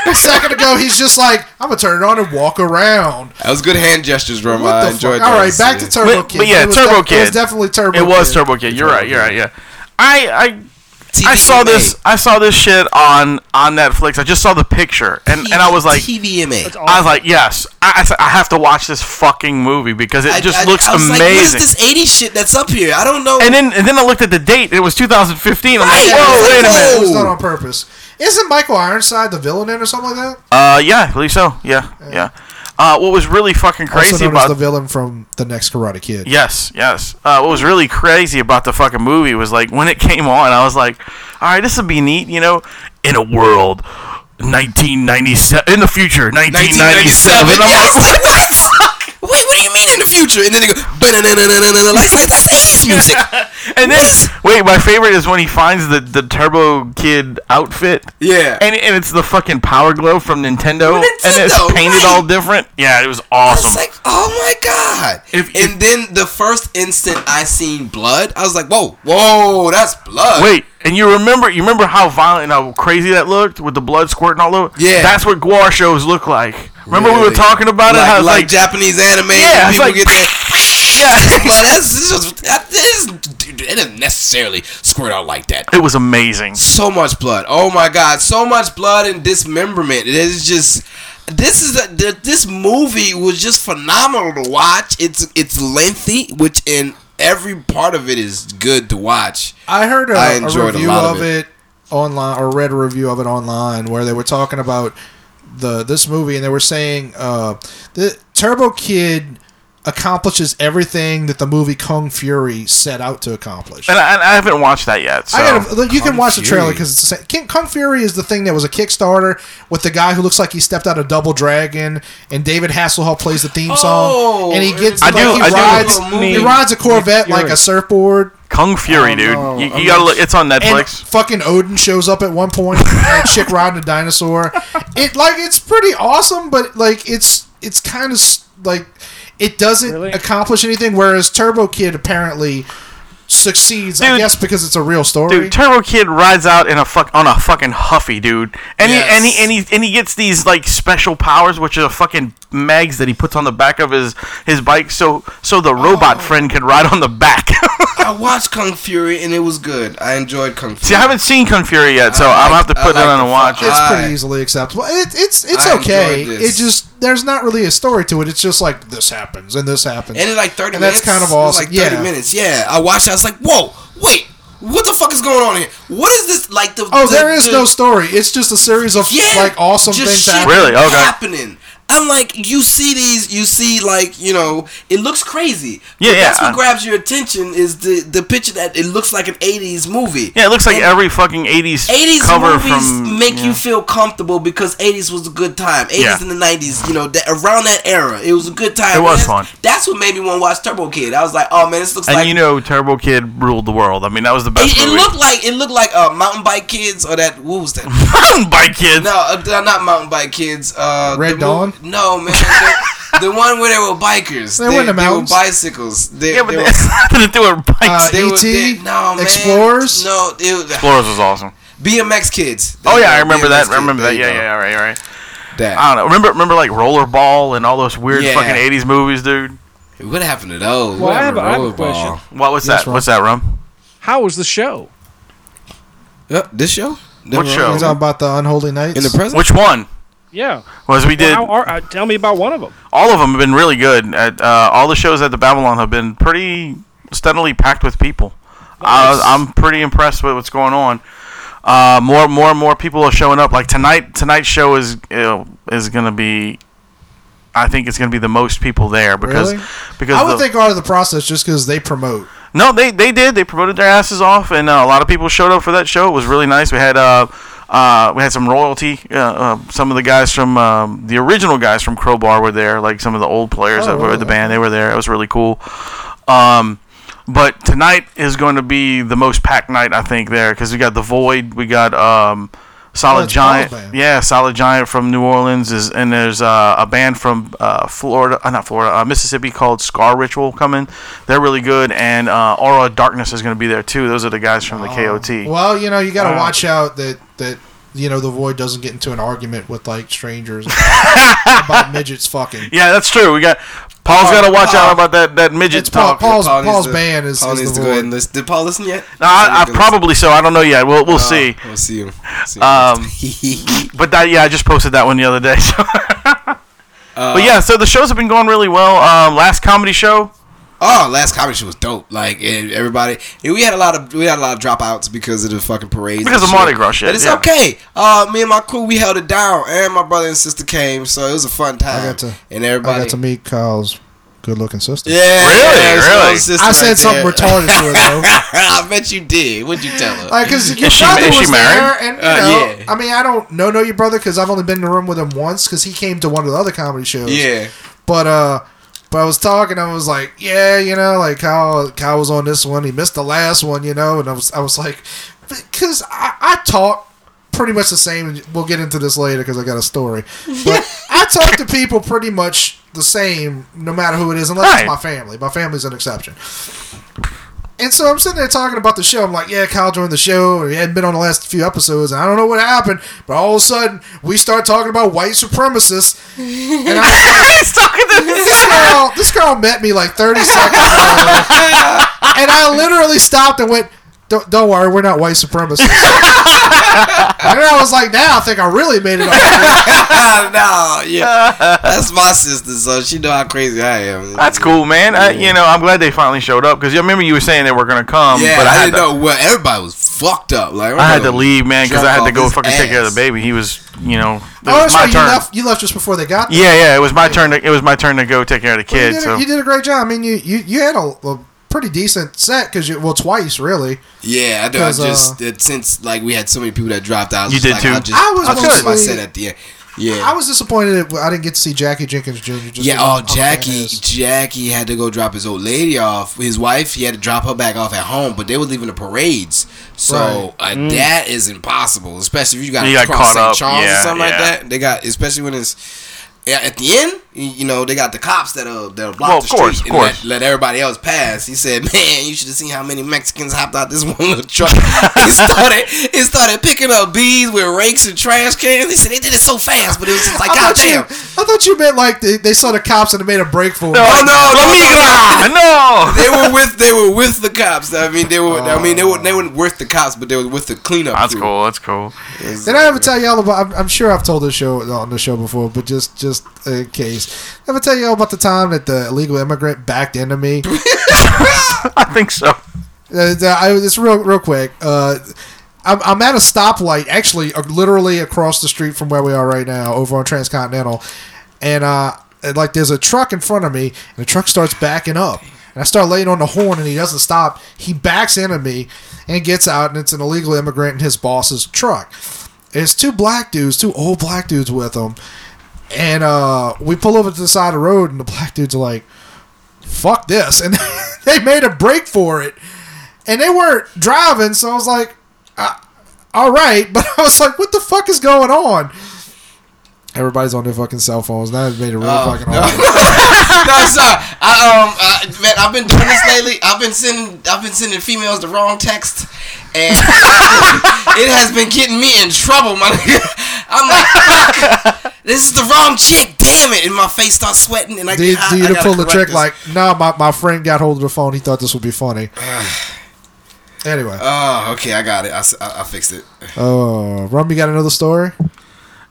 [SPEAKER 4] A second ago, he's just like, "I'm gonna turn it on and walk around."
[SPEAKER 3] That was good hand gestures, Roma.
[SPEAKER 4] What
[SPEAKER 3] I
[SPEAKER 4] the fuck?
[SPEAKER 3] enjoyed
[SPEAKER 4] All right,
[SPEAKER 3] those.
[SPEAKER 4] back to
[SPEAKER 3] Yeah.
[SPEAKER 4] Turbo
[SPEAKER 2] But,
[SPEAKER 4] Kid.
[SPEAKER 2] but yeah,
[SPEAKER 4] It was
[SPEAKER 2] Turbo
[SPEAKER 4] def-
[SPEAKER 2] Kid.
[SPEAKER 4] It was definitely Turbo.
[SPEAKER 2] It was
[SPEAKER 4] Kid.
[SPEAKER 2] Turbo Kid. You're right. You're right. Yeah. I
[SPEAKER 3] TV
[SPEAKER 2] I I saw this.
[SPEAKER 3] made.
[SPEAKER 2] I saw this shit on on Netflix. I just saw the picture, and and I was like.
[SPEAKER 3] TVMA.
[SPEAKER 2] I was like, yes, I, I, said, I have to watch this fucking movie because it just looks
[SPEAKER 3] I was like, what is
[SPEAKER 2] amazing.
[SPEAKER 3] this 80s shit that's up here? I don't know.
[SPEAKER 2] and then and then I looked at the date. It was 2015. I'm like,
[SPEAKER 3] Right.
[SPEAKER 2] whoa, wait a minute.
[SPEAKER 4] It was done on purpose. Isn't Michael Ironside the villain in or something like that?
[SPEAKER 2] Uh, yeah, I believe so. Yeah, yeah. Uh, what was really fucking
[SPEAKER 4] also
[SPEAKER 2] crazy
[SPEAKER 4] known
[SPEAKER 2] about
[SPEAKER 4] as the villain from the next Karate Kid.
[SPEAKER 2] Yes, yes. Uh, what was really crazy about the fucking movie was like when it came on, I was like, "All right, this would be neat," you know. in a world 1997 in the future 1997.
[SPEAKER 3] 1997.
[SPEAKER 2] I'm
[SPEAKER 3] Yes.
[SPEAKER 2] like,
[SPEAKER 3] Wait, what do you mean in the future? And then they go, "Ba-na-na-na-na-na-na," like it's like that's ass music.
[SPEAKER 2] and then wait, my favorite is when he finds the, the Turbo Kid outfit.
[SPEAKER 3] Yeah.
[SPEAKER 2] and, and it's the fucking Power Glow from Nintendo, and it's
[SPEAKER 3] Nintendo,
[SPEAKER 2] painted
[SPEAKER 3] right.
[SPEAKER 2] all different. Yeah, it was
[SPEAKER 3] I was
[SPEAKER 2] awesome.
[SPEAKER 3] like, oh my god!
[SPEAKER 2] If-
[SPEAKER 3] and then the first instant I seen blood, I was like, whoa, whoa, that's blood.
[SPEAKER 2] Wait, and you remember you remember how violent and how crazy that looked with the blood squirting all over?
[SPEAKER 3] Yeah.
[SPEAKER 2] That's what Guar shows look like. Remember we were
[SPEAKER 3] Really?
[SPEAKER 2] talking about it?
[SPEAKER 3] like,
[SPEAKER 2] how it's
[SPEAKER 3] like
[SPEAKER 2] like,
[SPEAKER 3] Japanese anime.
[SPEAKER 2] Yeah,
[SPEAKER 3] Yeah,
[SPEAKER 2] it's
[SPEAKER 3] people
[SPEAKER 2] like-
[SPEAKER 3] get that.
[SPEAKER 2] yeah.
[SPEAKER 3] blood. That's it's just that is it doesn't necessarily squirt out like that.
[SPEAKER 2] it was amazing.
[SPEAKER 3] So much blood. Oh my god, so much blood and dismemberment. It is just. This is a, th- this movie was just phenomenal to watch. It's it's lengthy, which in every part of it is good to watch.
[SPEAKER 4] I heard a,
[SPEAKER 3] I
[SPEAKER 4] a
[SPEAKER 3] enjoyed a
[SPEAKER 4] review
[SPEAKER 3] lot
[SPEAKER 4] of,
[SPEAKER 3] of
[SPEAKER 4] it. online, or read a review of it online, where they were talking about the this movie, and they were saying uh, the Turbo Kid accomplishes everything that the movie Kung Fury set out to accomplish.
[SPEAKER 2] And I, and I haven't watched that yet. So
[SPEAKER 4] I gotta, look, you can
[SPEAKER 3] Kung
[SPEAKER 4] watch the trailer
[SPEAKER 3] Fury.
[SPEAKER 4] because it's the same. King, Kung Fury is the thing that was a Kickstarter with the guy who looks like he stepped out of Double Dragon, and David Hasselhoff plays the theme song,
[SPEAKER 3] Oh,
[SPEAKER 4] and he gets
[SPEAKER 2] I
[SPEAKER 4] like,
[SPEAKER 2] do-
[SPEAKER 4] he
[SPEAKER 2] I do-
[SPEAKER 4] rides
[SPEAKER 5] Me.
[SPEAKER 4] he rides a Corvette like
[SPEAKER 5] Fury.
[SPEAKER 4] a surfboard,
[SPEAKER 2] Kung Fury, dude.
[SPEAKER 3] Oh, no,
[SPEAKER 2] you you
[SPEAKER 3] I'm
[SPEAKER 2] gotta
[SPEAKER 3] not
[SPEAKER 2] look. It's on
[SPEAKER 4] and
[SPEAKER 2] Netflix.
[SPEAKER 4] fucking Odin shows up at one point, and a chick riding a dinosaur. It like it's pretty awesome, but like it's it's kind of like it doesn't
[SPEAKER 5] Really?
[SPEAKER 4] accomplish anything. Whereas Turbo Kid apparently succeeds, I
[SPEAKER 2] Dude.
[SPEAKER 4] guess because it's a real story.
[SPEAKER 2] Dude, Turbo Kid rides out in a fuck on a fucking huffy, dude, and
[SPEAKER 3] Yes.
[SPEAKER 2] he and he and he and he gets these like special powers, which are fucking mags that he puts on the back of his his bike, so so the
[SPEAKER 3] Oh.
[SPEAKER 2] robot friend can ride on the back.
[SPEAKER 3] I watched Kung Fury and it was good. I enjoyed Kung Fury.
[SPEAKER 2] See, I haven't seen Kung Fury yet, so
[SPEAKER 3] I
[SPEAKER 2] I'm gonna have
[SPEAKER 3] like-
[SPEAKER 2] to
[SPEAKER 3] I
[SPEAKER 2] put
[SPEAKER 3] like
[SPEAKER 2] that on
[SPEAKER 3] the
[SPEAKER 2] and watch
[SPEAKER 3] fuck
[SPEAKER 2] it.
[SPEAKER 4] it's
[SPEAKER 3] I-
[SPEAKER 4] pretty easily acceptable. It, it's it's
[SPEAKER 3] I
[SPEAKER 4] okay.
[SPEAKER 3] enjoyed this.
[SPEAKER 4] It just there's not really a story to it. It's just like this happens and this happens.
[SPEAKER 3] And in like 30
[SPEAKER 4] And
[SPEAKER 3] minutes.
[SPEAKER 4] that's kind of
[SPEAKER 3] it was
[SPEAKER 4] awesome.
[SPEAKER 3] Like 30
[SPEAKER 4] yeah.
[SPEAKER 3] minutes. Yeah. I watched it. I was like, whoa, wait. What the fuck is going on here? What is this? Like the.
[SPEAKER 4] Oh,
[SPEAKER 3] the-
[SPEAKER 4] there is
[SPEAKER 3] the-
[SPEAKER 4] no story. It's just a series of
[SPEAKER 3] Yeah.
[SPEAKER 4] like awesome
[SPEAKER 3] just
[SPEAKER 4] things.
[SPEAKER 3] shit
[SPEAKER 4] That
[SPEAKER 2] Really? Okay.
[SPEAKER 3] Happening. I'm like, you see these, you see, like, you know, it looks crazy.
[SPEAKER 2] Yeah,
[SPEAKER 3] but
[SPEAKER 2] yeah,
[SPEAKER 3] That's
[SPEAKER 2] I-
[SPEAKER 3] what grabs your attention is the the picture that it looks like an 80s movie.
[SPEAKER 2] Yeah, it looks like
[SPEAKER 3] And-
[SPEAKER 2] every fucking '80s,
[SPEAKER 3] 80s
[SPEAKER 2] cover
[SPEAKER 3] movies
[SPEAKER 2] from
[SPEAKER 3] make
[SPEAKER 2] yeah.
[SPEAKER 3] you feel comfortable because 80s was a good time. 80s
[SPEAKER 2] Yeah.
[SPEAKER 3] and the 90s, you know, that, around that era, it was a good time.
[SPEAKER 2] It was
[SPEAKER 3] That's-
[SPEAKER 2] fun.
[SPEAKER 3] That's what made me want to watch Turbo Kid. I was like, oh man, this looks
[SPEAKER 2] And
[SPEAKER 3] like
[SPEAKER 2] you know, Turbo Kid ruled the world. I mean, that was the best
[SPEAKER 3] it, it
[SPEAKER 2] movie.
[SPEAKER 3] looked like it looked like uh, Mountain Bike Kids or that what was that?
[SPEAKER 2] Mountain Bike Kids.
[SPEAKER 3] no, uh, th- not Mountain Bike Kids. Uh,
[SPEAKER 4] Red
[SPEAKER 3] the mo-
[SPEAKER 4] Dawn?
[SPEAKER 3] no man, the, the one where they were bikers.
[SPEAKER 4] They were in the
[SPEAKER 3] were
[SPEAKER 4] mountains.
[SPEAKER 3] bicycles. They,
[SPEAKER 2] yeah, but
[SPEAKER 3] they
[SPEAKER 2] they
[SPEAKER 3] were-
[SPEAKER 2] happened to do it bikes.
[SPEAKER 4] Uh,
[SPEAKER 3] they were-
[SPEAKER 4] E.T.,
[SPEAKER 3] they- no, man.
[SPEAKER 4] Explorers?
[SPEAKER 3] No, it was,
[SPEAKER 2] Explorers was awesome.
[SPEAKER 3] BMX Kids.
[SPEAKER 2] Oh yeah, I
[SPEAKER 3] They were
[SPEAKER 2] remember that.
[SPEAKER 3] BMX
[SPEAKER 2] I remember that.
[SPEAKER 3] Kids.
[SPEAKER 2] Yeah,
[SPEAKER 3] There you
[SPEAKER 2] yeah, all right, all right.
[SPEAKER 3] go. That.
[SPEAKER 2] I don't know. Remember, remember like Rollerball and all those weird
[SPEAKER 3] Yeah.
[SPEAKER 2] fucking '80s movies, dude.
[SPEAKER 3] What happened to those?
[SPEAKER 5] Well,
[SPEAKER 3] What
[SPEAKER 5] I have-
[SPEAKER 3] happened to
[SPEAKER 5] I have a
[SPEAKER 3] Rollerball?
[SPEAKER 5] question.
[SPEAKER 2] What was
[SPEAKER 4] Yes,
[SPEAKER 2] that?
[SPEAKER 4] Ron.
[SPEAKER 2] What's that, Rum?
[SPEAKER 5] How was the show?
[SPEAKER 3] Yep, Uh, this show?
[SPEAKER 2] What show?
[SPEAKER 4] You're talking about the unholy nights.
[SPEAKER 3] In the present?
[SPEAKER 2] Which one?
[SPEAKER 5] Yeah.
[SPEAKER 2] Was we did
[SPEAKER 5] Well, how are, uh, tell me about one of them.
[SPEAKER 2] all of them have been really good. At uh, all the shows at the Babylon have been pretty steadily packed with people.
[SPEAKER 5] Nice.
[SPEAKER 2] I, I'm pretty impressed with what's going on. Uh, more, more, and more people are showing up. Like tonight, tonight's show is uh, is gonna be. I think it's gonna be the most people there because
[SPEAKER 4] Really?
[SPEAKER 2] because
[SPEAKER 4] I would
[SPEAKER 2] the-
[SPEAKER 4] think out of the process just because they promote.
[SPEAKER 2] No, they they did. They promoted their asses off, and uh, a lot of people showed up for that show. It was really nice. We had uh, uh, we had some royalty. Uh, uh, some of the guys from um, the original guys from Crowbar were there. Like some of the old players
[SPEAKER 4] Oh,
[SPEAKER 2] that were with the band, they were there. It was really cool. Um, but tonight is going to be the most packed night I think there because we got the Void, we got um, Solid
[SPEAKER 4] Oh, it's
[SPEAKER 2] Giant,
[SPEAKER 4] Paul's band.
[SPEAKER 2] yeah, Solid Giant from New Orleans is, and there's uh, a band from uh, Florida, uh, not Florida, uh, Mississippi called Scar Ritual coming. They're really good, and uh, Aura of Darkness is going to be there too. Those are the guys from the
[SPEAKER 4] Oh,
[SPEAKER 2] KOT.
[SPEAKER 4] Well, you know, you got to
[SPEAKER 5] Wow.
[SPEAKER 4] watch out that that you know the void doesn't get into an argument with like strangers about midgets fucking.
[SPEAKER 2] Yeah, that's true. We got Paul's got to watch out about that that midget
[SPEAKER 4] It's Paul,
[SPEAKER 2] talk.
[SPEAKER 4] Paul's
[SPEAKER 3] Paul needs
[SPEAKER 4] Paul's
[SPEAKER 3] to-
[SPEAKER 4] band is,
[SPEAKER 3] Paul
[SPEAKER 4] is
[SPEAKER 3] needs
[SPEAKER 4] the
[SPEAKER 3] to go ahead
[SPEAKER 4] void.
[SPEAKER 3] and listen. Did Paul listen yet?
[SPEAKER 2] No, I, I probably so. I don't know yet.
[SPEAKER 4] Uh.
[SPEAKER 2] We'll we'll see.
[SPEAKER 3] We'll see you. See you.
[SPEAKER 2] Um, But that, yeah, I just posted that one the other day. So.
[SPEAKER 4] Uh.
[SPEAKER 2] but yeah, so the shows have been going really well. Um, last comedy show,
[SPEAKER 3] oh, last comedy show was dope. Like and everybody, and we had a lot of we had a lot of dropouts because of the fucking parades.
[SPEAKER 2] Because
[SPEAKER 3] and
[SPEAKER 2] of Mardi Gras shit,
[SPEAKER 3] But it's
[SPEAKER 2] yeah.
[SPEAKER 3] okay. Uh, me and my crew we held it down, and my brother and sister came, so it was a fun time.
[SPEAKER 4] got to-
[SPEAKER 3] and everybody.
[SPEAKER 4] I got to meet Kyle's Good looking sister.
[SPEAKER 3] Yeah,
[SPEAKER 2] Really?
[SPEAKER 3] yeah, it's my
[SPEAKER 2] Really?
[SPEAKER 3] sister
[SPEAKER 4] I
[SPEAKER 3] right
[SPEAKER 4] said something
[SPEAKER 3] there.
[SPEAKER 4] retarded to her though.
[SPEAKER 3] I bet you did. What'd you tell her?
[SPEAKER 4] Like, cause your
[SPEAKER 2] she-
[SPEAKER 4] brother
[SPEAKER 2] is she
[SPEAKER 4] was
[SPEAKER 2] married?
[SPEAKER 4] there, and you
[SPEAKER 3] Uh,
[SPEAKER 4] know,
[SPEAKER 3] yeah.
[SPEAKER 4] I mean, I don't know know your brother because I've only been in the room with him once because he came to one of the other comedy shows.
[SPEAKER 3] yeah,
[SPEAKER 4] But uh, but I was talking. I was like, yeah, you know, like Kyle Kyle was on this one. He missed the last one, you know. And I was I was like, because I, I talk pretty much the same. and We'll get into this later because I got a story. But I talk to people pretty much the same, no matter who it is, unless
[SPEAKER 2] Right.
[SPEAKER 4] it's my family. My family's an exception. And so I'm sitting there talking about the show. I'm like, yeah, Kyle joined the show. He hadn't been on the last few episodes. And I don't know what happened, but all of a sudden we start talking about white supremacists. And I was like,
[SPEAKER 2] He's talking to
[SPEAKER 4] this girl, this girl met me like 30 seconds ago, and I literally stopped and went, "Don't, don't worry, we're not white supremacists." and then I was like, "Now I think I really made it." Up.
[SPEAKER 3] Ah, no, yeah, that's my sister, so she know how crazy I am.
[SPEAKER 2] That's cool, man. I, you know, I'm glad they finally showed up because you remember you were saying they were gonna come,
[SPEAKER 3] Yeah,
[SPEAKER 2] but I,
[SPEAKER 3] I,
[SPEAKER 2] had
[SPEAKER 3] didn't
[SPEAKER 2] to,
[SPEAKER 3] know. Well, everybody was fucked up. Like
[SPEAKER 2] I had to leave, man, because I had to
[SPEAKER 3] Drop
[SPEAKER 2] go
[SPEAKER 3] off
[SPEAKER 2] fucking
[SPEAKER 3] his
[SPEAKER 2] take care of the
[SPEAKER 3] ass.
[SPEAKER 2] baby. He was, you know, it
[SPEAKER 4] Oh,
[SPEAKER 2] was
[SPEAKER 4] that's
[SPEAKER 2] my
[SPEAKER 4] right. You
[SPEAKER 2] turn.
[SPEAKER 4] left, you left just before they got. there.
[SPEAKER 2] Yeah, yeah, it was my turn. To, it was my turn to go take care of the
[SPEAKER 4] you
[SPEAKER 2] kid.
[SPEAKER 4] did, a,
[SPEAKER 2] so
[SPEAKER 4] you did a great job. I mean, you you, you had a, a pretty decent set because you well twice really.
[SPEAKER 3] Yeah, I know. I
[SPEAKER 4] 'Cause, uh,
[SPEAKER 3] just it, since like we had so many people that dropped out. I was
[SPEAKER 2] You
[SPEAKER 3] just
[SPEAKER 2] did
[SPEAKER 3] like,
[SPEAKER 2] too.
[SPEAKER 3] I'll just,
[SPEAKER 4] I was
[SPEAKER 3] I'll just do my
[SPEAKER 4] honestly-
[SPEAKER 3] set at the end. Yeah,
[SPEAKER 4] I was disappointed that I didn't get to see Jackie Jenkins Jr. Just
[SPEAKER 3] Yeah,
[SPEAKER 4] because
[SPEAKER 3] oh
[SPEAKER 4] I'm a
[SPEAKER 3] Jackie,
[SPEAKER 4] fan
[SPEAKER 3] Jackie had to go drop his old lady off. His wife, he had to drop her back off at home, but they were leaving the parades, so uh,
[SPEAKER 4] Mm.
[SPEAKER 3] that is impossible. Especially if you got
[SPEAKER 2] You
[SPEAKER 3] to
[SPEAKER 2] got caught
[SPEAKER 3] cross St.
[SPEAKER 2] up.
[SPEAKER 3] Charles or
[SPEAKER 2] Yeah,
[SPEAKER 3] something like
[SPEAKER 2] yeah.
[SPEAKER 3] that. They got, especially when it's yeah, at the end. y- You know, they got the cops that are that are block
[SPEAKER 2] Well,
[SPEAKER 3] the
[SPEAKER 2] of course,
[SPEAKER 3] street
[SPEAKER 2] of
[SPEAKER 3] and
[SPEAKER 2] course.
[SPEAKER 3] let, let everybody else pass. He said, "Man, you should have seen how many Mexicans hopped out this one little truck. it started, it started picking up bees with rakes and trash cans. He said they did it so fast, but it was just like,
[SPEAKER 4] I
[SPEAKER 3] God
[SPEAKER 4] thought, you,
[SPEAKER 3] damn."
[SPEAKER 4] I thought you meant like they, they saw the cops and they made a break for
[SPEAKER 3] Oh,
[SPEAKER 4] it.
[SPEAKER 3] no,
[SPEAKER 2] La
[SPEAKER 3] no, no,
[SPEAKER 2] migra! no.
[SPEAKER 3] they were with they were with the cops. I mean they were I mean they were they weren't with the cops, but they were with the cleanup.
[SPEAKER 2] That's
[SPEAKER 3] crew.
[SPEAKER 2] cool. That's cool.
[SPEAKER 4] Did I ever tell y'all about? I'm, I'm sure I've told this show on the show before, but just just in case, ever tell y'all about the time that the illegal immigrant backed into me?
[SPEAKER 2] I think so.
[SPEAKER 4] Uh, the- I, it's real real quick. Uh, I'm, I'm at a stoplight, actually, uh, literally across the street from where we are right now, over on Transcontinental, and uh, and, like there's a truck in front of me, and the truck starts backing up, and I start laying on the horn, and he doesn't stop. He backs into me, and gets out, and it's an illegal immigrant in his boss's truck. And it's two black dudes, two old black dudes with him, and uh, we pull over to the side of the road, and the black dudes are like, "Fuck this!" and they made a break for it and they weren't driving, so I was like, uh, all right, but I was like, what the fuck is going on? Everybody's on their fucking cell phones. That made it real
[SPEAKER 3] Oh,
[SPEAKER 4] fucking hard.
[SPEAKER 3] No, sorry. I um I, man, I've been doing this lately. I've been sending I've been sending females the wrong text, and it has been getting me in trouble, my nigga. I'm like, fuck, this is the wrong chick. Damn it! And my face starts sweating, and I
[SPEAKER 4] Do you,
[SPEAKER 3] I-
[SPEAKER 4] do you
[SPEAKER 3] I gotta
[SPEAKER 4] pull the
[SPEAKER 3] correct
[SPEAKER 4] trick
[SPEAKER 3] this.
[SPEAKER 4] like, no, my, my friend got hold of the phone. He thought this would be funny. anyway,
[SPEAKER 3] Oh, okay, I got it. I, s- I- I fixed it.
[SPEAKER 4] uh, Rum, you got another story?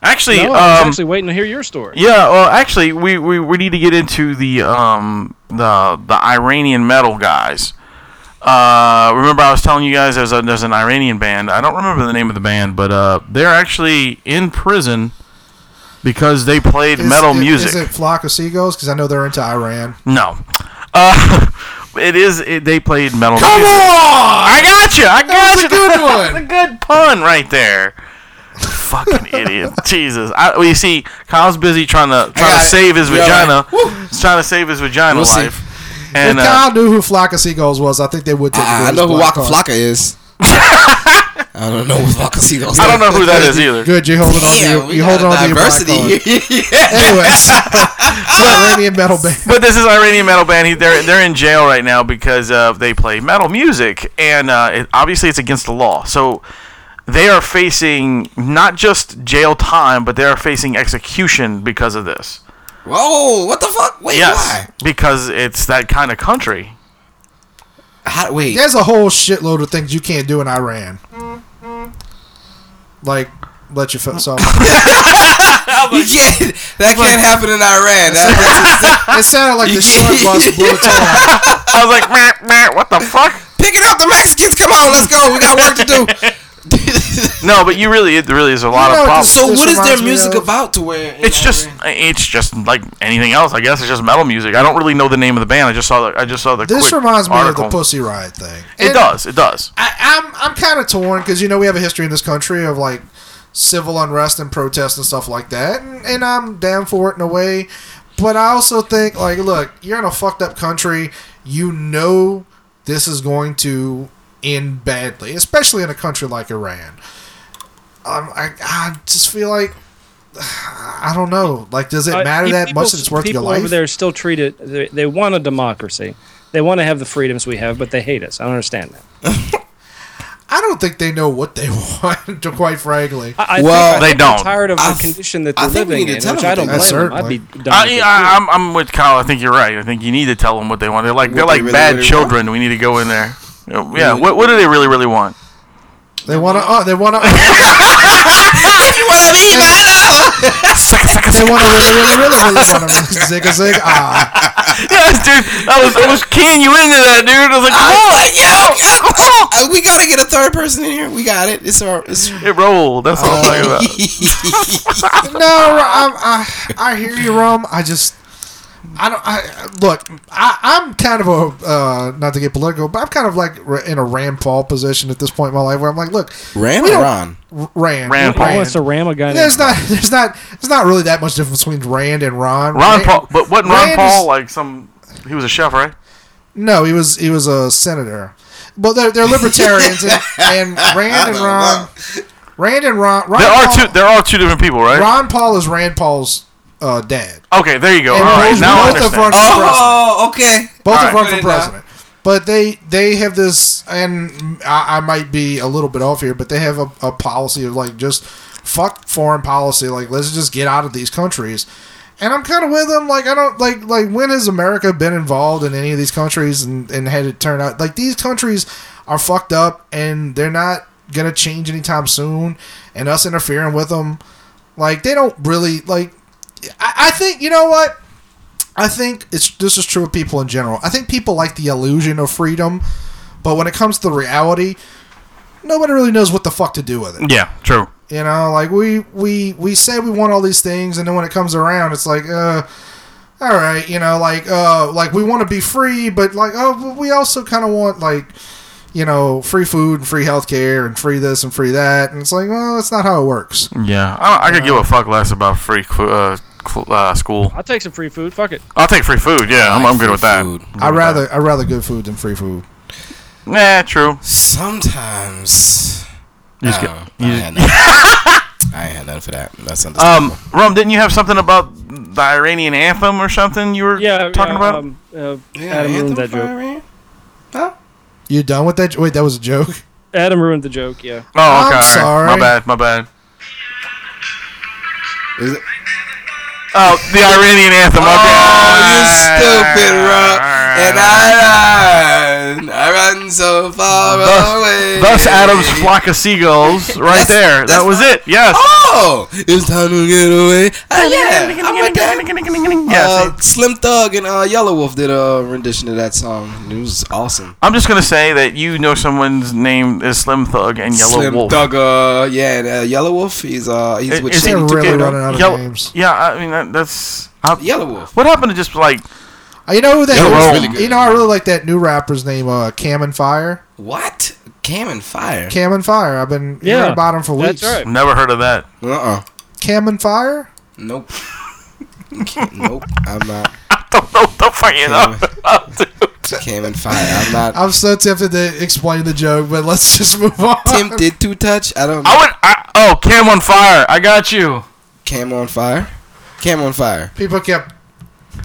[SPEAKER 2] Actually,
[SPEAKER 5] No, I was
[SPEAKER 2] um,
[SPEAKER 5] actually waiting to hear your story.
[SPEAKER 2] yeah. Well, actually, we, we, we need to get into the um the the Iranian metal guys. Uh, remember I was telling you guys there's a, there's an Iranian band. I don't remember the name of the band, but uh, they're actually in prison because they played
[SPEAKER 4] Is-
[SPEAKER 2] metal
[SPEAKER 4] is-
[SPEAKER 2] music.
[SPEAKER 4] Is it Flock of Seagulls? Because I know they're into Iran.
[SPEAKER 2] No. Uh, it is. It, they played metal. Come on! I got you. I got
[SPEAKER 4] was
[SPEAKER 2] you.
[SPEAKER 4] a good one.
[SPEAKER 2] That's a good pun right there. Fucking idiot. Jesus. I, well, you see, Kyle's busy trying to trying
[SPEAKER 3] got
[SPEAKER 2] to
[SPEAKER 3] it.
[SPEAKER 2] save his
[SPEAKER 3] You're
[SPEAKER 2] vagina.
[SPEAKER 3] all
[SPEAKER 2] He's trying to save his vagina
[SPEAKER 3] We'll see.
[SPEAKER 2] life. And
[SPEAKER 4] if
[SPEAKER 2] uh,
[SPEAKER 4] Kyle knew who Flock of Seagulls was, I think they would take it.
[SPEAKER 3] Ah, I, I know who Waka Flocka is. I don't know who Waka Seagulls
[SPEAKER 2] I don't know who that is either.
[SPEAKER 4] Good, you holding on to
[SPEAKER 3] Damn,
[SPEAKER 4] your,
[SPEAKER 3] we
[SPEAKER 4] you
[SPEAKER 3] got
[SPEAKER 4] holding on to your black
[SPEAKER 3] diversity.
[SPEAKER 4] card.
[SPEAKER 3] yeah.
[SPEAKER 4] Anyway, so, Iranian metal band.
[SPEAKER 2] But this is Iranian metal band. He, they're they're in jail right now because uh, they play metal music, and uh, it, obviously it's against the law. So they are facing not just jail time, but they are facing execution because of this.
[SPEAKER 3] Whoa, what the fuck? Wait,
[SPEAKER 2] Yes,
[SPEAKER 3] why?
[SPEAKER 2] because it's that kind of country.
[SPEAKER 3] How, wait,
[SPEAKER 4] There's a whole shitload of things you can't do in Iran. Like, let your foot off.
[SPEAKER 3] you can't, that can't happen in Iran. That-
[SPEAKER 4] it sounded like the
[SPEAKER 3] You
[SPEAKER 4] slut
[SPEAKER 3] can't-
[SPEAKER 4] bus blew its horn.
[SPEAKER 2] I was like, meh, meh, what the fuck?
[SPEAKER 3] pick it up, the Mexicans. Come on, let's go. We got work to do.
[SPEAKER 2] No, but you really, it really is a lot
[SPEAKER 4] You know
[SPEAKER 2] of
[SPEAKER 4] what
[SPEAKER 2] pop.
[SPEAKER 4] this-
[SPEAKER 3] So what is
[SPEAKER 4] reminds
[SPEAKER 3] their
[SPEAKER 4] me
[SPEAKER 3] music
[SPEAKER 4] of-
[SPEAKER 3] about to where you
[SPEAKER 2] It's
[SPEAKER 3] know,
[SPEAKER 2] just, it's just like anything else. I guess it's just metal music. I don't really know the name of the band. I just saw the, I just saw the.
[SPEAKER 4] This
[SPEAKER 2] quick
[SPEAKER 4] reminds me
[SPEAKER 2] article.
[SPEAKER 4] of the Pussy Riot thing.
[SPEAKER 2] It
[SPEAKER 4] And
[SPEAKER 2] does. It does.
[SPEAKER 4] I, I'm I'm kind of torn because you know we have a history in this country of like civil unrest and protests and stuff like that, and, and I'm down for it in a way. But I also think like, look, you're in a fucked up country. You know this is going to end badly, especially in a country like Iran. Um, I I just feel like I don't know. Like, does it
[SPEAKER 5] Uh,
[SPEAKER 4] matter
[SPEAKER 5] pe-
[SPEAKER 4] that
[SPEAKER 5] people-
[SPEAKER 4] much? That it's worth your
[SPEAKER 5] people
[SPEAKER 4] life.
[SPEAKER 5] over there still treat it. They, they want a democracy. They want to have the freedoms we have, but they hate us. I don't understand that.
[SPEAKER 4] I don't think they know what they want. To quite frankly,
[SPEAKER 5] I, I
[SPEAKER 3] Well,
[SPEAKER 5] think, I
[SPEAKER 2] they
[SPEAKER 5] think
[SPEAKER 2] don't.
[SPEAKER 5] They're tired of
[SPEAKER 3] I
[SPEAKER 5] the
[SPEAKER 3] th-
[SPEAKER 5] condition that
[SPEAKER 3] I
[SPEAKER 5] they're
[SPEAKER 3] think we
[SPEAKER 5] living
[SPEAKER 3] need to
[SPEAKER 5] in,
[SPEAKER 3] tell
[SPEAKER 5] which
[SPEAKER 3] them
[SPEAKER 5] I don't
[SPEAKER 4] that.
[SPEAKER 5] blame them. I'd
[SPEAKER 4] Certainly.
[SPEAKER 5] be done. with
[SPEAKER 2] I,
[SPEAKER 5] it,
[SPEAKER 2] I,
[SPEAKER 5] too.
[SPEAKER 2] I'm, I'm with Kyle. I think you're right. I think you need to tell them what they want. They're like, they're
[SPEAKER 3] What they
[SPEAKER 2] like
[SPEAKER 3] really,
[SPEAKER 2] bad
[SPEAKER 3] really
[SPEAKER 2] children. We need to go in there. Yeah. What, what do they really, really want?
[SPEAKER 4] they want to. Oh, they want to.
[SPEAKER 3] what I mean, man?
[SPEAKER 4] They want to really, really, really, really want to zig a zig. Ah,
[SPEAKER 2] Yes, dude. I was, I was keying you into that, dude. I was like, come on,
[SPEAKER 3] I was like, yo, yo, uh, we gotta get a third person in here. We got it. It's our. It's,
[SPEAKER 2] It rolled. That's all I'm talking about.
[SPEAKER 3] Oh.
[SPEAKER 4] no, I'm, I, I hear you, Rum. I just, I don't. I look. I, I'm kind of a uh, not to get political, but I'm kind of like r- in a Rand Paul position at this point in my life, where I'm like, look,
[SPEAKER 3] Ram
[SPEAKER 4] we
[SPEAKER 3] or
[SPEAKER 4] don't-
[SPEAKER 3] Ron?
[SPEAKER 4] R- Rand,
[SPEAKER 2] Rand Paul.
[SPEAKER 5] Paul wants to ram a guy.
[SPEAKER 4] There's not, there's not, there's not really that much difference between Rand and Ron.
[SPEAKER 2] Ron
[SPEAKER 4] Rand-
[SPEAKER 2] Paul, but wasn't Ron
[SPEAKER 4] Rand
[SPEAKER 2] Paul
[SPEAKER 4] is-
[SPEAKER 2] like some? He was a chef, right?
[SPEAKER 4] No, he was he was a senator. But they're, they're libertarians and, and Rand and Ron, Rand and Ron. Ron
[SPEAKER 2] There
[SPEAKER 4] Paul-
[SPEAKER 2] are two. There are two different people, right?
[SPEAKER 4] Ron Paul is Rand Paul's uh, dad.
[SPEAKER 2] okay, there you go. Oh, All
[SPEAKER 4] And
[SPEAKER 2] right,
[SPEAKER 4] both-
[SPEAKER 2] now I
[SPEAKER 4] both of
[SPEAKER 2] understand.
[SPEAKER 4] our-
[SPEAKER 3] Oh, okay.
[SPEAKER 4] Both
[SPEAKER 2] All
[SPEAKER 4] have
[SPEAKER 2] right.
[SPEAKER 4] run for president. But they they have this, and I, I might be a little bit off here, but they have a, a policy of like just fuck foreign policy. Like let's just get out of these countries. And I'm kind of with them. Like I don't like like when has America been involved in any of these countries and and had it turn out like these countries are fucked up and they're not gonna change anytime soon. And us interfering with them, like they don't really like. I, I think you know what. I think it's this is true of people in general. I think people like the illusion of freedom, but when it comes to the reality, nobody really knows what the fuck to do with it.
[SPEAKER 2] Yeah, true.
[SPEAKER 4] You know, like we we we say we want all these things, and then when it comes around, it's like, uh, all right, you know, like uh, like we want to be free, but like oh, but we also kind of want like. You know, free food and free healthcare and free this and free that, and it's like, well, that's not how it works.
[SPEAKER 2] Yeah, I, don't- I could give a fuck less about free cl- uh, cl- uh, school.
[SPEAKER 5] I'll take some free food. Fuck it.
[SPEAKER 2] I'll take free food. Yeah, I'm, I'm good
[SPEAKER 3] free
[SPEAKER 2] with that.
[SPEAKER 3] food.
[SPEAKER 4] I rather I rather good food than free food.
[SPEAKER 2] Nah, true.
[SPEAKER 3] Sometimes.
[SPEAKER 2] You just
[SPEAKER 3] No,
[SPEAKER 2] get-
[SPEAKER 3] I
[SPEAKER 2] you
[SPEAKER 3] had nothing. I ain't had nothing for that. That's
[SPEAKER 2] Um,
[SPEAKER 3] understandable.
[SPEAKER 2] Rum, didn't you have something about the Iranian anthem or something you were
[SPEAKER 5] Yeah,
[SPEAKER 2] talking
[SPEAKER 5] yeah,
[SPEAKER 2] about?
[SPEAKER 5] Um, uh,
[SPEAKER 3] Yeah,
[SPEAKER 5] Adam ruined
[SPEAKER 3] Anthem
[SPEAKER 5] that
[SPEAKER 3] for
[SPEAKER 5] joke.
[SPEAKER 3] Iran?
[SPEAKER 4] You done with that? Wait, that was a joke.
[SPEAKER 5] Adam ruined the joke. Yeah.
[SPEAKER 2] oh, okay.
[SPEAKER 4] I'm
[SPEAKER 2] all right. My
[SPEAKER 4] sorry.
[SPEAKER 2] bad. My bad.
[SPEAKER 3] Is it-
[SPEAKER 2] Oh, the Iranian anthem. Okay.
[SPEAKER 3] Oh, you stupid rock. And I run. I run so far
[SPEAKER 2] Thus-
[SPEAKER 3] away.
[SPEAKER 2] Thus Adam's flock of seagulls, right
[SPEAKER 3] That's-
[SPEAKER 2] there.
[SPEAKER 3] that's
[SPEAKER 2] That was it. Yes.
[SPEAKER 3] Oh! It's time to get away. Oh, yeah. I'm with that.
[SPEAKER 2] Yes.
[SPEAKER 3] Uh, Slim Thug and uh, Yellow Wolf did a rendition of that song. It was awesome.
[SPEAKER 2] I'm just gonna say that you know someone's name is Slim Thug and Yellow
[SPEAKER 3] Slim
[SPEAKER 2] Wolf.
[SPEAKER 3] Thug, uh, yeah, and, uh, Yellow Wolf. He's uh, he's
[SPEAKER 2] Is-
[SPEAKER 3] with
[SPEAKER 2] is
[SPEAKER 4] They're
[SPEAKER 3] Shady
[SPEAKER 2] it-
[SPEAKER 4] really
[SPEAKER 2] okay,
[SPEAKER 3] Tupid.
[SPEAKER 4] running out of
[SPEAKER 2] Yellow-
[SPEAKER 4] names.
[SPEAKER 2] Yeah, I mean that, that's. I-
[SPEAKER 3] Yellow Wolf.
[SPEAKER 2] What happened to just like?
[SPEAKER 4] Uh, You know that.
[SPEAKER 3] Yeah,
[SPEAKER 2] Rome.
[SPEAKER 4] you know, I really like that new rapper's name, uh, Cam and Fire.
[SPEAKER 3] What? Cannon Fire.
[SPEAKER 4] Cam and Fire. I've been
[SPEAKER 5] Yeah,
[SPEAKER 4] hearing about him for weeks.
[SPEAKER 5] That's right.
[SPEAKER 2] Never heard of that.
[SPEAKER 3] Uh uh
[SPEAKER 4] Cam and Fire.
[SPEAKER 3] Nope. nope. I'm not.
[SPEAKER 2] Don't know the fuck you know.
[SPEAKER 3] Cannon Fire. I'm not
[SPEAKER 4] I'm so tempted to explain the joke, but let's just move on.
[SPEAKER 3] tempted to touch. I don't
[SPEAKER 2] I
[SPEAKER 3] know.
[SPEAKER 2] would. I, oh, Cam on fire. I got you.
[SPEAKER 3] Cam on fire. Cam on fire.
[SPEAKER 4] People kept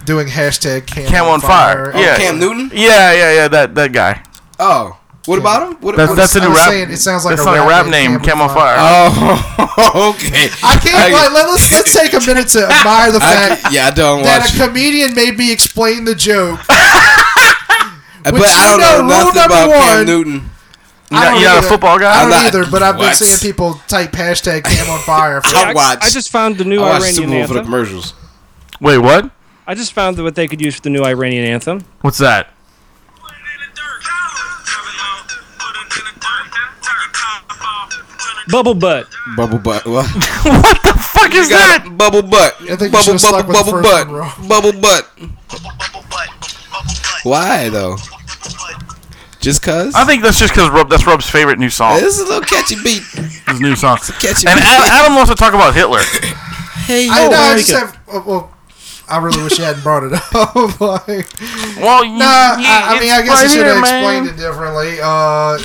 [SPEAKER 4] doing hashtag Cam,
[SPEAKER 2] Cam on fire.
[SPEAKER 4] Oh,
[SPEAKER 2] yeah.
[SPEAKER 3] Cam Newton.
[SPEAKER 2] Yeah, yeah, yeah. That that guy.
[SPEAKER 3] Oh, what about him? What
[SPEAKER 2] That's
[SPEAKER 3] what
[SPEAKER 2] that's
[SPEAKER 3] is-
[SPEAKER 2] a
[SPEAKER 4] Oh, I
[SPEAKER 2] new
[SPEAKER 4] was
[SPEAKER 2] rap.
[SPEAKER 4] saying, it sounds like
[SPEAKER 2] that's
[SPEAKER 4] a
[SPEAKER 2] not a
[SPEAKER 4] rap
[SPEAKER 2] rap
[SPEAKER 4] name,
[SPEAKER 2] name.
[SPEAKER 4] Cam
[SPEAKER 2] Cam
[SPEAKER 4] on
[SPEAKER 2] on fire.
[SPEAKER 3] Oh, okay.
[SPEAKER 4] I can't.
[SPEAKER 3] I-
[SPEAKER 4] like, let, us let's take a minute to admire the
[SPEAKER 3] I
[SPEAKER 4] fact
[SPEAKER 3] can- yeah, I don't
[SPEAKER 4] that
[SPEAKER 3] watch.
[SPEAKER 4] a comedian made me explain the joke.
[SPEAKER 3] but
[SPEAKER 4] which
[SPEAKER 3] I don't
[SPEAKER 4] you know,
[SPEAKER 3] know,
[SPEAKER 4] rule
[SPEAKER 3] nothing
[SPEAKER 4] number
[SPEAKER 3] about
[SPEAKER 4] one-
[SPEAKER 3] Cam Newton.
[SPEAKER 2] You not,
[SPEAKER 4] I don't
[SPEAKER 2] you not
[SPEAKER 4] either.
[SPEAKER 2] a football
[SPEAKER 4] I
[SPEAKER 2] guy?
[SPEAKER 4] don't
[SPEAKER 3] I'm not-
[SPEAKER 4] either, but I've been
[SPEAKER 3] What?
[SPEAKER 4] seeing people type hashtag Cam on Fire. For,
[SPEAKER 3] I
[SPEAKER 5] Yeah,
[SPEAKER 3] watched-
[SPEAKER 5] I just found the new
[SPEAKER 3] I watched Super
[SPEAKER 5] Iranian
[SPEAKER 3] Bowl for the
[SPEAKER 5] anthem.
[SPEAKER 3] commercials.
[SPEAKER 2] Wait, what?
[SPEAKER 5] I just found what they could use for the new Iranian anthem.
[SPEAKER 2] What's that?
[SPEAKER 6] Put it in the dirt. Take a top off. Turn a
[SPEAKER 5] Bubble butt.
[SPEAKER 3] Bubble butt. Well,
[SPEAKER 2] what the fuck is that?
[SPEAKER 3] got it. bubble butt.
[SPEAKER 4] I think you
[SPEAKER 3] bubble
[SPEAKER 4] should've stuck
[SPEAKER 3] bubble
[SPEAKER 4] with the
[SPEAKER 3] bubble
[SPEAKER 4] first
[SPEAKER 3] butt.
[SPEAKER 4] one,
[SPEAKER 3] Bubble butt. Why though? Just cause?
[SPEAKER 2] I think that's just because Rub, that's Rub's favorite new song.
[SPEAKER 3] This is a little catchy beat.
[SPEAKER 2] His new song.
[SPEAKER 3] catchy
[SPEAKER 2] And
[SPEAKER 3] beat.
[SPEAKER 2] Ad- Adam wants to talk about Hitler.
[SPEAKER 3] Hey,
[SPEAKER 4] I,
[SPEAKER 3] yo,
[SPEAKER 4] no, I
[SPEAKER 3] Monica.
[SPEAKER 4] just have. oh, well, I really wish you hadn't brought it up. like,
[SPEAKER 2] Well, you,
[SPEAKER 4] nah,
[SPEAKER 2] you-
[SPEAKER 4] I, I
[SPEAKER 2] Mm, it's
[SPEAKER 4] mean, I guess
[SPEAKER 2] right
[SPEAKER 4] you should have
[SPEAKER 2] here, man.
[SPEAKER 4] explained it differently. Uh,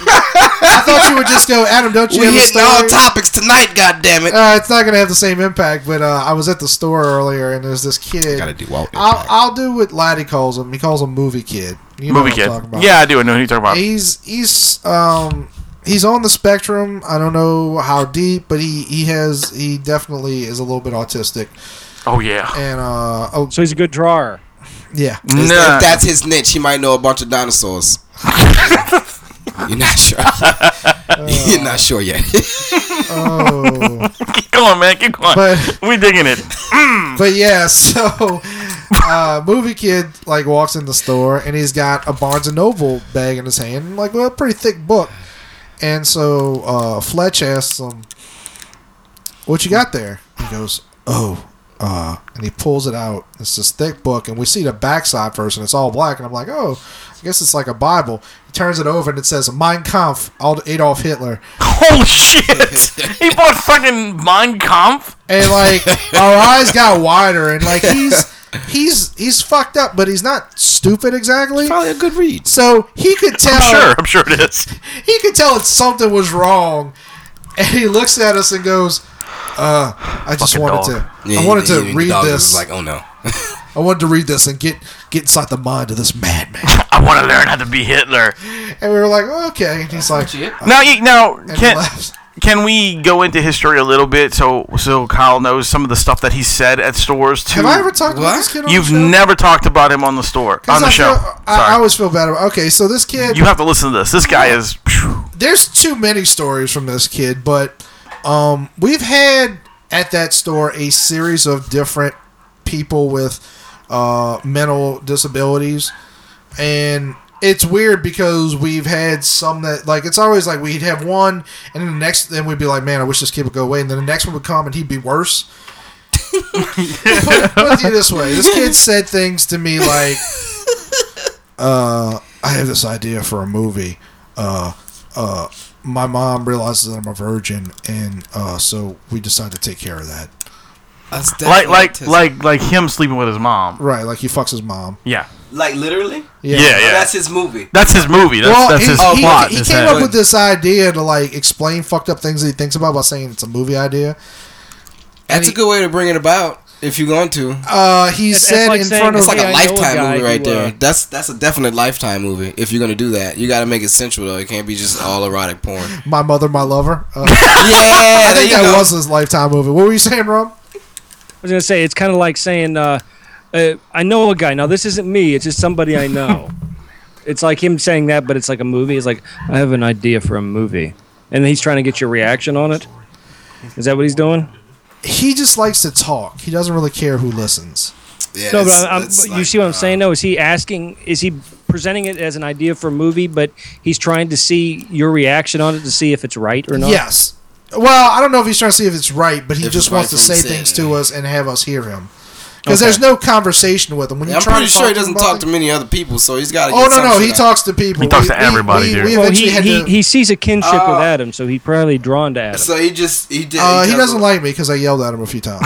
[SPEAKER 4] I thought you would just go, Adam. Don't you
[SPEAKER 3] we
[SPEAKER 4] have a
[SPEAKER 3] hitting all
[SPEAKER 4] story?"
[SPEAKER 3] topics tonight. goddammit. it.
[SPEAKER 4] Uh, it's not gonna have the same impact, but uh, I was at the store earlier and there's this kid.
[SPEAKER 3] Gotta do all
[SPEAKER 4] I'll,
[SPEAKER 3] impact.
[SPEAKER 4] I'll do what Laddie calls him. He calls him movie kid. You know
[SPEAKER 2] Movie
[SPEAKER 4] what I'm
[SPEAKER 2] kid.
[SPEAKER 4] talking about.
[SPEAKER 2] Yeah, I do. I know who you're talking about.
[SPEAKER 4] he's he's um he's on the spectrum. I don't know how deep, but he he has he definitely is a little bit autistic.
[SPEAKER 2] Oh yeah.
[SPEAKER 4] And uh oh
[SPEAKER 5] So he's a good drawer.
[SPEAKER 4] yeah,
[SPEAKER 3] If-
[SPEAKER 2] Nah.
[SPEAKER 3] If that's his niche, he might know a bunch of dinosaurs. You're not sure. You're not sure yet.
[SPEAKER 4] oh
[SPEAKER 2] Keep going, man. Keep going.
[SPEAKER 4] But-
[SPEAKER 2] we digging it.
[SPEAKER 4] but yeah. So uh movie kid like walks in the store and he's got a Barnes and Noble bag in his hand, like well, a pretty thick book. And so uh, Fletch asks him, "What you got there?" He goes, "Oh." Uh, and he pulls it out. It's this thick book, and we see the backside first, and it's all black. And I'm like, "Oh, I guess it's like a Bible." He turns it over, and it says "Mein Kampf," Ad- Adolf Hitler.
[SPEAKER 2] Holy shit! he bought fucking Mein Kampf.
[SPEAKER 4] and like our eyes got wider and like he's he's he's fucked up but he's not stupid exactly
[SPEAKER 3] Probably a good read.
[SPEAKER 4] so he could tell
[SPEAKER 2] I'm sure. I'm sure it is.
[SPEAKER 4] he could tell that something was wrong and he looks at us and goes uh i just
[SPEAKER 2] Fucking
[SPEAKER 4] wanted
[SPEAKER 2] dog.
[SPEAKER 4] to i wanted to
[SPEAKER 3] the
[SPEAKER 4] read
[SPEAKER 3] dog was
[SPEAKER 4] this
[SPEAKER 3] Like, oh no.
[SPEAKER 4] i wanted to read this and get get inside the mind of this madman
[SPEAKER 2] I want to learn how to be Hitler.
[SPEAKER 4] and we were like okay and he's like and
[SPEAKER 2] Uh, Now, you, now,
[SPEAKER 4] he
[SPEAKER 2] can
[SPEAKER 4] laughs.
[SPEAKER 2] can we go into history a little bit so so Kyle knows some of the stuff that he said at stores too?
[SPEAKER 4] have i ever talked about
[SPEAKER 3] What?
[SPEAKER 4] this kid on the
[SPEAKER 2] You've
[SPEAKER 4] show?
[SPEAKER 2] never talked about him on the store on
[SPEAKER 4] 'Cause
[SPEAKER 2] the
[SPEAKER 4] I
[SPEAKER 2] show.
[SPEAKER 4] feel- I, I
[SPEAKER 2] Sorry.
[SPEAKER 4] always feel bad about okay so this kid
[SPEAKER 2] you have to listen to this. This guy is.
[SPEAKER 4] there's too many stories from this kid, but um, we've had at that store a series of different people with uh, mental disabilities, and it's weird because we've had some that like it's always like we'd have one, and then the next, then we'd be like, man, I wish this kid would go away, and then the next one would come and he'd be worse. put, put it this way, this kid said things to me like, uh, "I have this idea for a movie." Uh, uh, my mom realizes that I'm a virgin, and uh, so we decide to take care of that.
[SPEAKER 3] That's
[SPEAKER 2] like
[SPEAKER 3] definitely
[SPEAKER 2] like
[SPEAKER 3] autism.
[SPEAKER 2] like like him sleeping with his mom.
[SPEAKER 4] Right, like he fucks his mom.
[SPEAKER 2] Yeah,
[SPEAKER 3] like literally. Oh,
[SPEAKER 2] yeah, yeah. That's,
[SPEAKER 3] That's his movie.
[SPEAKER 2] his movie. That's,
[SPEAKER 4] Well,
[SPEAKER 2] that's
[SPEAKER 4] he,
[SPEAKER 2] his
[SPEAKER 4] he-
[SPEAKER 2] plot.
[SPEAKER 4] he
[SPEAKER 2] His
[SPEAKER 4] came
[SPEAKER 2] head.
[SPEAKER 4] up with this idea to like explain fucked up things that he thinks about by saying it's a movie idea.
[SPEAKER 3] That's a good way to bring it about if you're going to.
[SPEAKER 4] Uh, he
[SPEAKER 5] That's- that's
[SPEAKER 4] said
[SPEAKER 5] like
[SPEAKER 4] in
[SPEAKER 5] saying
[SPEAKER 4] front of
[SPEAKER 3] It's like
[SPEAKER 5] Yeah,
[SPEAKER 3] a
[SPEAKER 5] I know a
[SPEAKER 3] lifetime
[SPEAKER 5] guy
[SPEAKER 3] movie
[SPEAKER 5] who,
[SPEAKER 3] right there.
[SPEAKER 5] uh,
[SPEAKER 3] That's that's a definite lifetime movie. If you're gonna do that, you gotta make it sensual though. It can't be just all erotic porn.
[SPEAKER 4] my mother, my lover. Uh,
[SPEAKER 3] yeah,
[SPEAKER 4] I
[SPEAKER 3] there
[SPEAKER 4] think
[SPEAKER 3] you
[SPEAKER 4] that
[SPEAKER 3] go.
[SPEAKER 4] was his lifetime movie. What were you saying, Rob?
[SPEAKER 5] I was gonna say it's kind of like saying, uh, uh, "I know a guy." Now this isn't me; it's just somebody I know. it's like him saying that, but it's like a movie. It's like I have an idea for a movie, and he's trying to get your reaction on it. Is that what he's doing?
[SPEAKER 4] He just likes to talk. He doesn't really care who listens.
[SPEAKER 3] Yeah,
[SPEAKER 5] No, but
[SPEAKER 3] it's-
[SPEAKER 5] i I'm-
[SPEAKER 3] it's
[SPEAKER 5] you
[SPEAKER 3] like,
[SPEAKER 5] see what I'm
[SPEAKER 3] uh,
[SPEAKER 5] saying? though? is he asking? Is he presenting it as an idea for a movie, but he's trying to see your reaction on it to see if it's right or not?
[SPEAKER 4] Yes. Well, I don't know if he's trying to see if it's right, but he
[SPEAKER 3] If
[SPEAKER 4] just
[SPEAKER 3] it's right
[SPEAKER 4] wants to
[SPEAKER 3] from
[SPEAKER 4] say
[SPEAKER 3] the set,
[SPEAKER 4] things
[SPEAKER 3] yeah.
[SPEAKER 4] to us and have us hear him. Because there's no conversation with him. When you
[SPEAKER 3] Yeah, I'm
[SPEAKER 4] try
[SPEAKER 3] pretty
[SPEAKER 4] to talk
[SPEAKER 3] sure he
[SPEAKER 4] to
[SPEAKER 3] doesn't
[SPEAKER 4] him
[SPEAKER 3] talk
[SPEAKER 4] about
[SPEAKER 3] to many other people, so he's got to.
[SPEAKER 4] Oh no, no, he talks to people.
[SPEAKER 2] He talks to everybody,
[SPEAKER 4] we,
[SPEAKER 2] dude.
[SPEAKER 4] We
[SPEAKER 5] Well,
[SPEAKER 4] eventually
[SPEAKER 5] Oh, he,
[SPEAKER 4] had
[SPEAKER 5] he,
[SPEAKER 4] to.
[SPEAKER 5] he sees a kinship with Adam, so he probably drawn to Adam.
[SPEAKER 3] So he just he did.
[SPEAKER 4] uh, he doesn't like me because I yelled at him a few times.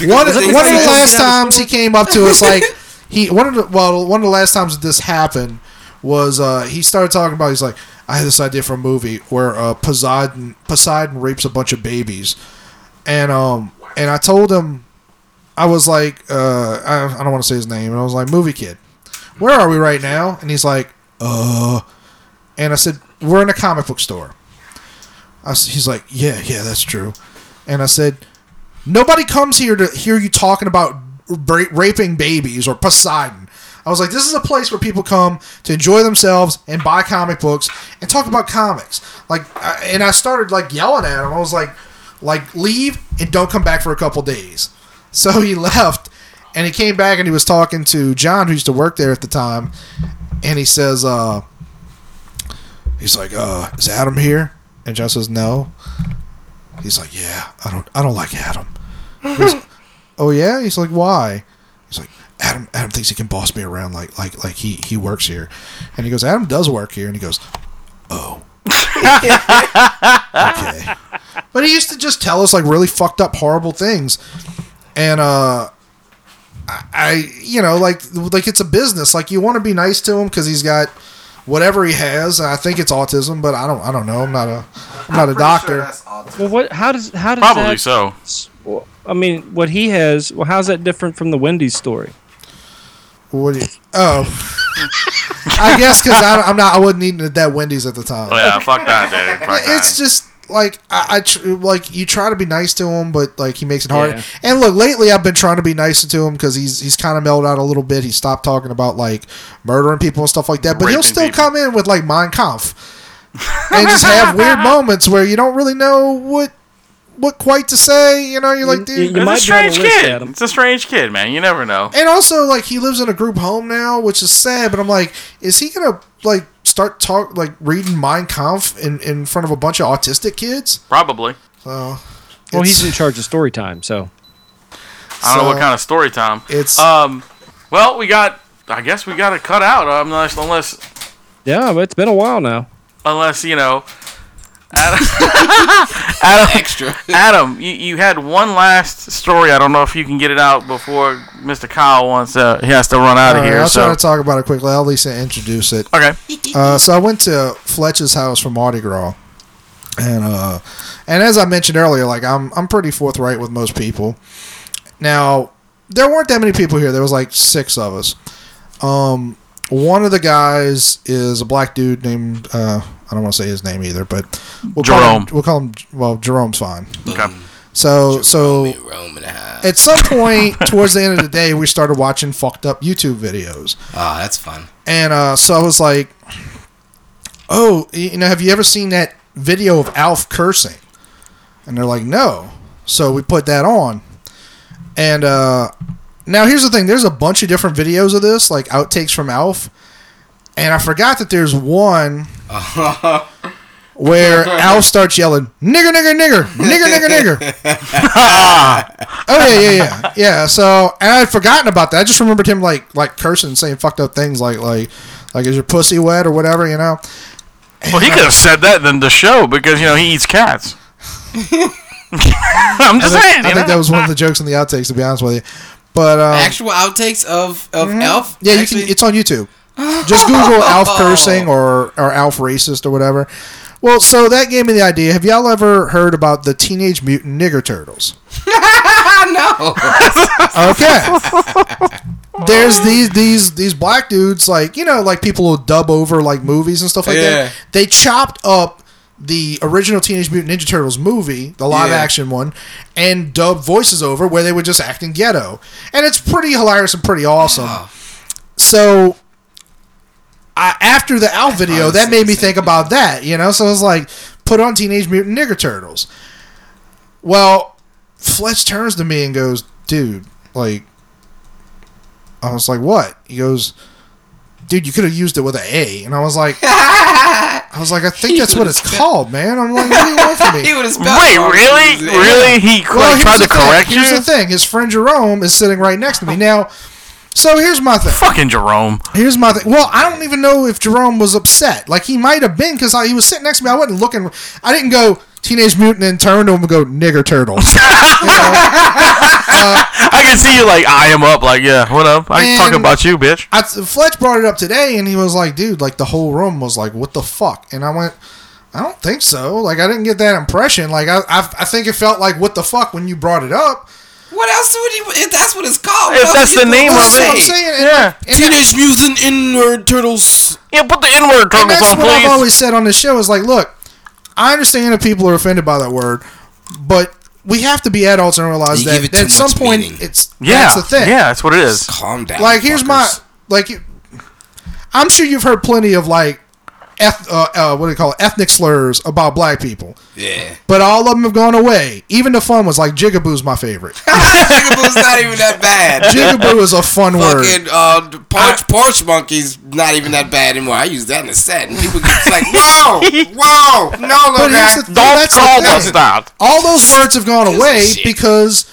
[SPEAKER 4] one, one of the last times he came up to us, like he one of the well, one of the last times that this happened was uh, he started talking about. He's like, I had this idea for a movie where uh, Poseidon Poseidon rapes a bunch of babies, and um, and I told him, I was like, uh, I, I don't want to say his name, and I was like, movie kid, where are we right now? And he's like, uh, and I said, we're in a comic book store. I s he's like, yeah, yeah, that's true. And I said, nobody comes here to hear you talking about ra- raping babies or Poseidon. I was like, this is a place where people come to enjoy themselves and buy comic books and talk about comics. Like, I, and I started like yelling at him. I was like, like leave and don't come back for a couple days. So he left, and he came back and he was talking to John, who used to work there at the time, and he says, uh, he's like, uh, is Adam here? And John says, no. He's like, yeah, I don't, I don't like Adam. He's, oh yeah, he's like, why? He's like, Adam, Adam thinks he can boss me around like, like, like he he works here, and he goes, Adam does work here, and he goes, oh, okay. But he used to just tell us like really fucked up, horrible things, and uh. I you know like like it's a business. Like you want to be nice to him because he's got whatever he has. I think it's autism, but I don't I don't know. I'm not a I'm not a doctor.
[SPEAKER 5] Well, what? How does how does
[SPEAKER 2] Probably
[SPEAKER 5] that,
[SPEAKER 2] so.
[SPEAKER 5] Well, I mean, what he has. Well, how's that different from the Wendy's story?
[SPEAKER 4] What do you, oh, I guess because I'm not I wasn't eating at that Wendy's at the time.
[SPEAKER 2] Oh, yeah, fuck that, dude. Fuck
[SPEAKER 4] It's
[SPEAKER 2] that.
[SPEAKER 4] just like I, I tr- like you try to be nice to him, but like he makes it hard.
[SPEAKER 5] Yeah.
[SPEAKER 4] And look, lately I've been trying to be nicer to him because he's he's kind of mellowed out a little bit. He stopped talking about like murdering people and stuff like that, but he'll
[SPEAKER 2] Raping
[SPEAKER 4] still
[SPEAKER 2] people.
[SPEAKER 4] come in with like Mein Kampf and just have weird moments where you don't really know what what quite to say. You know, you're like,
[SPEAKER 5] You-
[SPEAKER 4] dude.
[SPEAKER 5] you
[SPEAKER 2] It's
[SPEAKER 5] might
[SPEAKER 2] a
[SPEAKER 5] be on the
[SPEAKER 2] strange
[SPEAKER 5] list,
[SPEAKER 2] kid.
[SPEAKER 5] Adam.
[SPEAKER 2] It's a strange kid, man. You never know.
[SPEAKER 4] and also like he lives in a group home now, which is sad. But I'm like, is he gonna like start talk like reading Mein Kampf in in front of a bunch of autistic kids?
[SPEAKER 2] Probably.
[SPEAKER 4] So.
[SPEAKER 5] Well,
[SPEAKER 4] it's-
[SPEAKER 5] he's in charge of story time, so
[SPEAKER 2] I don't know
[SPEAKER 4] So-
[SPEAKER 2] what kind of story time.
[SPEAKER 4] It's-
[SPEAKER 2] um. Well, we got. I guess we got to cut out um, unless unless
[SPEAKER 5] yeah. But it's been a while now.
[SPEAKER 2] unless you know.
[SPEAKER 3] Extra.
[SPEAKER 2] Adam, you, you had one last story. I don't know if you can get it out before Mr. Kyle wants uh, he has to run out of
[SPEAKER 4] All right,
[SPEAKER 2] here.
[SPEAKER 4] I'll
[SPEAKER 2] So
[SPEAKER 4] try to talk about it quickly. I'll at least introduce it.
[SPEAKER 2] okay,
[SPEAKER 4] Uh, so I went to Fletch's house for Mardi Gras, and uh, and as I mentioned earlier, like I'm I'm pretty forthright with most people. Now there weren't that many people here. There was like six of us. Um, one of the guys is a black dude named uh, I don't want to say his name either, but we'll Call him,
[SPEAKER 2] Jerome.
[SPEAKER 4] we'll call him well Jerome's fine.
[SPEAKER 2] okay.
[SPEAKER 4] So
[SPEAKER 3] Oh.
[SPEAKER 4] so
[SPEAKER 3] Roman high.
[SPEAKER 4] at some point towards the end of the day, we started watching fucked up YouTube videos.
[SPEAKER 3] Ah, that's fun.
[SPEAKER 4] And uh, so I was like, "Oh, you know, have you ever seen that video of Alf cursing?" And they're like, "No." So we put that on. And uh, now here's the thing: there's a bunch of different videos of this, like outtakes from Alf. And I forgot that there's one where Alf starts yelling, "Nigger, nigger, nigger, nigger, nigger, nigger." Oh yeah, yeah, yeah, yeah. So and I had forgotten about that. I just remembered him like like cursing, saying fucked up things like like like is your pussy wet or whatever, you know.
[SPEAKER 2] Well, he could have said that than the show because you know he eats cats. I'm just saying.
[SPEAKER 4] I
[SPEAKER 2] you
[SPEAKER 4] think
[SPEAKER 2] know?
[SPEAKER 4] that was one of the jokes in the outtakes, to be honest with you. But um,
[SPEAKER 3] Actual outtakes of of Elf.
[SPEAKER 4] yeah, you
[SPEAKER 3] Actually,
[SPEAKER 4] can, it's on YouTube. Just Google Alf cursing or or Alf racist or whatever. Well, so that gave me the idea. Have y'all ever heard about the Teenage Mutant Nigger Turtles? no. okay. There's these these these black dudes like you know like people will dub over like movies and stuff like
[SPEAKER 3] Yeah.
[SPEAKER 4] that. They chopped up the original Teenage Mutant Ninja Turtles movie, the live
[SPEAKER 3] Yeah.
[SPEAKER 4] action one, and dubbed voices over where they were just acting ghetto, and it's pretty hilarious and pretty awesome. So I, after the Alf video, that made me think about that, you know? So I was like, put on Teenage Mutant Nigger Turtles. Well, Fletch turns to me and goes, dude, like, I was like, what? He goes, dude, you could have used it with an A. And I was like, I was like, I think that's what it's called, man. I'm like, what do you want from
[SPEAKER 3] he
[SPEAKER 4] me?
[SPEAKER 3] would have spelled.
[SPEAKER 2] Wait,
[SPEAKER 3] it wrong.
[SPEAKER 2] really?
[SPEAKER 3] Yeah.
[SPEAKER 2] Really? He qu-
[SPEAKER 4] Well,
[SPEAKER 2] tried
[SPEAKER 4] here's
[SPEAKER 2] to
[SPEAKER 4] the thing-
[SPEAKER 2] correct
[SPEAKER 4] Here's
[SPEAKER 2] you.
[SPEAKER 4] the thing. His friend Jerome is sitting right next to me. Now, so here's my thing.
[SPEAKER 2] Fucking Jerome.
[SPEAKER 4] Here's my thing. Well, I don't even know if Jerome was upset. Like he might have been because he was sitting next to me. I wasn't looking. I didn't go teenage mutant and turn to him and go nigger turtle.
[SPEAKER 2] I can see you like I am up. Like yeah, what up? I can talk
[SPEAKER 4] And-
[SPEAKER 2] about you, bitch.
[SPEAKER 4] I, Fletch brought it up today, and he was like, "Dude, like the whole room was like, what the fuck?" And I went, "I don't think so. Like I didn't get that impression. Like I, I, I think it felt like what the fuck when you brought it up.
[SPEAKER 3] What else would you? If that's what it's called.
[SPEAKER 2] If
[SPEAKER 3] what else
[SPEAKER 2] that's
[SPEAKER 3] you
[SPEAKER 2] the
[SPEAKER 3] gonna
[SPEAKER 2] name
[SPEAKER 3] say?
[SPEAKER 2] of
[SPEAKER 4] That's what I'm
[SPEAKER 2] it.
[SPEAKER 4] saying. And,
[SPEAKER 2] Yeah.
[SPEAKER 4] and-
[SPEAKER 3] Teenage Mutant Inward Turtles.
[SPEAKER 2] Yeah, put the N word
[SPEAKER 4] And
[SPEAKER 2] turtles
[SPEAKER 4] that's
[SPEAKER 2] on,
[SPEAKER 4] what I've
[SPEAKER 2] please.
[SPEAKER 4] always said on this show is like, look, I understand that people are offended by that word, but we have to be adults and realize
[SPEAKER 3] You
[SPEAKER 4] that
[SPEAKER 3] give it
[SPEAKER 4] at
[SPEAKER 3] too
[SPEAKER 4] some
[SPEAKER 3] much
[SPEAKER 4] point
[SPEAKER 3] meaning.
[SPEAKER 4] it's
[SPEAKER 2] Yeah,
[SPEAKER 4] that's the thing.
[SPEAKER 2] yeah, that's what it is.
[SPEAKER 3] Calm down.
[SPEAKER 4] Like here's my
[SPEAKER 3] fuckers.
[SPEAKER 4] like you- I'm sure you've heard plenty of like eth- uh, uh, what do you call it? Ethnic slurs about black people.
[SPEAKER 3] Yeah.
[SPEAKER 4] But all of them have gone away. Even the fun ones, like Jigaboo's my favorite.
[SPEAKER 3] Jigaboo's not even that bad.
[SPEAKER 4] Jigaboo is a fun word.
[SPEAKER 3] Fucking uh, porch, porch monkey's not even that bad anymore. I use that in a set, and people get like, "Whoa, whoa, no, no,
[SPEAKER 4] But here's
[SPEAKER 3] guy."
[SPEAKER 4] the-
[SPEAKER 2] Don't
[SPEAKER 4] that's the
[SPEAKER 2] call
[SPEAKER 4] thing.
[SPEAKER 2] us that.
[SPEAKER 4] All those words have gone away
[SPEAKER 3] shit.
[SPEAKER 4] because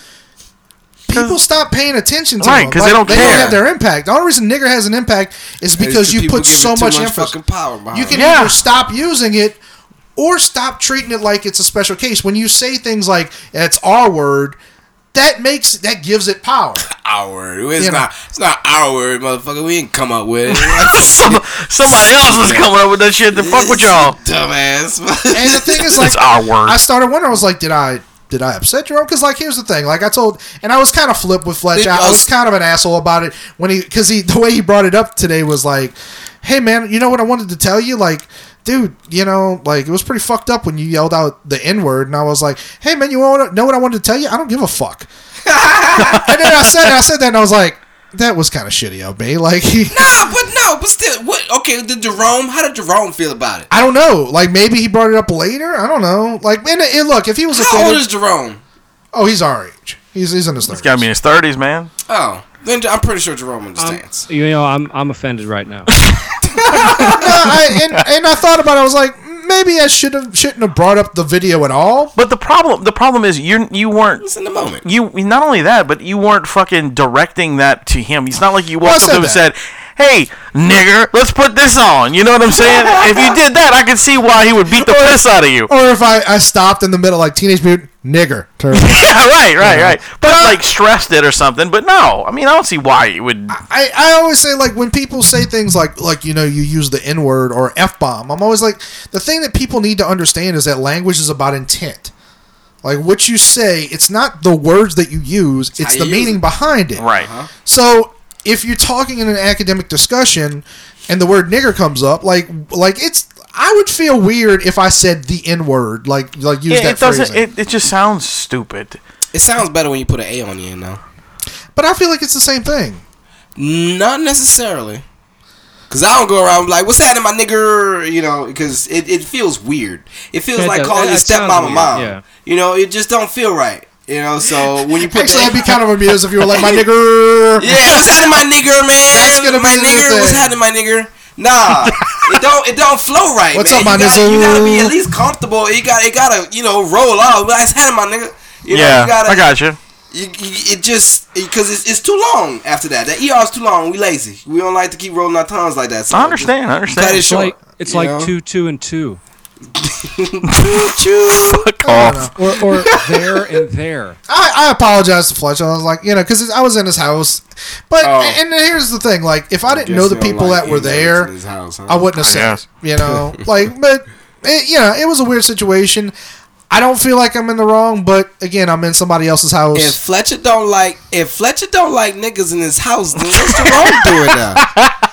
[SPEAKER 4] people stop paying attention to
[SPEAKER 2] Right,
[SPEAKER 4] them.
[SPEAKER 2] 'cause they don't
[SPEAKER 4] they
[SPEAKER 2] care.
[SPEAKER 4] don't have their impact. The only reason nigger has an impact is because you
[SPEAKER 3] people
[SPEAKER 4] put
[SPEAKER 3] give it
[SPEAKER 4] so
[SPEAKER 3] too
[SPEAKER 4] much, emphasis.
[SPEAKER 3] fucking power behind
[SPEAKER 4] You can
[SPEAKER 3] it.
[SPEAKER 2] Yeah.
[SPEAKER 4] either stop using it or stop treating it like it's a special case. When you say things like "that's our word," that makes that gives it power.
[SPEAKER 3] our word. It's
[SPEAKER 4] You know.
[SPEAKER 3] not, it's not our word, motherfucker. We didn't come up with it.
[SPEAKER 2] Some- Somebody else is coming up with that shit. The fuck with y'all.
[SPEAKER 3] dumbass.
[SPEAKER 4] And the thing is, like,
[SPEAKER 2] It's our word.
[SPEAKER 4] I started wondering. I was like, did I? Did I upset Jerome? Because like, here's the thing. Like I told, and I was kind of flip with Fletch.
[SPEAKER 3] Did
[SPEAKER 4] I,
[SPEAKER 3] y'all-
[SPEAKER 4] I was kind of an asshole about it when he, because he, the way he brought it up today was like, "Hey man, you know what I wanted to tell you? Like, dude, you know, like it was pretty fucked up when you yelled out the n word." And I was like, "Hey man, you wanna know what I wanted to tell you? I don't give a fuck." and then I said, I said that, and I was like, "That was kind of shitty of me." Like he.
[SPEAKER 3] nah, but no, but still, what? Okay, did Jerome? How did Jerome feel about it?
[SPEAKER 4] I don't know. Like maybe he brought it up later. I don't know. Like man, and look, if he was
[SPEAKER 3] How
[SPEAKER 4] offended,
[SPEAKER 3] old is Jerome?
[SPEAKER 4] Oh, he's our age. He's he's in his thirties.
[SPEAKER 2] It's gotta be in his thirties, man.
[SPEAKER 3] Oh, then I'm pretty sure Jerome understands.
[SPEAKER 5] You know, I'm I'm offended right now.
[SPEAKER 4] I, and, and I thought about. it. I was like, maybe I should have shouldn't have brought up the video at all.
[SPEAKER 2] But the problem, the problem is you you weren't.
[SPEAKER 3] it's in the moment.
[SPEAKER 2] You not only that, but you weren't fucking directing that to him. It's not like you
[SPEAKER 4] I
[SPEAKER 2] walked up to him and
[SPEAKER 4] said
[SPEAKER 2] said, "Hey, nigger, let's put this on." You know what I'm saying? if you did that, I could see why he would beat the piss out of you.
[SPEAKER 4] Or if I, I stopped in the middle like teenage mutant nigger. Turn.
[SPEAKER 2] Yeah, right, right, right. But like stressed it or something. But no, I mean I don't see why you would.
[SPEAKER 4] I, I always say like when people say things like like you know you use the n word or f bomb. I'm always like the thing that people need to understand is that language is about intent. Like what you say, it's not the words that you use; it's
[SPEAKER 3] you
[SPEAKER 4] the
[SPEAKER 3] use
[SPEAKER 4] meaning
[SPEAKER 3] it.
[SPEAKER 4] behind it.
[SPEAKER 2] Right.
[SPEAKER 4] So if you're talking in an academic discussion and the word nigger comes up, like like it's I would feel weird if I said the N word, like like use
[SPEAKER 2] It,
[SPEAKER 4] that
[SPEAKER 2] it doesn't.
[SPEAKER 4] phrasing.
[SPEAKER 2] It, it just sounds stupid.
[SPEAKER 3] It sounds better when you put an A on the end, though.
[SPEAKER 4] but I feel like it's the same thing.
[SPEAKER 3] Not necessarily. Cause I don't go around like, "What's happening, my nigger?" You know, because it, it feels weird. It feels
[SPEAKER 5] It
[SPEAKER 3] like
[SPEAKER 5] does.
[SPEAKER 3] calling
[SPEAKER 5] It-
[SPEAKER 3] your
[SPEAKER 5] it sounds
[SPEAKER 3] stepmom a
[SPEAKER 5] weird,
[SPEAKER 3] mom.
[SPEAKER 5] yeah.
[SPEAKER 3] You know, it just don't feel right. You know, so when you put
[SPEAKER 4] Actually,
[SPEAKER 3] that,
[SPEAKER 4] I'd be kind of amused if you were like my nigger.
[SPEAKER 3] yeah, what's happening, my nigger, man?
[SPEAKER 4] That's gonna
[SPEAKER 3] my
[SPEAKER 4] be the
[SPEAKER 3] nigger,
[SPEAKER 4] thing.
[SPEAKER 3] what's happening, my nigger? Nah, it don't it don't flow right.
[SPEAKER 4] What's
[SPEAKER 3] man.
[SPEAKER 4] up, my
[SPEAKER 3] you gotta, You gotta be
[SPEAKER 4] nizzle?
[SPEAKER 3] at least comfortable. You got it gotta you know roll out. What's happening, my nigger? You know,
[SPEAKER 2] yeah,
[SPEAKER 3] you gotta,
[SPEAKER 2] I got you.
[SPEAKER 3] you, you, it just because it's, it's too long after that. That ER is too long. We lazy. We don't like to keep rolling our tongues like that. So
[SPEAKER 2] I understand. I
[SPEAKER 3] just Cut it
[SPEAKER 2] understand.
[SPEAKER 5] It's
[SPEAKER 3] short.
[SPEAKER 5] like it's
[SPEAKER 3] you
[SPEAKER 5] like
[SPEAKER 3] know?
[SPEAKER 5] two, two, and two,
[SPEAKER 3] Choo.
[SPEAKER 2] Fuck off.
[SPEAKER 5] or or there and there.
[SPEAKER 4] I, I apologize to Fletcher. I was like, you know, because I was in his house. But
[SPEAKER 3] Oh.
[SPEAKER 4] and here's the thing, like if I didn't know the
[SPEAKER 3] Guess they
[SPEAKER 4] people
[SPEAKER 3] don't like
[SPEAKER 4] that were
[SPEAKER 3] inmates
[SPEAKER 4] there,
[SPEAKER 3] in his house, huh?
[SPEAKER 4] I wouldn't have said,
[SPEAKER 2] guess.
[SPEAKER 4] it, you know, like, but it, you know, it was a weird situation. I don't feel like I'm in the wrong, but again, I'm in somebody else's house.
[SPEAKER 3] If Fletcher don't like, if Fletcher don't like niggas in his house, then what's Jerome doing now?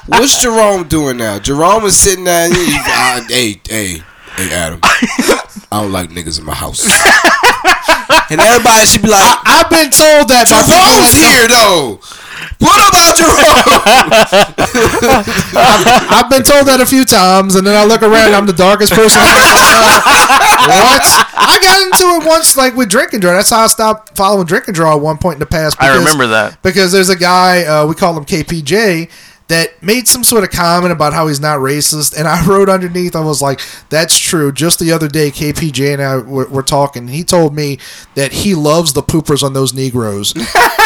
[SPEAKER 3] What's Jerome doing now? Jerome is sitting there. He, uh, hey, hey, hey, Adam. I don't like niggas in my house. and everybody should be like,
[SPEAKER 4] I've been told that by people
[SPEAKER 3] Jerome's here
[SPEAKER 4] that know-
[SPEAKER 3] though. What about Jerome?
[SPEAKER 4] I've been told that a few times, and then I look around, and I'm the darkest person. I'm like, what? I got into it once, like with Drink and Draw. That's how I stopped following Drink and Draw at one point in the past.
[SPEAKER 2] I remember that.
[SPEAKER 4] because there's a guy uh, we call him KPJ that made some sort of comment about how he's not racist, and I wrote underneath I was like, "That's true." Just the other day, KPJ and I were, were talking. and He told me that he loves the poopers on those Negroes.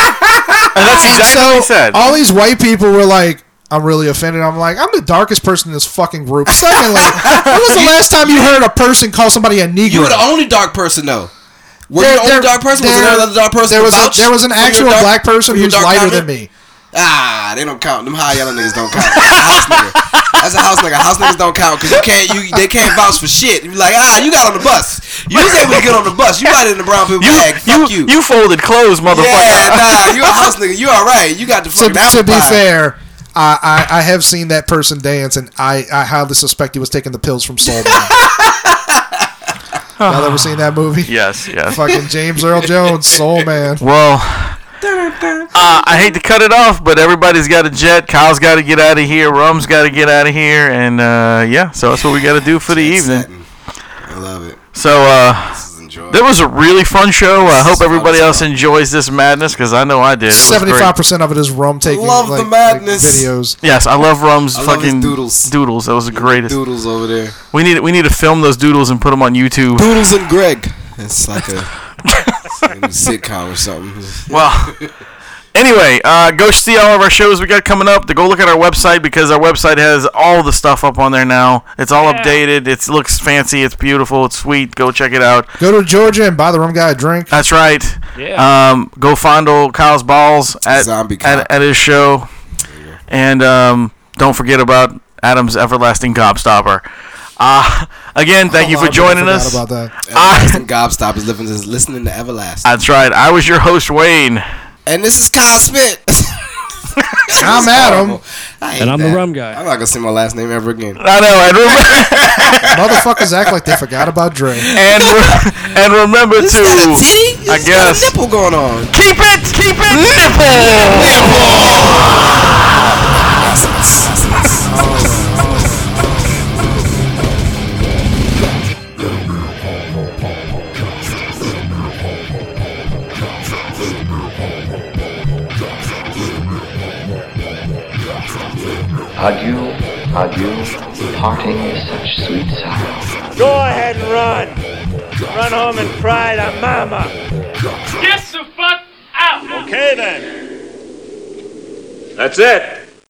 [SPEAKER 2] And that's exactly what he said.
[SPEAKER 4] All these white people were like, I'm really offended. I'm like, I'm the darkest person in this fucking group. Secondly, when was the last time you heard a person call somebody a Negro?
[SPEAKER 3] You were the only dark person though. Were
[SPEAKER 4] There-
[SPEAKER 3] you the only
[SPEAKER 4] there-
[SPEAKER 3] dark person? was there
[SPEAKER 4] there-
[SPEAKER 3] another dark person?
[SPEAKER 4] There
[SPEAKER 3] to
[SPEAKER 4] was,
[SPEAKER 3] vouch
[SPEAKER 4] a, there was an
[SPEAKER 3] for your
[SPEAKER 4] actual
[SPEAKER 3] dark-
[SPEAKER 4] black person
[SPEAKER 3] for your
[SPEAKER 4] who's
[SPEAKER 3] dark
[SPEAKER 4] lighter
[SPEAKER 3] comment?
[SPEAKER 4] than me.
[SPEAKER 3] Ah, they don't count. Them high yellow niggas don't count. That's a house nigga. That's a house nigga. House niggas don't count because you can't. You they can't vouch for shit. You be like, ah, you got on the bus. You was able to get on the bus. You right in the brown people
[SPEAKER 2] you,
[SPEAKER 3] bag.
[SPEAKER 2] you,
[SPEAKER 3] Fuck you.
[SPEAKER 2] you folded clothes, motherfucker.
[SPEAKER 3] yeah, nah, you a house nigga. You all right. You got the
[SPEAKER 4] To,
[SPEAKER 3] fucking apple
[SPEAKER 4] to be
[SPEAKER 3] pie.
[SPEAKER 4] fair, I, I, I have seen that person dance, and I, I highly suspect he was taking the pills from Soul. Y'all ever seen that movie?
[SPEAKER 2] Yes, yes.
[SPEAKER 4] Fucking James Earl Jones, Soul Man.
[SPEAKER 2] Well, Uh, I hate to cut it off, but everybody's got a jet. Kyle's got to get out of here. Rum's got to get out of here, and uh, yeah, so that's what we got to do for the evening.
[SPEAKER 3] Satin. I love it.
[SPEAKER 2] So uh,
[SPEAKER 3] This is enjoyable.
[SPEAKER 2] that was a really fun show. I hope
[SPEAKER 3] is
[SPEAKER 2] everybody
[SPEAKER 3] fun
[SPEAKER 2] else
[SPEAKER 3] stuff.
[SPEAKER 2] enjoys this madness because I know I did. It was great.
[SPEAKER 4] Seventy-five percent of it is rum taking.
[SPEAKER 3] Love the
[SPEAKER 4] like- like
[SPEAKER 3] madness.
[SPEAKER 4] videos.
[SPEAKER 2] Yes, I love Rum's
[SPEAKER 3] I love his
[SPEAKER 2] fucking
[SPEAKER 3] doodles.
[SPEAKER 2] Doodles, that was the greatest.
[SPEAKER 3] Doodles over there.
[SPEAKER 2] We need we need to film those doodles and put them on YouTube.
[SPEAKER 3] Doodles and Greg. It's like a, it's like a new sitcom or something.
[SPEAKER 2] Well, anyway, uh, go see all of our shows we got coming up. To go look at our website because our website has all the stuff up on there now. It's all updated. It looks fancy. It's beautiful. It's sweet. Go check it out.
[SPEAKER 4] Go to Georgia and buy the rum guy a drink.
[SPEAKER 2] That's right.
[SPEAKER 5] Yeah.
[SPEAKER 2] Um, go fondle Kyle's balls at
[SPEAKER 3] Zombie Kyle.
[SPEAKER 2] at, at his show, and um, don't forget about Adam's everlasting gobstopper. Uh, again, thank you
[SPEAKER 4] Oh,
[SPEAKER 2] for
[SPEAKER 4] I
[SPEAKER 2] joining
[SPEAKER 4] forgot
[SPEAKER 2] us.
[SPEAKER 4] About that.
[SPEAKER 3] Everlasting Gobstop is listening to, listening to Everlast.
[SPEAKER 2] That's right. I was your host, Wayne.
[SPEAKER 3] and this is Kyle Smith.
[SPEAKER 4] I'm Adam.
[SPEAKER 5] And I'm the rum guy.
[SPEAKER 3] I'm not going to say my last name ever again.
[SPEAKER 2] I know, and, rem-
[SPEAKER 4] Motherfuckers act like they forgot about Dre.
[SPEAKER 2] and, re- and remember
[SPEAKER 3] Is that a
[SPEAKER 2] to
[SPEAKER 3] titty? Is
[SPEAKER 2] I guess.
[SPEAKER 3] Got a nipple going on.
[SPEAKER 2] keep it, keep it nipple.
[SPEAKER 6] Adieu, adieu, parting is such sweet sorrow.
[SPEAKER 7] Go ahead and run. Run home and cry to mama. Get the fuck out. Okay then. That's it.